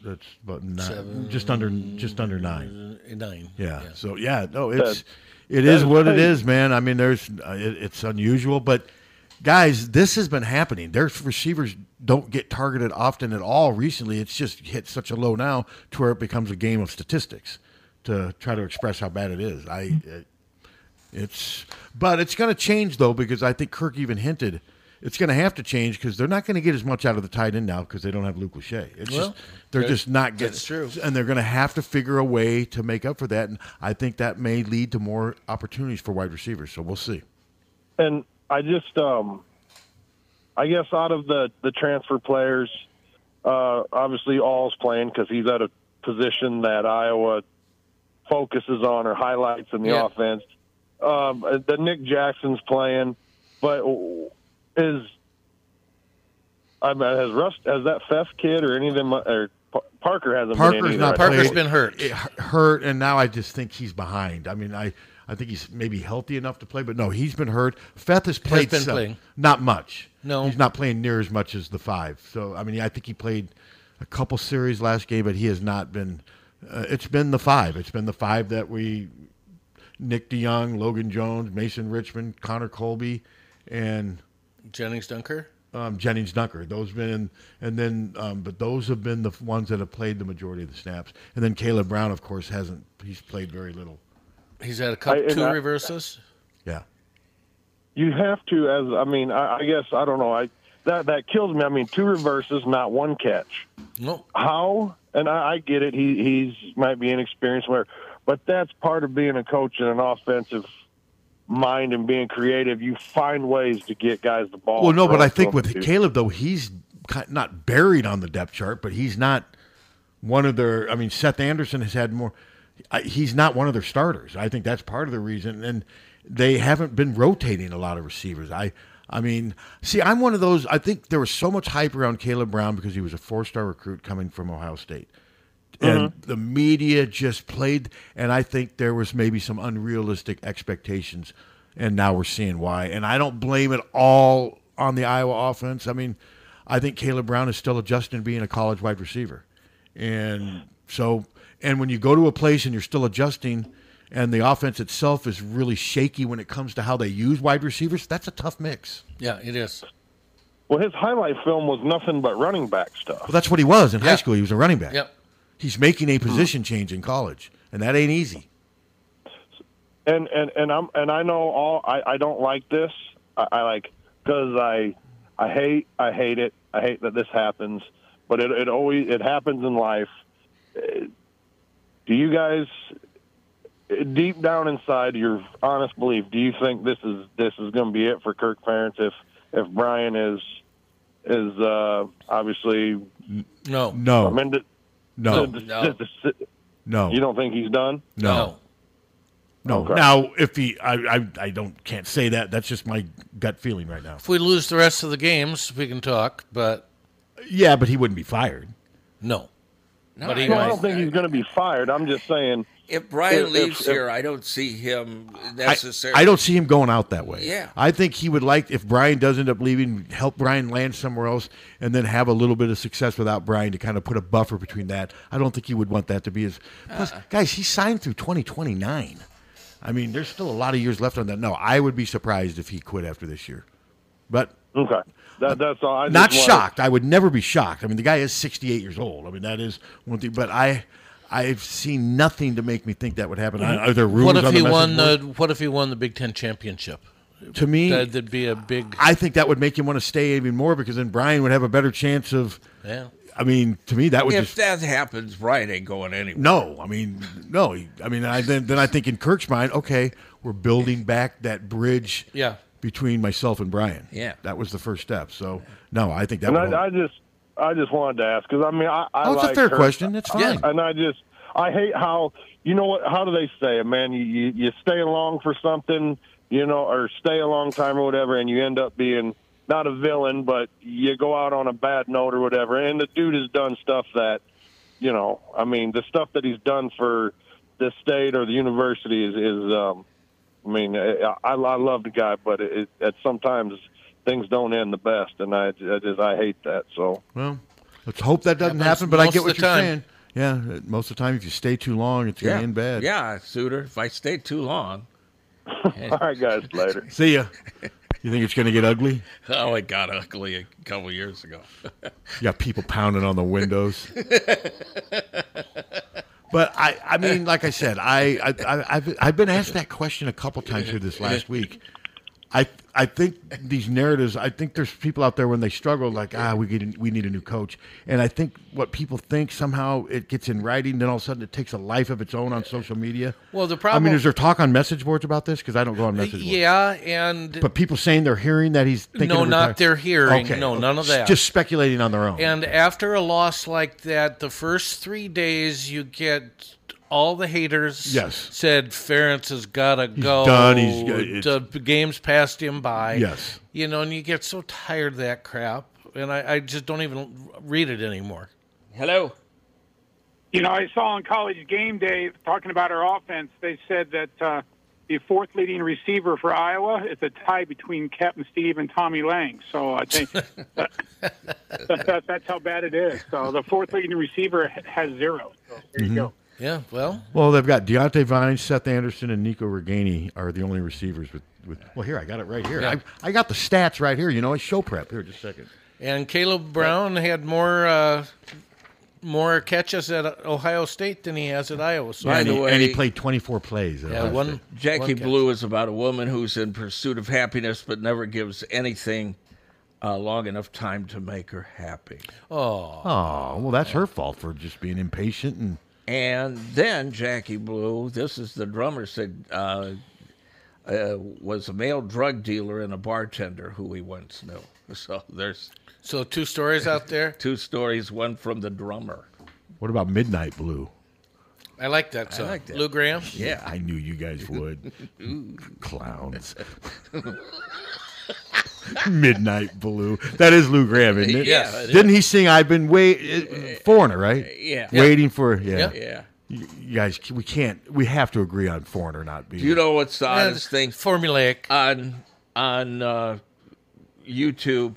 Speaker 4: That's about nine, just under just under nine.
Speaker 3: Nine.
Speaker 4: Yeah.
Speaker 3: Yeah.
Speaker 4: So yeah, no,
Speaker 3: That-
Speaker 4: it's it
Speaker 3: that
Speaker 4: is
Speaker 3: is
Speaker 4: what it
Speaker 3: crazy.
Speaker 4: is, man. I mean, there's uh, it, it's unusual, but guys, this has been happening. Their receivers don't get targeted often at all recently. It's just hit such a low now to where it becomes a game of statistics to try to express how bad it is. I
Speaker 5: uh,
Speaker 4: it, it's but it's going to change though because I think Kirk even hinted it's going to have to change because they're not going to get as much out of the tight end now because they don't have Luke Lachey. It's
Speaker 3: Well,
Speaker 4: just they're
Speaker 3: that-
Speaker 4: just not getting
Speaker 3: that's true.
Speaker 4: and they're going to have to figure a way to make up for that. And I think that may lead to more opportunities for wide receivers. So we'll see.
Speaker 8: And I just, um, I guess, out of the the transfer players, uh, obviously All's playing because he's at a position that Iowa focuses on or highlights in the
Speaker 9: Yeah.
Speaker 8: offense. Um, uh, the Nick Jackson's playing, but is I mean, has Rust has that Feff kid or any of them or Pa- Parker hasn't been in
Speaker 4: Parker's
Speaker 8: either,
Speaker 4: not.
Speaker 8: I think.
Speaker 4: played. It hu- hurt, and now I just think he's behind. I mean, I. I think he's maybe healthy enough to play, but no, he's been hurt. Feth has played
Speaker 3: been
Speaker 4: some-
Speaker 3: playing.
Speaker 4: not much.
Speaker 3: No.
Speaker 4: he's not playing near as much as the five. So I mean, I think he played a couple series last game, but he has not been. Uh, it's been the five. It's been the five that we, Nick DeYoung, Logan Jones, Mason Richmond, Connor Colby, and
Speaker 3: Jennings Dunker.
Speaker 4: um, Jennings Dunker. Those have been, and then, um, but those have been the ones that have played the majority of the snaps. And then Caleb Brown, of course, hasn't. He's played very little.
Speaker 3: He's had a couple
Speaker 8: I- and
Speaker 3: two
Speaker 8: I-
Speaker 3: reverses.
Speaker 8: You have to, as I mean, I, I guess I don't know. I that that kills me. I mean, two reverses, not one catch.
Speaker 3: No.
Speaker 8: How? And I, I get it. He he's might be inexperienced, where, but that's part of being a coach and an offensive mind and being creative. You find ways to get guys the ball.
Speaker 4: well, no, but I
Speaker 8: Throw
Speaker 4: think
Speaker 8: it
Speaker 4: with
Speaker 8: to them.
Speaker 4: Caleb though, he's ki- not buried on the depth chart, but he's not one of their. I mean, Seth Anderson has had more. I- He's not one of their starters. I think that's part of the reason, and they haven't been rotating a lot of receivers. I, I mean, see, I'm one of those. I think there was so much hype around Caleb Brown because he was a four-star recruit coming from Ohio State and the media just played and i think there was maybe some unrealistic expectations and now we're seeing why and i don't blame it all on the iowa offense i mean i think caleb brown is still adjusting to being a college wide receiver and so and when you go to a place and you're still adjusting and the offense itself is really shaky when it comes to how they use wide receivers that's a tough mix
Speaker 3: Yeah, it is.
Speaker 8: Well, his highlight film was nothing but running back stuff.
Speaker 4: well that's what he was in high school he was a running back
Speaker 8: Yep.
Speaker 4: he's making a position change in college and that ain't easy
Speaker 8: and and and I'm and I know all. I I don't like this. I, I like because I I hate I hate it. I hate that this happens, but it it always it happens in life. Eh, Do you guys? eh, Deep down inside your honest belief, do you think this is this is going to be it for Kirk Ferentz if if Brian is is uh, obviously
Speaker 3: no
Speaker 4: no
Speaker 8: I mean, d- <laughs>
Speaker 4: No.
Speaker 8: d- d-
Speaker 4: No.
Speaker 8: d-
Speaker 4: No.
Speaker 8: you don't think he's done
Speaker 4: No. No.
Speaker 8: Okay.
Speaker 4: Now, if he, I, I, I don't can't say that. That's just my gut feeling right now.
Speaker 3: If we lose the rest of the games, we can talk. But
Speaker 4: Yeah, but he wouldn't be fired.
Speaker 3: No.
Speaker 2: No,
Speaker 3: but he
Speaker 2: I-
Speaker 3: might.
Speaker 8: I don't think he's going to be fired. I'm just saying.
Speaker 2: If Brian
Speaker 8: if-
Speaker 2: leaves
Speaker 8: if-
Speaker 2: here, I don't see him necessarily.
Speaker 4: I don't see him going out that way. Uh,
Speaker 2: Yeah.
Speaker 4: I think he would like if Brian does end up leaving, help Brian land somewhere else, and then have a little bit of success without Brian to kind of put a buffer between that. I don't think he would want that to be his. Plus,
Speaker 8: Uh.
Speaker 4: guys, he signed through twenty twenty nine. I mean, there's still a lot of years left on that. No, I would be surprised if he quit after this year. But
Speaker 8: okay, that, that's all. I just
Speaker 4: not
Speaker 8: wanted-
Speaker 4: shocked. I would never be shocked. I mean, the guy is 68 years old. I mean, that is one thing. But I, I've seen nothing to make me think that would happen. I- Are there
Speaker 3: Mm-hmm.
Speaker 4: rumors
Speaker 3: What if
Speaker 4: on the
Speaker 3: he
Speaker 4: message
Speaker 3: won
Speaker 4: board?
Speaker 3: the? What if he won the Big Ten championship?
Speaker 4: To me-
Speaker 3: that, would be a big.
Speaker 4: I think that would make him want to stay even more because then Brian would have a better chance of.
Speaker 3: Yeah.
Speaker 4: I mean, to me, that would
Speaker 2: if
Speaker 4: just
Speaker 2: that happens, Brian ain't going anywhere.
Speaker 4: no. I mean, no. he- I mean, I, then then I think in Kirk's mind, okay, we're building back that bridge.
Speaker 3: Yeah.
Speaker 4: Between myself and Brian.
Speaker 2: Yeah.
Speaker 4: That was the first step. So no, I think that.
Speaker 8: And
Speaker 4: would
Speaker 8: I, I just, I just wanted to ask because I mean, I, I
Speaker 4: Oh, it's a
Speaker 8: like
Speaker 4: fair
Speaker 8: her.
Speaker 4: question. It's
Speaker 8: I-
Speaker 4: fine.
Speaker 8: and I just, I hate how you know what? How do they say it, man? You, you you stay along for something, you know, or stay a long time or whatever, and you end up being not a villain, but you go out on a bad note or whatever. And the dude has done stuff that, you know, I mean, the stuff that he's done for the state or the university is, is um, I mean, I, I I love the guy, but it, it, at sometimes things don't end the best, and I, I just I hate that. So
Speaker 4: Well, let's hope that doesn't
Speaker 8: Happens
Speaker 4: happen. But I
Speaker 8: most
Speaker 4: get
Speaker 8: of
Speaker 4: what
Speaker 8: the
Speaker 4: you're
Speaker 8: time.
Speaker 4: saying. Yeah, most of the time, if you stay too long, it's gonna end bad.
Speaker 2: Yeah, Suter. If I stay too long.
Speaker 8: <laughs> all right, guys, later.
Speaker 4: <laughs> See ya. You think it's gonna get ugly?
Speaker 2: Oh, it got ugly a couple years ago. <laughs>
Speaker 4: You got people pounding on the windows. But I, I mean, like I said, I, I, I I've, I've been asked that question a couple times here this last week. I, I think these narratives. I think there's people out there when they struggle, like ah, we get, we need a new coach. And I think what people think somehow it gets in writing, then all of a sudden it takes a life of its own on social media.
Speaker 3: Well, the
Speaker 4: I mean,
Speaker 3: problem-
Speaker 4: is there talk on message boards about this? Because I don't go on message boards.
Speaker 3: Yeah, and
Speaker 4: But people saying they're hearing that he's thinking
Speaker 3: No,
Speaker 4: of
Speaker 3: not
Speaker 4: retire-
Speaker 3: they're hearing. No, none of
Speaker 4: S-
Speaker 3: that.
Speaker 4: Just speculating on their own.
Speaker 3: And after a loss like that, the first three days you get all the haters.
Speaker 4: Yes.
Speaker 3: Said Ference has got to go.
Speaker 4: done. He's go- it's-
Speaker 3: Oh, the game's passed him by.
Speaker 4: Yes.
Speaker 3: You know, and you get so tired of that crap, and I, I just don't even read it anymore.
Speaker 2: Hello.
Speaker 19: You know, I saw on College Game Day talking about our offense. They said that uh, the fourth leading receiver for Iowa is a tie between Captain Steve and Tommy Lang. So I think that, that, that's how bad it is. So the fourth leading receiver has zero. So there
Speaker 4: Mhm.
Speaker 19: you go.
Speaker 3: Yeah. Well.
Speaker 4: Well, they've got Deontay Vines, Seth Anderson, and Nico Reganey are the only receivers with. with well, here I got it right here.
Speaker 3: Yeah.
Speaker 4: I, I got the stats right here. You know, it's show prep. Here, just a second.
Speaker 3: And Caleb Brown had more uh, more catches at Ohio State than he has at Iowa. So
Speaker 4: and, he, and he played 24 plays. at
Speaker 3: Yeah,
Speaker 4: Ohio
Speaker 3: one-
Speaker 4: State.
Speaker 2: Jackie
Speaker 3: one catch.
Speaker 2: Blue is about a woman who's in pursuit of happiness but never gives anything uh, long enough time to make her happy.
Speaker 3: Oh.
Speaker 4: Oh, well, that's her fault for just being impatient and.
Speaker 2: And then Jackie Blue, this is the drummer, said, uh, uh, was a male drug dealer and a bartender who we once knew. <laughs> So there's
Speaker 3: so two stories out there.
Speaker 2: <laughs> two stories, one from the drummer.
Speaker 4: What about Midnight Blue? <laughs>
Speaker 3: I like that song.
Speaker 2: like that.
Speaker 3: Lou Graham.
Speaker 4: I knew you
Speaker 2: <laughs>
Speaker 4: guys would. Clowns. Midnight Blue. That is Lou Graham, isn't it?
Speaker 2: Yeah, it is.
Speaker 4: Didn't he sing "I've been wait" uh, Foreigner, right?
Speaker 2: Yeah.
Speaker 4: Waiting for yeah.
Speaker 2: Yeah. Yeah.
Speaker 4: You you guys, we can't. We have to agree on Foreigner not being.
Speaker 2: Do you know what's the
Speaker 4: Yeah,
Speaker 2: oddest thing?
Speaker 3: Formulaic.
Speaker 2: On on uh, YouTube,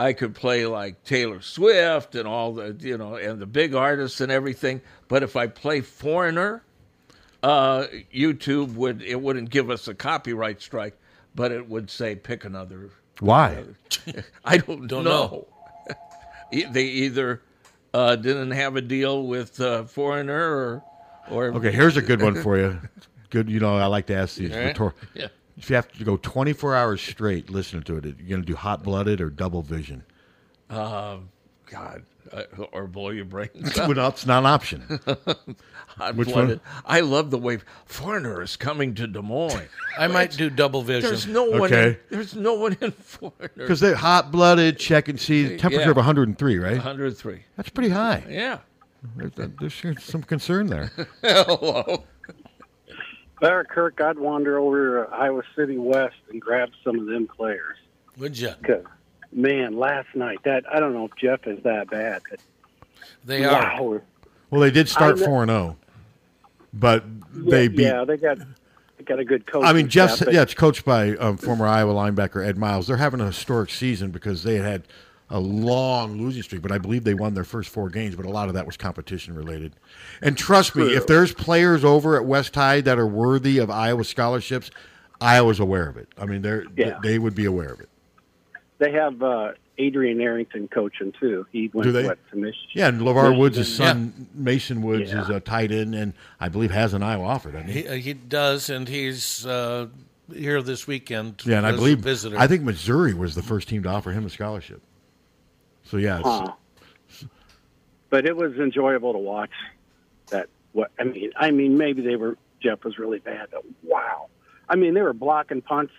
Speaker 2: I could play like Taylor Swift and all the you know and the big artists and everything, but if I play Foreigner, uh, YouTube would it wouldn't give us a copyright strike, but it would say pick another.
Speaker 4: Why?
Speaker 2: <laughs> I don't,
Speaker 3: Don't
Speaker 2: know. <laughs> E- they either uh, didn't have a deal with uh, Foreigner or, or
Speaker 4: Okay, here's a good one for you. Good, you know, I like to ask these.
Speaker 2: All right.
Speaker 4: rhetor-
Speaker 2: Yeah.
Speaker 4: If you have to go 24 hours straight listening to it, you're going to do hot blooded or
Speaker 2: <laughs>
Speaker 4: double vision.
Speaker 2: Um, God, uh, or blow your
Speaker 4: <laughs>
Speaker 2: brains out.
Speaker 4: Well, it's not an option.
Speaker 2: Hot
Speaker 4: Which
Speaker 2: blooded.
Speaker 4: one?
Speaker 2: I love the way Foreigner is coming to Des Moines.
Speaker 3: I might do double vision.
Speaker 2: There's no one. In,
Speaker 4: Okay.
Speaker 2: there's no one in Foreigner
Speaker 4: Because they're hot blooded, check and see. Temperature
Speaker 2: Yeah.
Speaker 4: of 103, right?
Speaker 2: 103.
Speaker 4: That's pretty high.
Speaker 2: Yeah.
Speaker 4: There- there- There's some concern there.
Speaker 3: <laughs>
Speaker 2: Hello.
Speaker 9: There, Kirk, I'd wander over to Iowa City West and grab some of them players.
Speaker 3: Would you?
Speaker 9: 'Cause, man, last night that I don't know if Jeff is that bad. But
Speaker 3: They
Speaker 9: wow,
Speaker 3: are.
Speaker 4: Well, they did start
Speaker 9: I kn-
Speaker 4: four and zero, but they
Speaker 9: yeah,
Speaker 4: beat.
Speaker 9: yeah, they got they got a good coach.
Speaker 4: I mean,
Speaker 9: and
Speaker 4: Jeff.
Speaker 9: stuff, but
Speaker 4: Yeah, it's coached by um, former Iowa linebacker Ed Miles. They're having a historic season because they had a long losing streak, but I believe they won their first four games. But a lot of that was competition related. And trust me, if there's players over at West High that are worthy of Iowa scholarships, Iowa's aware of it. I mean, they're
Speaker 9: Yeah.
Speaker 4: they would be aware of it.
Speaker 9: They have uh, Adrian Arrington coaching too. He went
Speaker 4: Do they?
Speaker 9: what, to Michigan.
Speaker 4: Yeah, and LeVar Woods' his
Speaker 9: Michigan.
Speaker 4: son, Mason Woods, is a tight end, and I believe has an Iowa offer, doesn't he?
Speaker 3: He, uh, he does, and he's uh, here this weekend.
Speaker 4: Yeah, and I
Speaker 3: as a
Speaker 4: believe
Speaker 3: visitor.
Speaker 4: I think Missouri was the first team to offer him a scholarship. So yeah, it's-
Speaker 9: Huh. Uh-huh. But it was enjoyable to watch. That what I mean, I mean, maybe they were Jeff was really bad, but wow, I mean, they were blocking punts.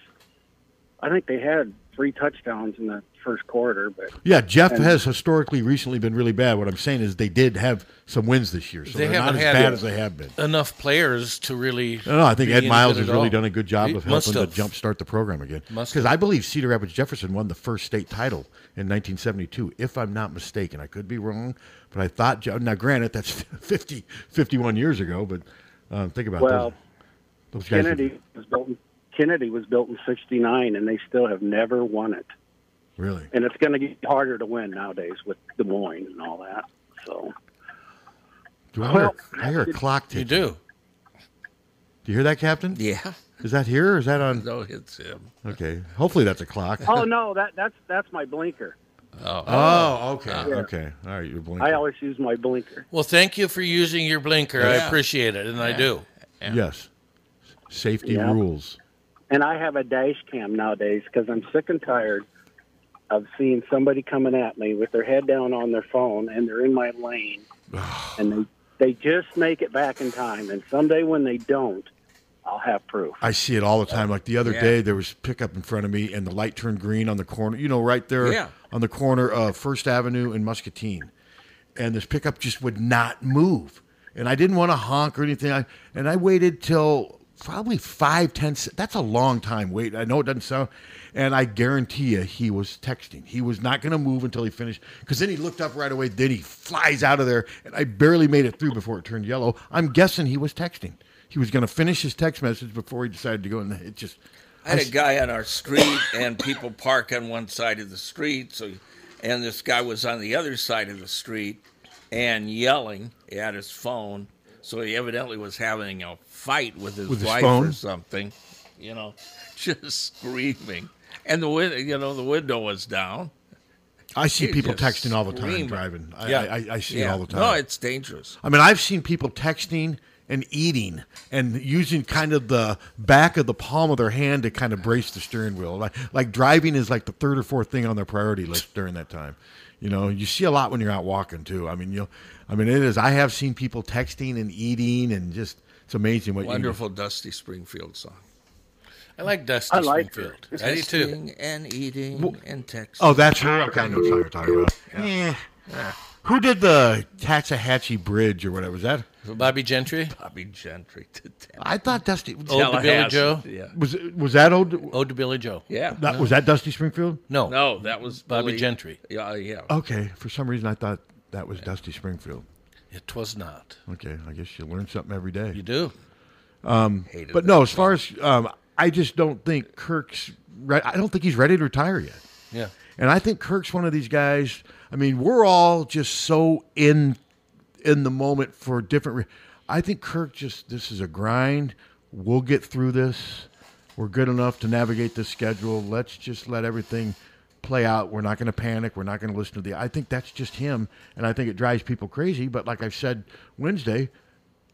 Speaker 9: I think they had three touchdowns in the first quarter, but
Speaker 4: yeah. Jeff
Speaker 9: and-
Speaker 4: has historically recently been really bad. What I'm saying is they did have some wins this year, so
Speaker 3: they
Speaker 4: are not
Speaker 3: haven't
Speaker 4: as
Speaker 3: had
Speaker 4: bad as they have been.
Speaker 3: enough players to really.
Speaker 4: No, no, I think
Speaker 3: be
Speaker 4: Ed
Speaker 3: any
Speaker 4: Miles
Speaker 3: good
Speaker 4: has
Speaker 3: at
Speaker 4: really
Speaker 3: all.
Speaker 4: done a good job
Speaker 3: He
Speaker 4: of
Speaker 3: must
Speaker 4: helping to
Speaker 3: have.
Speaker 4: jumpstart the program again.
Speaker 3: Must
Speaker 4: Because I believe Cedar Rapids Jefferson won the first state title in 1972, if I'm not mistaken. I could be wrong, but I thought, Je- now granted, that's <laughs> 50, 51 years ago, but uh, think about
Speaker 9: Well,
Speaker 4: those, those guys. are-
Speaker 9: Kennedy was built. In, Kennedy was built in '69, and they still have never won it.
Speaker 4: Really?
Speaker 9: And it's going to get harder to win nowadays with Des Moines and all that. So
Speaker 4: Do I,
Speaker 9: Well-
Speaker 4: hear, I hear a clock
Speaker 9: You
Speaker 4: ticking. do. Do you hear that, Captain?
Speaker 2: Yeah.
Speaker 4: Is that here or is that on?
Speaker 2: No, it's him.
Speaker 4: Okay. Hopefully that's a clock.
Speaker 9: oh no, that that's that's my blinker.
Speaker 2: Oh,
Speaker 4: Oh, okay.
Speaker 9: Yeah.
Speaker 4: Okay. All right. You're blinking.
Speaker 9: I always use my blinker.
Speaker 3: Well, thank you for using your blinker. I
Speaker 4: Yeah.
Speaker 3: appreciate it, and I do.
Speaker 4: Yes. Safety
Speaker 9: Yeah.
Speaker 4: rules.
Speaker 9: And I have a dash cam nowadays because I'm sick and tired of seeing somebody coming at me with their head down on their phone and they're in my lane and they they just make it back in time. And someday when they don't, I'll have proof.
Speaker 4: I see it all the time. Like the other
Speaker 9: Yeah.
Speaker 4: day, there was pickup in front of me, and the light turned green on the corner. You know, right there
Speaker 9: Yeah.
Speaker 4: on the corner of First Avenue and Muscatine, and this pickup just would not move. And I didn't want to honk or anything. I, and I waited till probably five ten. se- That's a long time wait. I know it doesn't sound. And I guarantee you, he was texting. He was not going to move until he finished. Because then he looked up right away. Then he flies out of there, and I barely made it through before it turned yellow. I'm guessing he was texting he was going to finish his text message before he decided to go, and it just.
Speaker 2: I had
Speaker 4: I
Speaker 2: a
Speaker 4: s-
Speaker 2: guy on our street, and people park on one side of the street. So, and this guy was on the other side of the street, and yelling at his phone. So he evidently was having a fight with his
Speaker 4: With his
Speaker 2: wife or
Speaker 4: phone?
Speaker 2: something. You know, <laughs> just screaming, and the win- you know the window was down.
Speaker 4: I see
Speaker 2: He
Speaker 4: people
Speaker 2: just
Speaker 4: texting all the time
Speaker 2: screaming.
Speaker 4: driving. I,
Speaker 2: Yeah.
Speaker 4: I, I, I see
Speaker 2: Yeah.
Speaker 4: it all the time.
Speaker 2: No, it's dangerous.
Speaker 4: I mean, I've seen people texting and eating and using kind of the back of the palm of their hand to kind of brace the steering wheel. Like, like driving is like the third or fourth thing on their priority list during that time. You know, you see a lot when you're out walking too. I mean, you, will I mean, it is. I have seen people texting and eating and just. It's amazing what you
Speaker 2: Wonderful Dusty Springfield song.
Speaker 3: I like Dusty
Speaker 2: I like her.
Speaker 3: Springfield. I do too.
Speaker 2: Texting and eating and texting.
Speaker 4: Oh, that's her. Okay, I know what song you're talking about. Eh. Who did the Taxahatchee Bridge or whatever? Was that?
Speaker 3: Bobby Gentry.
Speaker 2: Bobby Gentry. To
Speaker 4: I thought Dusty.
Speaker 3: Old to Billy Joe.
Speaker 4: Was was that old?
Speaker 3: Old to Billy Joe.
Speaker 2: Yeah.
Speaker 4: That, was that Dusty Springfield?
Speaker 3: No.
Speaker 2: No, that was
Speaker 3: Bobby
Speaker 2: Billy-
Speaker 3: Gentry.
Speaker 2: Yeah, yeah.
Speaker 4: Okay. For some reason, I thought that was Dusty Springfield.
Speaker 3: It was not.
Speaker 4: Okay. I guess you learn something every day. You
Speaker 3: do.
Speaker 4: Um,
Speaker 3: Hated
Speaker 4: but no, as far as um, I just don't think Kirk's. Re- I don't think he's ready to retire yet.
Speaker 3: Yeah.
Speaker 4: And I think Kirk's one of these guys. I mean, we're all just so in in the moment for different. Re- I think Kirk just this is a grind. We'll get through this. We're good enough to navigate this schedule. Let's just let everything play out. We're not going to panic. We're not going to listen to the. I think that's just him, and I think it drives people crazy. But like I've said Wednesday,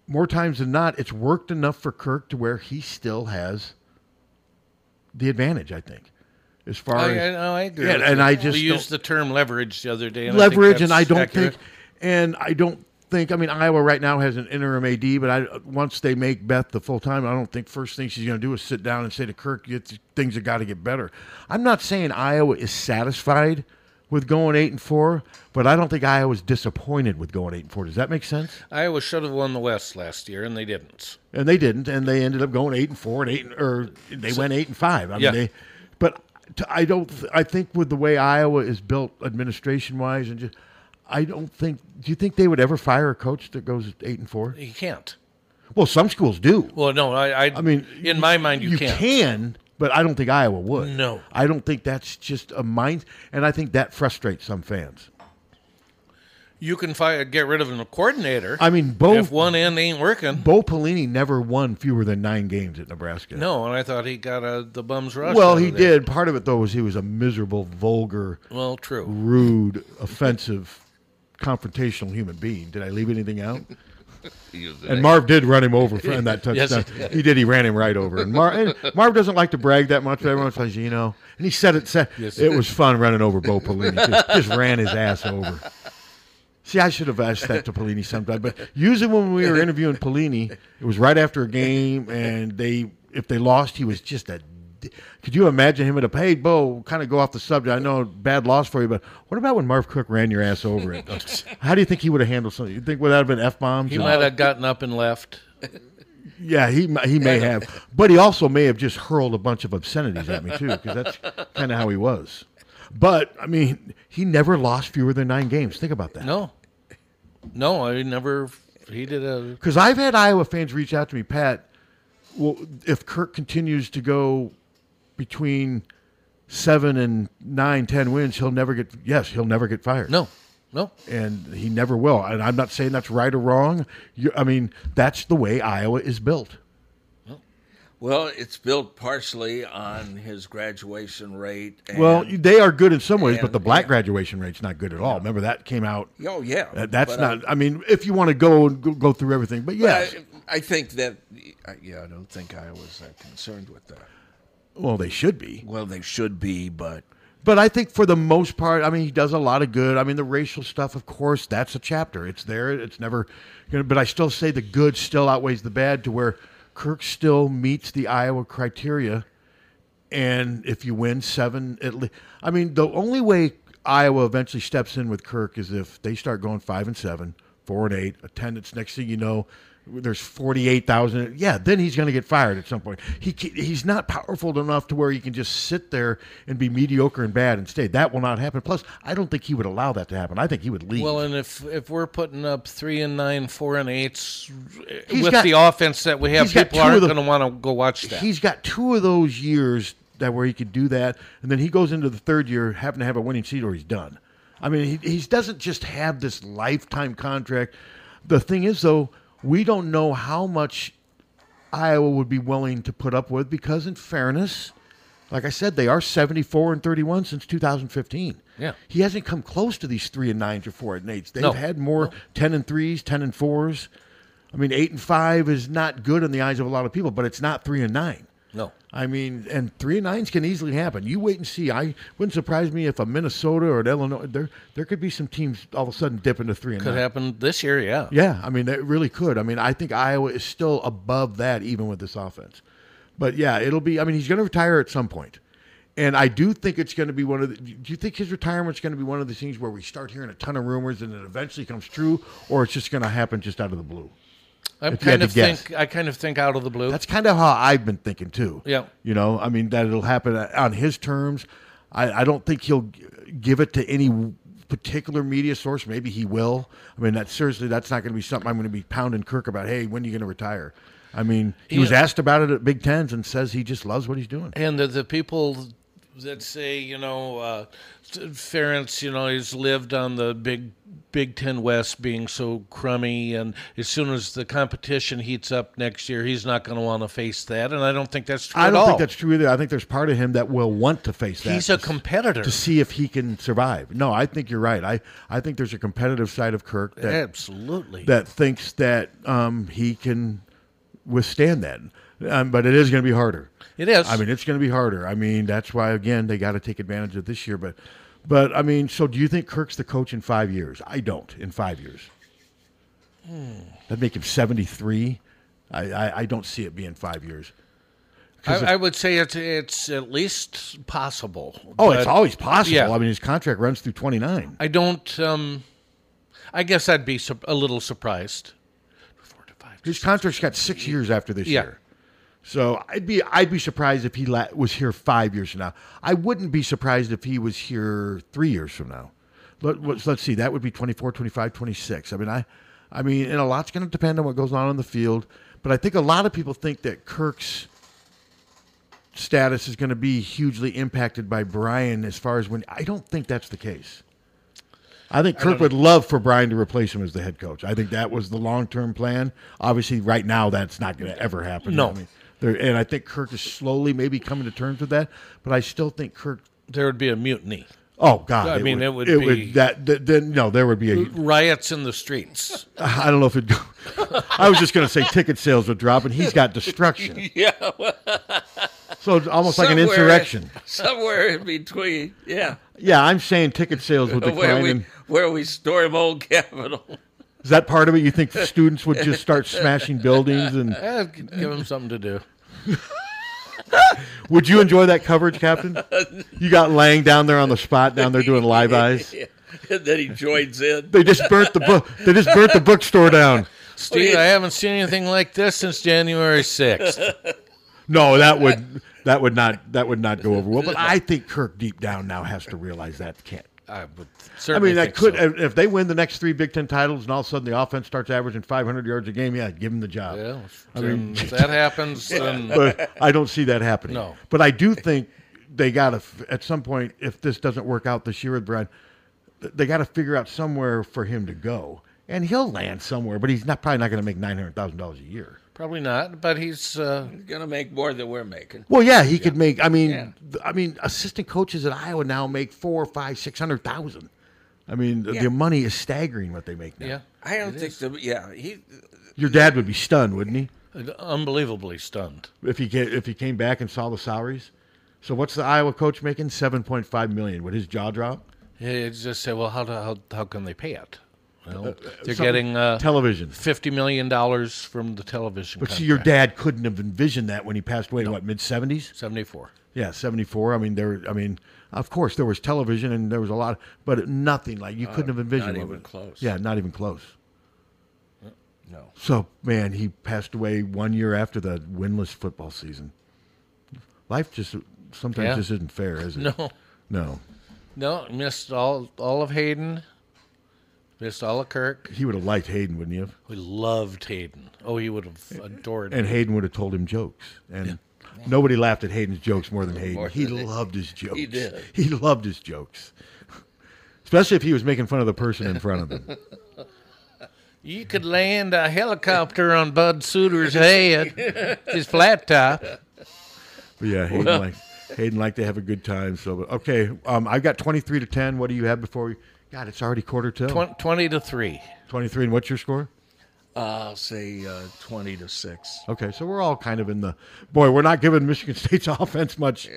Speaker 4: more times than not, it's worked enough for Kirk to where he still has the advantage. I think, as far
Speaker 3: I, I,
Speaker 4: as
Speaker 3: no, I agree.
Speaker 4: Yeah,
Speaker 3: with
Speaker 4: and
Speaker 3: you.
Speaker 4: I just
Speaker 3: we
Speaker 4: don't-
Speaker 3: used the term leverage the other day. And I think
Speaker 4: leverage, and
Speaker 3: that's
Speaker 4: I don't
Speaker 3: accurate.
Speaker 4: think, and I don't think. I mean, Iowa right now has an interim AD, but I once they make Beth the full time, I don't think first thing she's going to do is sit down and say to Kirk, "It's- "Things have got to get better." I'm not saying Iowa is satisfied with going eight and four, but I don't think Iowa's disappointed with going eight and four. Does that make sense?
Speaker 3: Iowa should have won the West last year, and they didn't.
Speaker 4: and they didn't, and they ended up going eight and four and eight, and- or they
Speaker 3: So-
Speaker 4: went eight and five. I
Speaker 3: Yeah.
Speaker 4: mean, they, but t- I don't. th- I think with the way Iowa is built, administration wise, and just, I don't think. Do you think they would ever fire a coach that goes eight and four?
Speaker 3: You can't.
Speaker 4: Well, some schools do.
Speaker 3: Well, no, I, I,
Speaker 4: I mean,
Speaker 3: in my mind, you,
Speaker 4: you
Speaker 3: can't.
Speaker 4: can, but I don't think Iowa would.
Speaker 3: No.
Speaker 4: I don't think that's just a mind, and I think that frustrates some fans.
Speaker 3: You can fire, get rid of a coordinator.
Speaker 4: I mean, Bo-
Speaker 3: If one end ain't working,
Speaker 4: Bo Pelini never won fewer than nine games at Nebraska.
Speaker 3: no. And I thought he got uh the bums rush.
Speaker 4: well,
Speaker 3: out
Speaker 4: he
Speaker 3: of there.
Speaker 4: did. Part of it though was he was a miserable, vulgar,
Speaker 3: Well, true.
Speaker 4: rude, <laughs> offensive, confrontational human being. Did I leave
Speaker 3: <laughs>
Speaker 4: anything out? And Marv did run him over for in that
Speaker 3: Yes, he
Speaker 4: touchdown.
Speaker 3: did.
Speaker 4: he did. He ran him right over. And, Mar- and Marv doesn't like to brag that much, but everyone says, you know. And he said it. Said,
Speaker 3: Yes, he
Speaker 4: it
Speaker 3: did.
Speaker 4: was fun running over Bo Pelini. Just, just ran his ass over. See, I should have asked that to Pelini sometime. But usually when we were interviewing Pelini, it was right after a game, and they if they lost, he was just a. d- Could you imagine him at a hey Bo? Kind of go off the subject. I know bad loss for you, but what about when Marv Cook ran your ass over? It. How do you think he would have handled something? You think would that have been f bombs?
Speaker 3: He might have gotten up and left.
Speaker 4: Yeah, he mi- he may have, but he also may have just hurled a bunch of obscenities at me too, because that's kind of how he was. But I mean, he never lost fewer than nine games. Think about that.
Speaker 3: No, no, I never. He did a.
Speaker 4: Because I've had Iowa fans reach out to me, Pat. Well, if Kirk continues to go between seven and nine, ten wins, he'll never get. Yes, he'll never get fired.
Speaker 3: No, no,
Speaker 4: and he never will. And I'm not saying that's right or wrong. You, I mean, that's the way Iowa is built.
Speaker 2: Well, it's built partially on his graduation rate. And,
Speaker 4: Well, they are good in some ways, but
Speaker 2: and-
Speaker 4: the black graduation rate's not good at all. Remember that came out.
Speaker 2: Oh, yeah.
Speaker 4: That- that's
Speaker 2: But uh,
Speaker 4: not. I, mean, if you want to go and go, go through everything, but yes.
Speaker 2: I, I think that. I- Yeah, I don't think I was that concerned with that.
Speaker 4: well, they should be.
Speaker 2: Well, they should be, but
Speaker 4: But I think for the most part, I mean, he does a lot of good. I mean, the racial stuff, of course, that's a chapter. It's there. It's never going to. But I still say the good still outweighs the bad to where Kirk still meets the Iowa criteria. And if you win seven, at least. I mean, the only way Iowa eventually steps in with Kirk is if they start going five and seven, four and eight, attendance. Next thing you know, there's 48,000. Yeah, then he's going to get fired at some point. He ca- he's not powerful enough to where he can just sit there and be mediocre and bad and stay. That will not happen. Plus, I don't think he would allow that to happen. I think he would leave.
Speaker 3: Well, and if if we're putting up three and nine, four and eights eh,
Speaker 4: He's
Speaker 3: with
Speaker 4: got-
Speaker 3: the offense that we have,
Speaker 4: he's got
Speaker 3: people
Speaker 4: two of
Speaker 3: aren't
Speaker 4: the-
Speaker 3: going to want to go watch that.
Speaker 4: He's got two of those years that where he could do that, and then he goes into the third year, happen to have a winning season, or he's done. I mean, he, he doesn't just have this lifetime contract. The thing is, though, we don't know how much Iowa would be willing to put up with because, in fairness, like I said, they are seventy-four and thirty-one since two thousand fifteen.
Speaker 3: Yeah.
Speaker 4: he hasn't come close to these three and nines or four and eights. They've
Speaker 3: No.
Speaker 4: had more ten and threes, ten and fours. I mean, eight and five is not good in the eyes of a lot of people, but it's not three and nine.
Speaker 3: No.
Speaker 4: I mean, and three and nines can easily happen. You wait and see. I wouldn't surprise me if a Minnesota or an Illinois there there could be some teams all of a sudden dip into three and
Speaker 3: Could
Speaker 4: nine.
Speaker 3: happen this year, yeah.
Speaker 4: Yeah, I mean, that really could. I mean, I think Iowa is still above that even with this offense. But yeah, it'll be. I mean, he's going to retire at some point, and I do think it's going to be one of. The, do you think his retirement's going to be one of the things where we start hearing a ton of rumors and it eventually comes true, or it's just going to happen just out of the blue?
Speaker 3: I
Speaker 4: If you had
Speaker 3: kind
Speaker 4: to
Speaker 3: of
Speaker 4: guess.
Speaker 3: think I kind of think out of the blue.
Speaker 4: That's kind of how I've been thinking too.
Speaker 3: Yeah.
Speaker 4: You know, I mean that it'll happen uh, on his terms. I, I don't think he'll g- give it to any particular media source. Maybe he will. I mean, that seriously, that's not going to be something I'm going to be pounding Kirk about. Hey, when are you going to retire? I mean, he was
Speaker 3: Yeah.
Speaker 4: asked about it at Big Tens and says he just loves what he's doing.
Speaker 3: And the, the people that say, you know, uh, Ference, you know, he's lived on the big Big Ten West being so crummy, and as soon as the competition heats up next year, he's not going to want to face that. And I don't think that's true
Speaker 4: I
Speaker 3: at
Speaker 4: don't
Speaker 3: all.
Speaker 4: think that's true either. I think there's part of him that will want to face that.
Speaker 3: He's a
Speaker 4: to s-
Speaker 3: competitor.
Speaker 4: to see if he can survive. No, I think you're right. I, I think there's a competitive side of Kirk that
Speaker 3: Absolutely.
Speaker 4: that thinks that um, he can withstand that. Um, but it is going to be harder.
Speaker 3: It is.
Speaker 4: I mean, it's going to be harder. I mean, that's why again they got to take advantage of this year. But, but I mean, so do you think Kirk's the coach in five years? I don't. In five years,
Speaker 3: Hmm.
Speaker 4: that'd make him seventy three. I, I I don't see it being five years. 'Cause if-
Speaker 3: I, I would say it's it's at least possible.
Speaker 4: oh, it's
Speaker 3: but-
Speaker 4: always possible.
Speaker 3: Yeah,
Speaker 4: I mean, his contract runs through twenty nine.
Speaker 3: I don't. Um, I guess I'd be sup- a little surprised.
Speaker 4: His contract's got six years after this
Speaker 3: Yeah.
Speaker 4: year. So I'd be I'd be surprised if he la- was here five years from now. I wouldn't be surprised if he was here three years from now. Let, let's, let's see. That would be 24, 25, 26. I mean, I, I mean, and a lot's going to depend on what goes on on the field. But I think a lot of people think that Kirk's status is going to be hugely impacted by Brian as far as when. I don't think that's the case. I think
Speaker 3: I don't
Speaker 4: Kirk would love for Brian to replace him as the head coach. I think that was the long term plan. Obviously, right now, that's not going to ever happen.
Speaker 3: No.
Speaker 4: I mean, there, and I think Kirk is slowly maybe coming to terms with that. But I still think Kirk.
Speaker 3: There would be a mutiny.
Speaker 4: Oh God!
Speaker 3: I mean, it would be
Speaker 4: that. th- then no, there would be a
Speaker 3: riots in the
Speaker 4: <laughs>
Speaker 3: streets.
Speaker 4: I don't know if it. I was just going to say ticket sales would drop, and he's got destruction.
Speaker 2: <laughs> Yeah.
Speaker 4: So it's almost like an
Speaker 2: Somewhere-
Speaker 4: insurrection.
Speaker 2: Somewhere in between. Yeah.
Speaker 4: Yeah, I'm saying ticket sales would
Speaker 2: where
Speaker 4: decline.
Speaker 2: we
Speaker 4: and
Speaker 2: where we storm old Capitol.
Speaker 4: is that part of it? You think students would just start smashing buildings? And
Speaker 2: Uh,
Speaker 3: Eh, give them something to
Speaker 2: <laughs>
Speaker 3: do.
Speaker 4: would you enjoy that coverage, Captain? You got Lang down there on the spot down there doing live eyes.
Speaker 2: <laughs> and then he joins in.
Speaker 4: They just burnt the book. They just burnt
Speaker 2: <laughs>
Speaker 4: the bookstore down.
Speaker 3: Steve, I haven't seen anything like this since
Speaker 2: <laughs>
Speaker 3: January 6th.
Speaker 4: No, that would that would not that would not go over well. But I think Kirk deep down now has to realize that can't
Speaker 3: I would
Speaker 4: I
Speaker 3: certainly
Speaker 4: mean, that
Speaker 3: think
Speaker 4: could
Speaker 3: so.
Speaker 4: if they win the next three Big Ten titles, and all of a sudden the offense starts averaging 500 yards a game. Yeah, give them the job.
Speaker 3: Yeah, then
Speaker 4: <laughs>
Speaker 3: if that happens, then-
Speaker 4: But I don't see that happening.
Speaker 3: No.
Speaker 4: but I do think they got to at some point if this doesn't work out this year with Brad, th- they got to figure out somewhere for him to go, and he'll land somewhere. But he's not probably not going to make nine hundred thousand dollars a year.
Speaker 3: Probably not, but he's uh,
Speaker 2: going to make more than we're making.
Speaker 4: Well, yeah, he could make. I mean,
Speaker 2: Yeah.
Speaker 4: th- I mean, assistant coaches at Iowa now make four, five, six hundred thousand. I mean, the-
Speaker 2: Yeah.
Speaker 4: the money is staggering what they make now.
Speaker 3: Yeah.
Speaker 2: I don't think the yeah he
Speaker 4: Your dad would be stunned, wouldn't he?
Speaker 3: unbelievably stunned.
Speaker 4: If he came, if he came back and saw the salaries. So what's the Iowa coach making? Seven point five million. Would his jaw drop?
Speaker 3: He just said, well, how, do, how, how can they pay it? Well,
Speaker 4: Uh, uh,
Speaker 3: they're
Speaker 4: something-
Speaker 3: getting uh,
Speaker 4: television.
Speaker 3: $50 million from the television.
Speaker 4: But see,
Speaker 3: contract.
Speaker 4: your dad couldn't have envisioned that when he passed away. What mid seventies?
Speaker 3: 74.
Speaker 4: Yeah, seventy four. I mean, there. I mean, of course, there was television and there was a lot, but nothing like you couldn't
Speaker 2: Oh,
Speaker 4: have
Speaker 2: not
Speaker 4: envisioned. what
Speaker 2: even
Speaker 4: was-
Speaker 2: close.
Speaker 4: Yeah, not even close.
Speaker 2: No.
Speaker 4: So man, he passed away one year after the winless football season. Life just sometimes
Speaker 3: Yeah.
Speaker 4: just isn't
Speaker 2: <laughs>
Speaker 4: fair, is it?
Speaker 3: No.
Speaker 4: No.
Speaker 3: No, missed all, all of Hayden, missed all of Kirk.
Speaker 4: He would have liked Hayden, wouldn't he have?
Speaker 3: We loved Hayden. Oh, he would have adored
Speaker 4: And Hayden would have told him jokes. And nobody laughed at Hayden's jokes more than Hayden.
Speaker 3: More
Speaker 4: he
Speaker 3: than-
Speaker 4: loved his jokes.
Speaker 3: he did.
Speaker 4: He loved his jokes. Especially if he was making fun of the person in front
Speaker 3: <laughs>
Speaker 4: of him.
Speaker 3: You could land a helicopter on Bud Suter's head, his flat top.
Speaker 4: But yeah, Hayden
Speaker 3: Well-
Speaker 4: liked Hayden liked to have a good time. So okay, um, I've got twenty three to ten. What do you have before we God, it's already quarter till.
Speaker 3: Twen- 20 to 3.
Speaker 4: 23 and what's your score?
Speaker 2: Uh, I'll say uh, twenty to six.
Speaker 4: Okay, so we're all kind of in the boy. We're not giving Michigan State's <laughs> offense much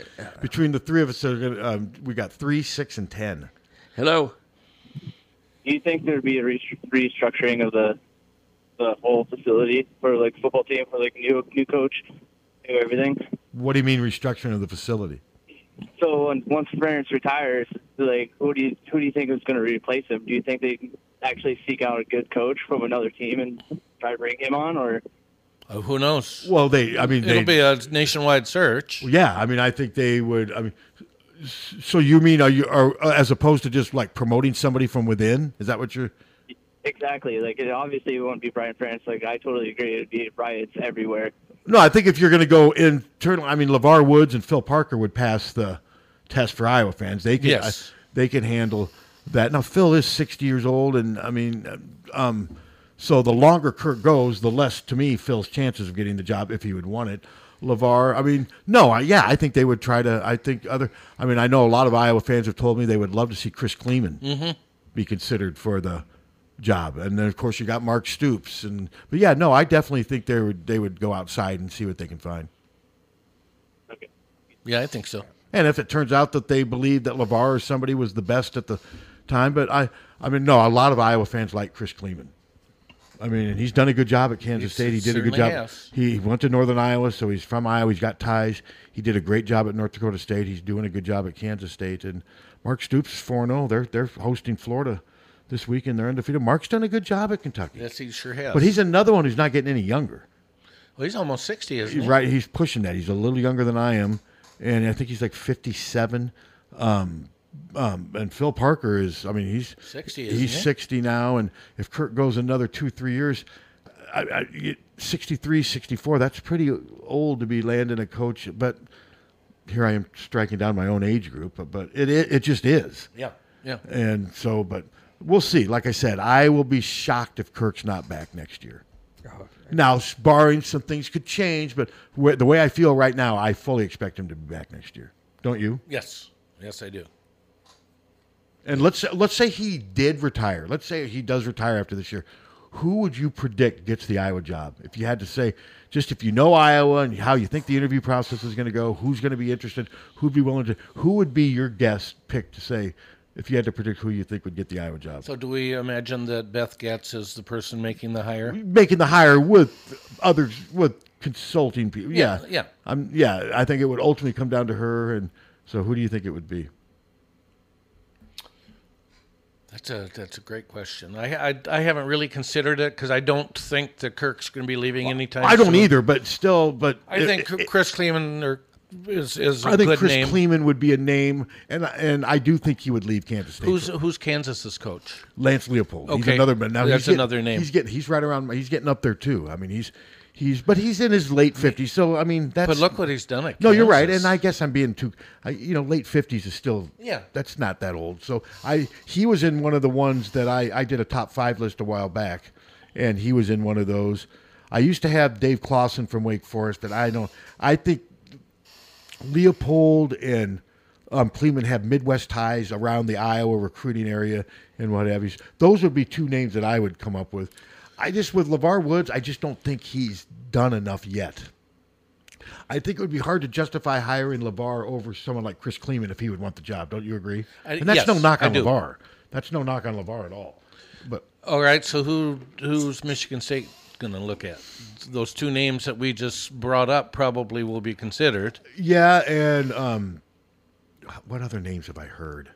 Speaker 4: between the three of us. So we're gonna, um, we got three, six, and ten.
Speaker 2: Hello.
Speaker 1: Do you think there'd be a re- restructuring of the the whole facility for like football team for like new new coach, new everything?
Speaker 4: What do you mean restructuring of the facility?
Speaker 1: So when, once Ferentz retires, like who do you who do you think is going to replace him? Do you think they can actually seek out a good coach from another team and try to bring him on, or
Speaker 3: Uh, who knows?
Speaker 4: Well, they. I mean,
Speaker 3: it'll
Speaker 4: they-
Speaker 3: be a nationwide search.
Speaker 4: Yeah, I mean, I think they would. I mean, s- so you mean are you are uh, as opposed to just like promoting somebody from within? Is that what you're?
Speaker 1: exactly like it obviously it won't be Brian Ferentz. Like I totally agree, it'd be riots everywhere.
Speaker 4: No, I think if you're going to go internal, I mean, Levar Woods and Phil Parker would pass the test for Iowa fans. They can
Speaker 3: Yes.
Speaker 4: they can handle that. Now Phil is 60 years old, and I mean, um, so the longer Kirk goes, the less to me Phil's chances of getting the job if he would want it. Levar, I mean, no, I, yeah, I think they would try to. I think other, I mean, I know a lot of Iowa fans have told me they would love to see Chris Kleeman
Speaker 16: Mm-hmm.
Speaker 3: Mhm.
Speaker 4: be considered for the job. And then of course you got Mark Stoops and but yeah, no, I definitely think they would they would go outside and see what they can find.
Speaker 3: Yeah, I think so.
Speaker 4: And if it turns out that they believe that LeVar or somebody was the best at the time, but I I mean no, a lot of Iowa fans like Chris Kleeman. I mean, and he's done a good job at Kansas
Speaker 3: He
Speaker 4: State. He did a good
Speaker 3: certainly
Speaker 4: job.
Speaker 3: has.
Speaker 4: He went to Northern Iowa, so he's from Iowa. He's got ties. He did a great job at North Dakota State. He's doing a good job at Kansas State. And Mark Stoops is 4-0. They're they're hosting Florida this weekend. They're undefeated. Mark's done a good job at Kentucky.
Speaker 3: Yes, he sure has.
Speaker 4: But he's another one who's not getting any younger.
Speaker 3: well, he's almost 60, isn't
Speaker 4: He's
Speaker 3: he?
Speaker 4: right, he's pushing that. He's a little younger than I am, and I think he's like fifty-seven. Um, um, and Phil Parker is. I mean, he's
Speaker 3: 60, isn't
Speaker 4: He's
Speaker 3: he?
Speaker 4: sixty now, and if Kurt goes another two, three years, I, I, you- 63, 64, That's pretty old to be landing a coach. But here I am striking down my own age group. But, but it, it it just is.
Speaker 3: Yeah, yeah.
Speaker 4: And so, but we'll see. Like I said, I will be shocked if Kirk's not back next year. Now, s- barring some things could change, but wh- the way I feel right now, I fully expect him to be back next year. Don't you?
Speaker 3: Yes, yes, I do.
Speaker 4: And let's let's say he did retire. Let's say he does retire after this year. Who would you predict gets the Iowa job? If you had to say, just if you know Iowa and how you think the interview process is going to go, who's going to be interested, who'd be willing to, who would be your guest pick to say, if you had to predict who you think would get the Iowa job?
Speaker 3: So, do we imagine that Beth Getz is the person making the hire?
Speaker 4: Making the hire with others, with consulting people. Yeah,
Speaker 3: Yeah, yeah.
Speaker 4: I'm, yeah, I think it would ultimately come down to her. And so, who do you think it would be?
Speaker 3: That's a that's a great question. I I, I haven't really considered it because I don't think that Kirk's going to be leaving anytime.
Speaker 4: I don't
Speaker 3: soon.
Speaker 4: either, but still, but
Speaker 3: I think Chris Kleeman or is is a
Speaker 4: I think
Speaker 3: good
Speaker 4: Chris
Speaker 3: name.
Speaker 4: Kleeman would be a name, and and I do think he would leave Kansas State.
Speaker 3: Who's who's Kansas's coach?
Speaker 4: Lance Leopold? He's
Speaker 3: Okay.
Speaker 4: another, but now
Speaker 3: That's
Speaker 4: he's getting,
Speaker 3: another name.
Speaker 4: He's getting he's right around. He's getting up there too. I mean, he's he's but he's in his late fifties. So I mean, that's
Speaker 3: But look what he's done at
Speaker 4: No, you're right,
Speaker 3: Kansas.
Speaker 4: and I guess I'm being too. I, you know, late fifties is still
Speaker 3: Yeah.
Speaker 4: That's not that old. So I he was in one of the ones that I I did a top five list a while back, and he was in one of those. I used to have Dave Clausen from Wake Forest, but I don't. I think Leopold and um, Pleeman have Midwest ties around the Iowa recruiting area and what have you. Those would be two names that I would come up with. I just with Levar Woods, I just don't think he's done enough yet. I think it would be hard to justify hiring Levar over someone like Chris Kleeman if he would want the job. Don't you agree?
Speaker 3: I-
Speaker 4: and that's
Speaker 3: Uh, yes,
Speaker 4: no knock
Speaker 3: I
Speaker 4: on
Speaker 3: do.
Speaker 4: Levar. That's no knock on Levar at all. But
Speaker 3: All right, so who who's Michigan State going to look at? Those two names that we just brought up probably will be considered.
Speaker 4: Yeah, and um, what other names have I heard?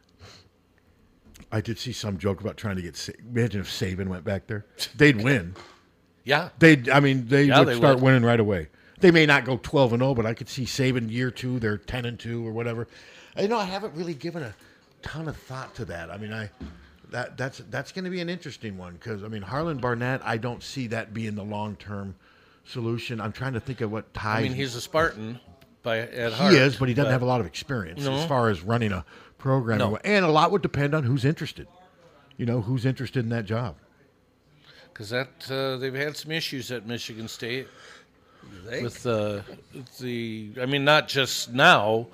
Speaker 4: I did see some joke about trying to get. Sa- Imagine if Saban went back there, they'd win.
Speaker 3: Yeah.
Speaker 4: they'd. I mean, they
Speaker 3: Yeah,
Speaker 4: would
Speaker 3: they
Speaker 4: start
Speaker 3: would.
Speaker 4: winning right away. They may not go twelve and zero, but I could see Saban year two, they're ten and two or whatever. You know, I haven't really given a ton of thought to that. I mean, I that that's that's going to be an interesting one because I mean Harlan Barnett, I don't see that being the long term solution. I'm trying to think of what ties.
Speaker 3: I mean, he's a Spartan by at
Speaker 4: he
Speaker 3: heart.
Speaker 4: is, but he doesn't have a lot of experience
Speaker 3: No.
Speaker 4: as far as running a program.
Speaker 3: No.
Speaker 4: And a lot would depend on who's interested. You know, who's interested in that job.
Speaker 3: because that uh, they've had some issues at Michigan State
Speaker 2: think?
Speaker 3: with uh, the. I mean, not just now,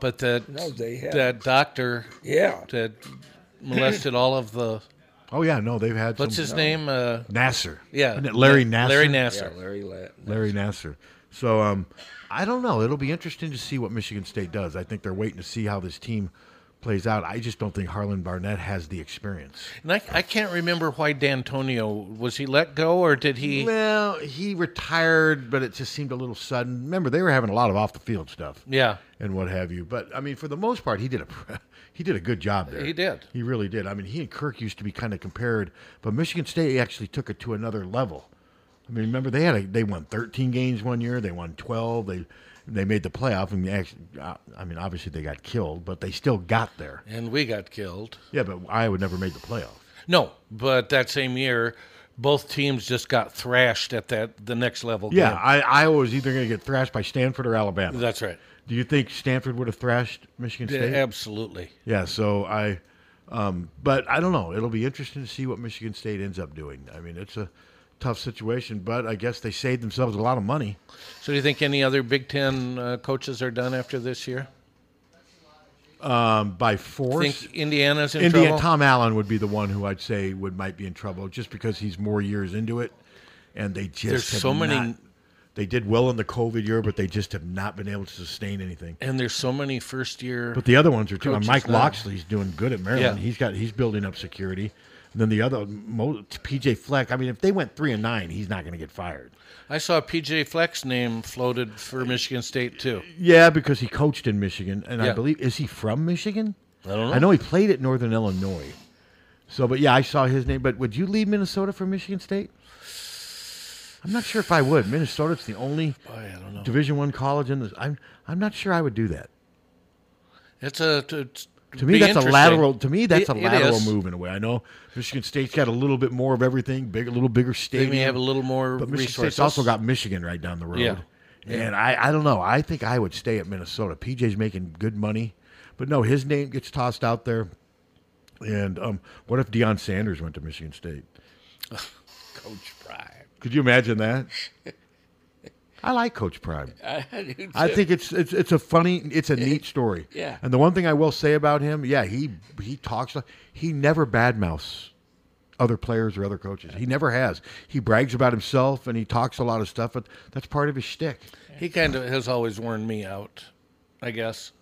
Speaker 3: but that
Speaker 2: No, they have.
Speaker 3: that doctor,
Speaker 2: Yeah.
Speaker 3: that molested all
Speaker 2: <clears throat>
Speaker 3: of the.
Speaker 4: Oh yeah, no, they've had.
Speaker 3: What's
Speaker 4: some-
Speaker 3: his name? Uh,
Speaker 4: Nasser.
Speaker 3: Yeah,
Speaker 4: Isn't it Larry
Speaker 3: Na-
Speaker 4: Nasser?
Speaker 3: Larry Nasser. Yeah,
Speaker 2: Larry La-
Speaker 4: Larry Nasser. So um, I don't know. It'll be interesting to see what Michigan State does. I think they're waiting to see how this team plays out. I just don't think Harlan Barnett has the experience.
Speaker 3: And I, I can't remember why D'Antonio was he let go or did he?
Speaker 4: Well, he retired, but it just seemed a little sudden. Remember, they were having a lot of off the field stuff.
Speaker 3: Yeah.
Speaker 4: And what have you? But I mean, for the most part, he did a <laughs> he did a good job there.
Speaker 3: He did.
Speaker 4: He really did. I mean, he and Kirk used to be kind of compared, but Michigan State actually took it to another level. I mean, remember they had a, they won 13 games one year, they won 12, they they made the playoff and actually, I mean, obviously they got killed, but they still got there.
Speaker 3: And we got killed.
Speaker 4: Yeah, but Iowa never made the playoff.
Speaker 3: No, but that same year, both teams just got thrashed at that the next level.
Speaker 4: Yeah,
Speaker 3: game.
Speaker 4: I, Iowa was either going to get thrashed by Stanford or Alabama.
Speaker 3: That's right.
Speaker 4: Do you think Stanford would have thrashed Michigan
Speaker 3: Yeah,
Speaker 4: State?
Speaker 3: absolutely.
Speaker 4: Yeah. So I, um, but I don't know. It'll be interesting to see what Michigan State ends up doing. I mean, it's a tough situation, but I guess they saved themselves a lot of money.
Speaker 3: So, do you think any other Big Ten uh, coaches are done after this year?
Speaker 4: Um, by force,
Speaker 3: Think Indiana's in
Speaker 4: Indiana,
Speaker 3: trouble?
Speaker 4: Tom Allen would be the one who I'd say would might be in trouble, just because he's more years into it, and they just
Speaker 3: There's
Speaker 4: have
Speaker 3: so many-
Speaker 4: not- they did well in the COVID year, but they just have not been able to sustain anything.
Speaker 3: And there's so many first year.
Speaker 4: But the other ones are too.
Speaker 3: coaches
Speaker 4: Mike
Speaker 3: now.
Speaker 4: Loxley's doing good at Maryland.
Speaker 3: Yeah.
Speaker 4: He's got he's building up security. And then the other mo- PJ Fleck. I mean, if they went three and nine, he's not going to get fired.
Speaker 3: I saw PJ Fleck's name floated for Michigan State too.
Speaker 4: Yeah, because he coached in Michigan, and I
Speaker 3: Yeah.
Speaker 4: believe is he from Michigan?
Speaker 3: I don't know.
Speaker 4: I know he played at Northern Illinois. So, but yeah, I saw his name. But would you leave Minnesota for Michigan State? I'm not sure if I would. Minnesota's the only Division One college in this. I'm I'm not sure I would do that.
Speaker 3: It's a t- t-
Speaker 4: To me,
Speaker 3: be
Speaker 4: that's a
Speaker 3: interesting.
Speaker 4: lateral. To me, that's
Speaker 3: It-
Speaker 4: a
Speaker 3: it
Speaker 4: lateral
Speaker 3: is.
Speaker 4: move in a way. I know Michigan State's got a little bit more of everything, big, a little bigger
Speaker 3: They
Speaker 4: stadium.
Speaker 3: may have a little more
Speaker 4: but Michigan
Speaker 3: resources.
Speaker 4: State's also got Michigan right down the road.
Speaker 3: Yeah.
Speaker 4: And I, I don't know. I think I would stay at Minnesota. PJ's making good money, but no, his name gets tossed out there. And um, what if Deion Sanders went to Michigan State?
Speaker 2: Coach Prime.
Speaker 4: Could you imagine that? I like Coach Prime.
Speaker 2: <laughs> I do
Speaker 4: I
Speaker 2: too.
Speaker 4: think it's it's it's a funny, it's a neat story.
Speaker 2: Yeah.
Speaker 4: And the one thing I will say about him, yeah, he he talks. He never badmouths other players or other coaches. He never has. He brags about himself and he talks a lot of stuff, but that's part of his shtick.
Speaker 3: He kind of has always worn me out, I guess.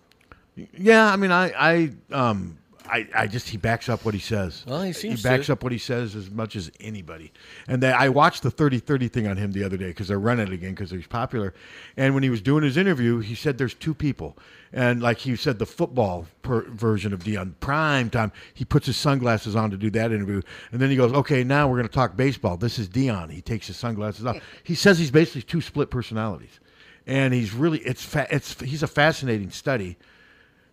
Speaker 4: Yeah, I mean, I, I, um, I, I just he backs up what he says.
Speaker 3: Well, he seems
Speaker 4: backs
Speaker 3: to.
Speaker 4: up what he says as much as anybody. And they, I watched the 30-30 thing on him the other day because they're running it again because he's popular. And when he was doing his interview, he said there's two people, and like he said, the football per- version of Dion Prime Time. He puts his sunglasses on to do that interview, and then he goes, "Okay, now we're going to talk baseball. This is Dion." He takes his sunglasses
Speaker 3: <laughs>
Speaker 4: off. he says he's basically two split personalities. And he's really it's fa- it's he's a fascinating study.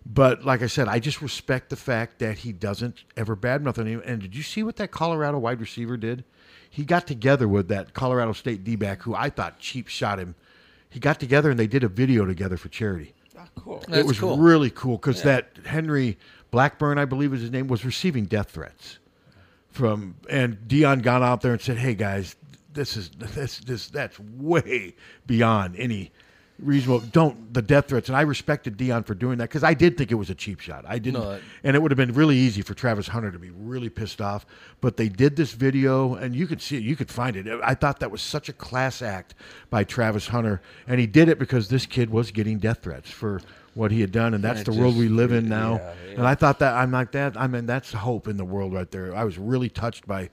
Speaker 4: But like I said, I just respect the fact that he doesn't ever badmouth anyone. And did you see what that Colorado wide receiver did? He got together with that Colorado State D back who I thought cheap shot him. He got together and they did a video together for charity.
Speaker 2: Ah, cool.
Speaker 4: it
Speaker 2: That's
Speaker 4: was
Speaker 2: cool.
Speaker 4: really cool because
Speaker 2: Yeah.
Speaker 4: that Henry Blackburn, I believe is his name, was receiving death threats from and Dion got out there and said, "Hey guys, this is this this that's way beyond any reasonable. Don't the death threats." And I respected Dion for doing that because I did think it was a cheap shot. I didn't,
Speaker 3: No, it-
Speaker 4: and it would have been really easy for Travis Hunter to be really pissed off. But they did this video, and you could see it, you could find it. I thought that was such a class act by Travis Hunter, and he did it because this kid was getting death threats for. What he had done, and that's
Speaker 2: I
Speaker 4: the world
Speaker 2: just-
Speaker 4: we live in now.
Speaker 2: yeah, yeah.
Speaker 4: And I thought that I'm like that. I mean, that's hope in the world right there. I was really touched by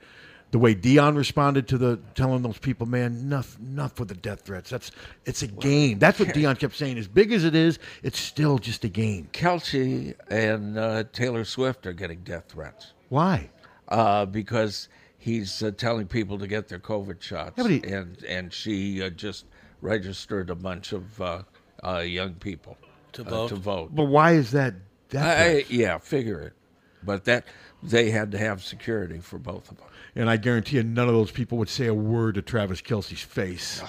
Speaker 4: the way Dion responded to the telling those people, man, enough, enough with the death threats. That's it's a game.
Speaker 2: <laughs>
Speaker 4: That's what Dion kept saying. As big as it is, it's still just a game.
Speaker 2: Kelsey and uh, Taylor Swift are getting death threats
Speaker 4: Why?
Speaker 2: uh, because he's uh, telling people to get their COVID shots,
Speaker 4: Yeah, but he-
Speaker 2: and and she uh, just registered a bunch of uh, uh, young people to
Speaker 3: vote.
Speaker 2: Uh, To vote.
Speaker 4: But why is that? death
Speaker 2: I,
Speaker 4: threats?
Speaker 2: I- yeah, figure it. But that they had to have security for both of them.
Speaker 4: and I guarantee you, none of those people would say a word to Travis Kelsey's face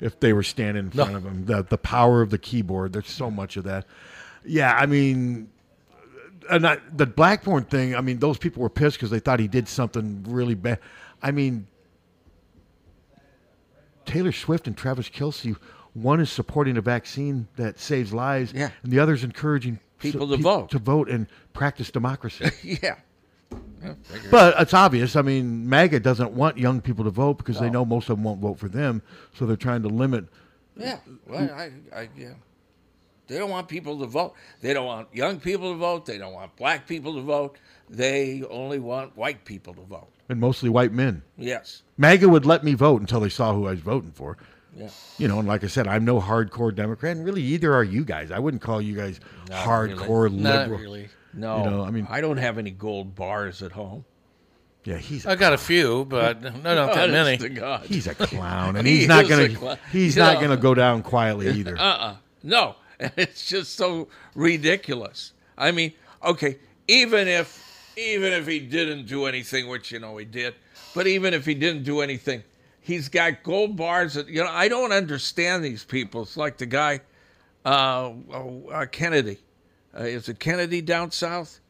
Speaker 4: if they were standing in
Speaker 2: No.
Speaker 4: front of him. The the power of the keyboard. There's so much of that. Yeah, I mean, and I, the Blackburn thing. I mean, those people were pissed because they thought he did something really bad. I mean, Taylor Swift and Travis Kelsey. One is supporting a vaccine that saves lives, yeah. and the other is encouraging
Speaker 2: People to
Speaker 4: so- pe-
Speaker 2: vote.
Speaker 4: to vote and practice democracy.
Speaker 2: <laughs>
Speaker 4: <laughs>
Speaker 2: Yeah. Yeah, figure it.
Speaker 4: But it's obvious. I mean, MAGA doesn't want young people to vote because they know most of them won't vote for them, so they're trying to limit.
Speaker 2: Yeah, well, I, I, yeah. They don't want people to vote. They don't want young people to vote. They don't want black people to vote. They only want white people to vote.
Speaker 4: And mostly white men.
Speaker 2: Yes.
Speaker 4: MAGA would let me vote until they saw who I was voting for.
Speaker 2: Yeah.
Speaker 4: You know, and like I said, I'm no hardcore Democrat, and really either are you guys. I wouldn't call you guys
Speaker 2: Not
Speaker 4: hardcore
Speaker 2: really.
Speaker 4: liberal.
Speaker 2: No.
Speaker 4: You know, I mean,
Speaker 2: I don't have any gold bars at home.
Speaker 4: yeah, he's
Speaker 3: I got a few,
Speaker 4: <laughs>
Speaker 3: but not, not that
Speaker 2: Honest
Speaker 3: many.
Speaker 2: to God.
Speaker 4: he's a clown,
Speaker 2: <laughs>
Speaker 4: and
Speaker 2: He
Speaker 4: he's not
Speaker 2: is a clown.
Speaker 4: gonna he's
Speaker 2: You
Speaker 4: not
Speaker 2: know.
Speaker 4: gonna go
Speaker 2: <laughs>
Speaker 4: down quietly either.
Speaker 2: Uh uh No. <laughs> It's just so ridiculous. I mean, okay, even if even if he didn't do anything, which you know he did, but even if he didn't do anything, he's got gold bars that you know, I don't understand these people. It's like the guy uh, oh, uh Kennedy. Uh, is it Kennedy down south?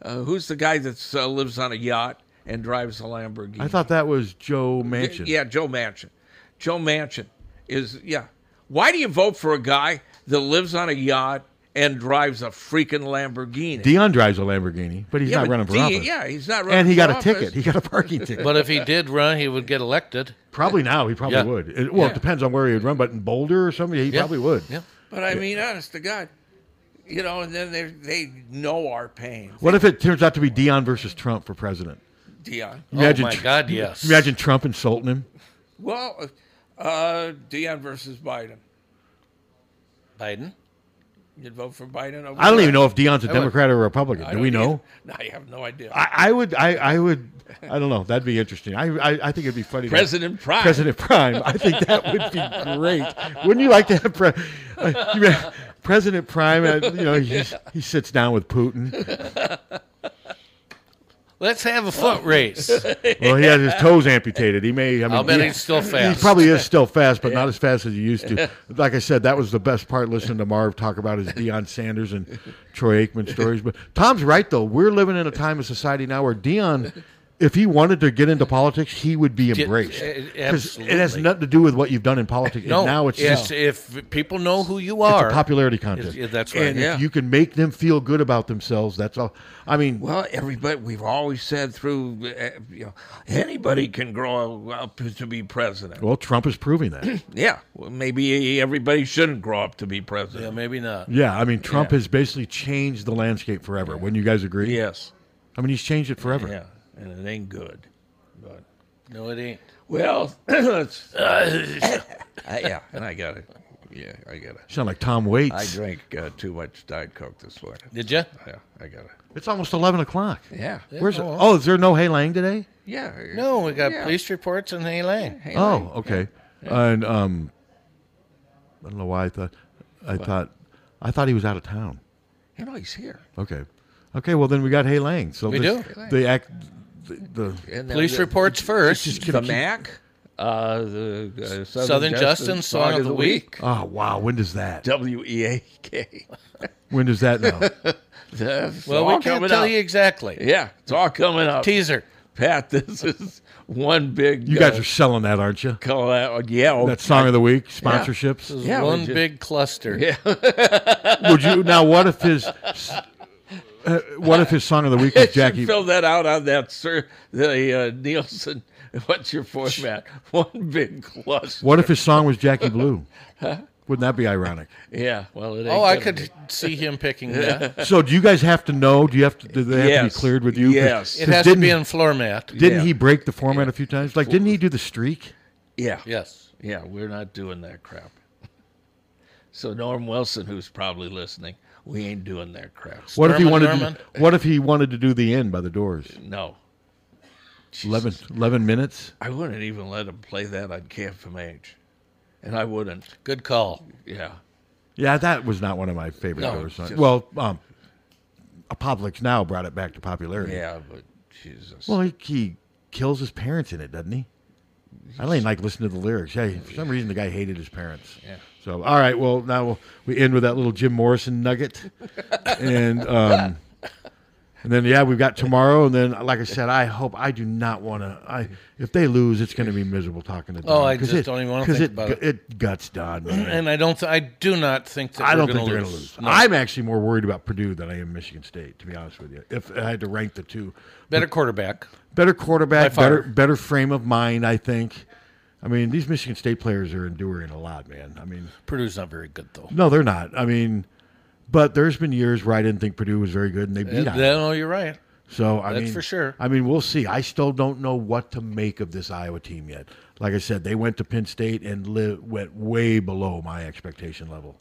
Speaker 2: Uh, who's the guy that uh, lives on a yacht and drives a Lamborghini?
Speaker 4: I thought that was Joe Manchin.
Speaker 2: Yeah, Joe Manchin. Joe Manchin is yeah. Why do you vote for a guy that lives on a yacht and drives a freaking Lamborghini?
Speaker 4: Dion drives a Lamborghini, but he's
Speaker 2: Yeah,
Speaker 4: not
Speaker 2: but
Speaker 4: running for
Speaker 2: Dion-
Speaker 4: office.
Speaker 2: yeah, he's not
Speaker 4: And
Speaker 2: running
Speaker 4: he
Speaker 2: for
Speaker 4: got a
Speaker 2: office.
Speaker 4: ticket. He got a parking ticket.
Speaker 3: But if he did run, he would get elected.
Speaker 4: Probably now, he probably
Speaker 3: Yeah.
Speaker 4: would. It, well,
Speaker 3: Yeah.
Speaker 4: it depends on where he would run, but in Boulder or something, he
Speaker 3: Yeah.
Speaker 4: probably would.
Speaker 3: Yeah.
Speaker 2: But I mean, honest to God, you know. And then they they know our pain,
Speaker 4: What if it turns out to be Dion versus Trump for president?
Speaker 2: Dion.
Speaker 4: Imagine
Speaker 3: oh my
Speaker 4: Tr-
Speaker 3: God, yes.
Speaker 4: Imagine Trump insulting him.
Speaker 2: Well, uh, Dion versus Biden.
Speaker 3: Biden.
Speaker 2: You'd vote for Biden over
Speaker 4: I don't
Speaker 2: Trump.
Speaker 4: even know if Dion's a
Speaker 2: I would.
Speaker 4: Democrat or a Republican.
Speaker 2: I
Speaker 4: Do
Speaker 2: don't
Speaker 4: we
Speaker 2: either. <laughs>
Speaker 4: know?
Speaker 2: No, I have no idea.
Speaker 4: I, I would. I, I would. I don't know. That'd be interesting. I, I, I think it'd be funny. to-
Speaker 2: President Prime.
Speaker 4: President Prime. I think that would be great. Wouldn't you like to have pre- uh, you mean- President Prime? uh, You know, he, he sits down with Putin.
Speaker 3: Let's have a
Speaker 4: <laughs>
Speaker 3: foot race.
Speaker 4: Well, he has his toes amputated. He may. I mean,
Speaker 3: I'll bet
Speaker 4: he-
Speaker 3: he's still
Speaker 4: He
Speaker 3: fast.
Speaker 4: probably is still fast, but not as fast as he used to. Like I said, that was the best part. Listening to Marv talk about his Deion Sanders and Troy Aikman stories. But Tom's right, though. We're living in a time of society now where Deion, if he wanted to get into politics, he would be
Speaker 3: Di-
Speaker 4: embraced.
Speaker 3: eh,
Speaker 4: 'Cause it has
Speaker 3: absolutely.
Speaker 4: nothing to do with what you've done in politics.
Speaker 3: No,
Speaker 4: and now it's just
Speaker 3: if people know who you
Speaker 4: it's
Speaker 3: are.
Speaker 4: a popularity
Speaker 3: it's-
Speaker 4: contest.
Speaker 3: yeah, that's right.
Speaker 4: And if you can make them feel good about themselves, that's all. I mean,
Speaker 2: well, everybody we've always said through, uh, you know, anybody can grow up to be president.
Speaker 4: well, Trump is proving that.
Speaker 2: <clears throat> Yeah, well, maybe everybody shouldn't grow up to be president.
Speaker 3: Yeah, maybe not.
Speaker 4: Yeah, I mean, Trump has basically changed the landscape forever. Wouldn't you guys agree?
Speaker 2: Yes.
Speaker 4: I mean, he's changed it forever.
Speaker 2: Yeah, and it ain't good. But
Speaker 3: No, it ain't. <coughs>
Speaker 2: well, <coughs> <clears throat> it's, yeah, and I got it. Yeah, I got it.
Speaker 4: Sound like Tom Waits.
Speaker 2: I drank uh, too much Diet Coke this morning.
Speaker 3: Did you?
Speaker 2: Yeah, I got it.
Speaker 4: It's almost 11 o'clock.
Speaker 2: Yeah. Yeah,
Speaker 4: Where's
Speaker 2: oh,
Speaker 4: it?
Speaker 2: well.
Speaker 4: Oh, is there no Hey Lang today?
Speaker 2: Yeah.
Speaker 3: No, we got
Speaker 2: yeah.
Speaker 3: police reports in Hay Lane.
Speaker 4: oh, okay. And um, I don't know why I thought I
Speaker 2: What?
Speaker 4: thought I thought he was out of town.
Speaker 2: You know he's here.
Speaker 4: Okay. Okay, well then we got Hey Lang. So
Speaker 2: We
Speaker 4: this-
Speaker 2: do.
Speaker 4: The act the, the
Speaker 2: And then
Speaker 3: Police
Speaker 2: the-
Speaker 3: reports first.
Speaker 4: Just
Speaker 2: the
Speaker 4: gonna keep-
Speaker 2: MAC, uh, the uh, Southern,
Speaker 3: Southern
Speaker 2: Justice
Speaker 3: Justin Song of the Week.
Speaker 4: Oh, wow. When does that?
Speaker 2: W E A
Speaker 4: <laughs>
Speaker 2: K.
Speaker 4: When does
Speaker 2: <laughs>
Speaker 4: that now?
Speaker 3: Well, we can't tell you exactly.
Speaker 2: Yeah, it's all coming up.
Speaker 3: Teaser.
Speaker 2: Pat, this is one big. uh,
Speaker 4: You guys are selling that, aren't you?
Speaker 2: Call that, yeah. oh,
Speaker 4: That song of the week,
Speaker 2: Yeah.
Speaker 4: sponsorships.
Speaker 3: This is
Speaker 2: Yeah,
Speaker 3: one
Speaker 2: would you-
Speaker 3: big cluster.
Speaker 2: Yeah.
Speaker 4: Would you now? What
Speaker 2: <laughs>
Speaker 4: if his? Uh, what if his song of the week was
Speaker 2: Should
Speaker 4: Jackie?
Speaker 2: Fill that out on that, sir. The uh, Nielsen. <laughs> What's your format? One big cluster.
Speaker 4: What if his song was
Speaker 3: <laughs>
Speaker 4: Jackie Blue?
Speaker 2: Huh?
Speaker 4: Wouldn't that be ironic?
Speaker 2: Yeah. Well, it.
Speaker 3: Oh,
Speaker 2: ain't
Speaker 3: I
Speaker 2: gonna
Speaker 3: could
Speaker 2: be. <laughs>
Speaker 3: see him picking that.
Speaker 4: So, do you guys have to know? Do you have to? Do they have to
Speaker 3: Yes.
Speaker 4: be cleared with you? 'Cause-
Speaker 3: Yes. It
Speaker 4: 'cause
Speaker 3: has to be
Speaker 4: didn't-
Speaker 3: in format.
Speaker 4: Didn't
Speaker 3: Yeah.
Speaker 4: he break the format a few times? Like, didn't he do the streak?
Speaker 2: Yeah.
Speaker 3: Yes.
Speaker 2: Yeah, we're not doing that crap. So Norm Wilson, who's probably listening, we ain't doing that crap.
Speaker 4: What if he wanted? To, what if he wanted to do the end by the Doors?
Speaker 2: No,
Speaker 4: 11, 11 minutes.
Speaker 2: I wouldn't even let him play that on KFMH, and I wouldn't.
Speaker 3: Good call.
Speaker 2: Yeah.
Speaker 4: Yeah, that was not one of my favorite
Speaker 2: No,
Speaker 4: Doors songs.
Speaker 2: just-
Speaker 4: well, um, Publix now brought it back to popularity.
Speaker 2: Yeah, but Jesus.
Speaker 4: Well, he, he kills his parents in it, doesn't he? I don't even like listening to the lyrics. Yeah, for some reason the guy hated his parents.
Speaker 2: Yeah.
Speaker 4: So, all right, well now we'll, we end with that little Jim
Speaker 3: <laughs>
Speaker 4: Morrison nugget, and um, and then yeah, we've got tomorrow, and then like I said, I hope I do not want to. I if they lose, it's going to be miserable talking to.
Speaker 3: Oh,
Speaker 4: Don,
Speaker 3: I
Speaker 4: 'cause
Speaker 3: just
Speaker 4: it-
Speaker 3: don't even want to
Speaker 4: 'cause
Speaker 3: think
Speaker 4: it,
Speaker 3: about it.
Speaker 4: gu- It guts Don. man.
Speaker 3: And I don't. Th- I do not think that.
Speaker 4: I
Speaker 3: we're
Speaker 4: don't think
Speaker 3: gonna
Speaker 4: they're going to lose.
Speaker 3: lose. No.
Speaker 4: I'm actually more worried about Purdue than I am Michigan State, to be honest with you. If I had to rank the two,
Speaker 3: Better quarterback.
Speaker 4: better
Speaker 3: By
Speaker 4: quarterback,
Speaker 3: far.
Speaker 4: better better frame of mind, I think. I mean, these Michigan State players are enduring a lot, man. I mean,
Speaker 3: Purdue's not very good though.
Speaker 4: no, they're not. I mean, but there's been years where I didn't think Purdue was very good, and they beat
Speaker 3: Uh,
Speaker 4: Iowa.
Speaker 3: no, you're right.
Speaker 4: So I
Speaker 3: That's
Speaker 4: mean,
Speaker 3: for sure.
Speaker 4: I mean, we'll see. I still don't know what to make of this Iowa team yet. Like I said, they went to Penn State and li- went way below my expectation level,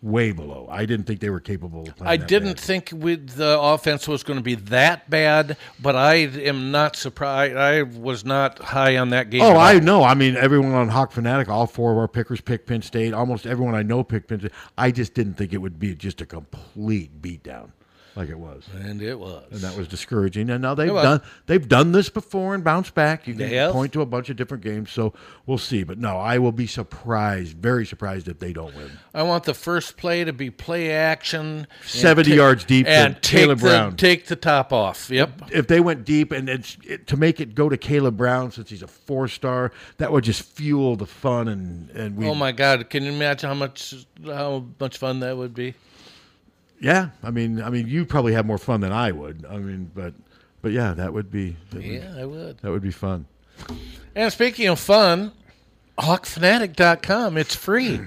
Speaker 4: way below. I didn't think they were capable. Of playing
Speaker 3: I
Speaker 4: that
Speaker 3: didn't think we, the offense was going to be that bad, but I am not surprised. I was not high on that game. at
Speaker 4: Oh,
Speaker 3: all.
Speaker 4: I know. I mean, everyone on Hawk Fanatic, all four of our pickers picked Penn State. Almost everyone I know picked Penn State. I just didn't think it would be just a complete beatdown like it was,
Speaker 3: and it was.
Speaker 4: and that was discouraging. And now they've
Speaker 3: was.
Speaker 4: done they've done this before and bounced back. You can
Speaker 3: They have.
Speaker 4: point to a bunch of different games, so we'll see. But no, I will be surprised, very surprised if they don't win.
Speaker 3: I want the first play to be play action, and
Speaker 4: 70
Speaker 3: ta-
Speaker 4: yards deep to
Speaker 3: and take
Speaker 4: Caleb
Speaker 3: the-
Speaker 4: Brown.
Speaker 3: Take the top off. Yep.
Speaker 4: If they went deep and it's, it, to make it go to Caleb Brown since he's a four star, that would just fuel the fun and and we.
Speaker 3: oh my God! Can you imagine how much how much fun that would be?
Speaker 4: Yeah, I mean, I mean, you probably have more fun than I would. I mean, but, but yeah, that would be. That
Speaker 3: Yeah, I would.
Speaker 4: That would be fun.
Speaker 3: And speaking of fun, hawkfanatic.com. It's free.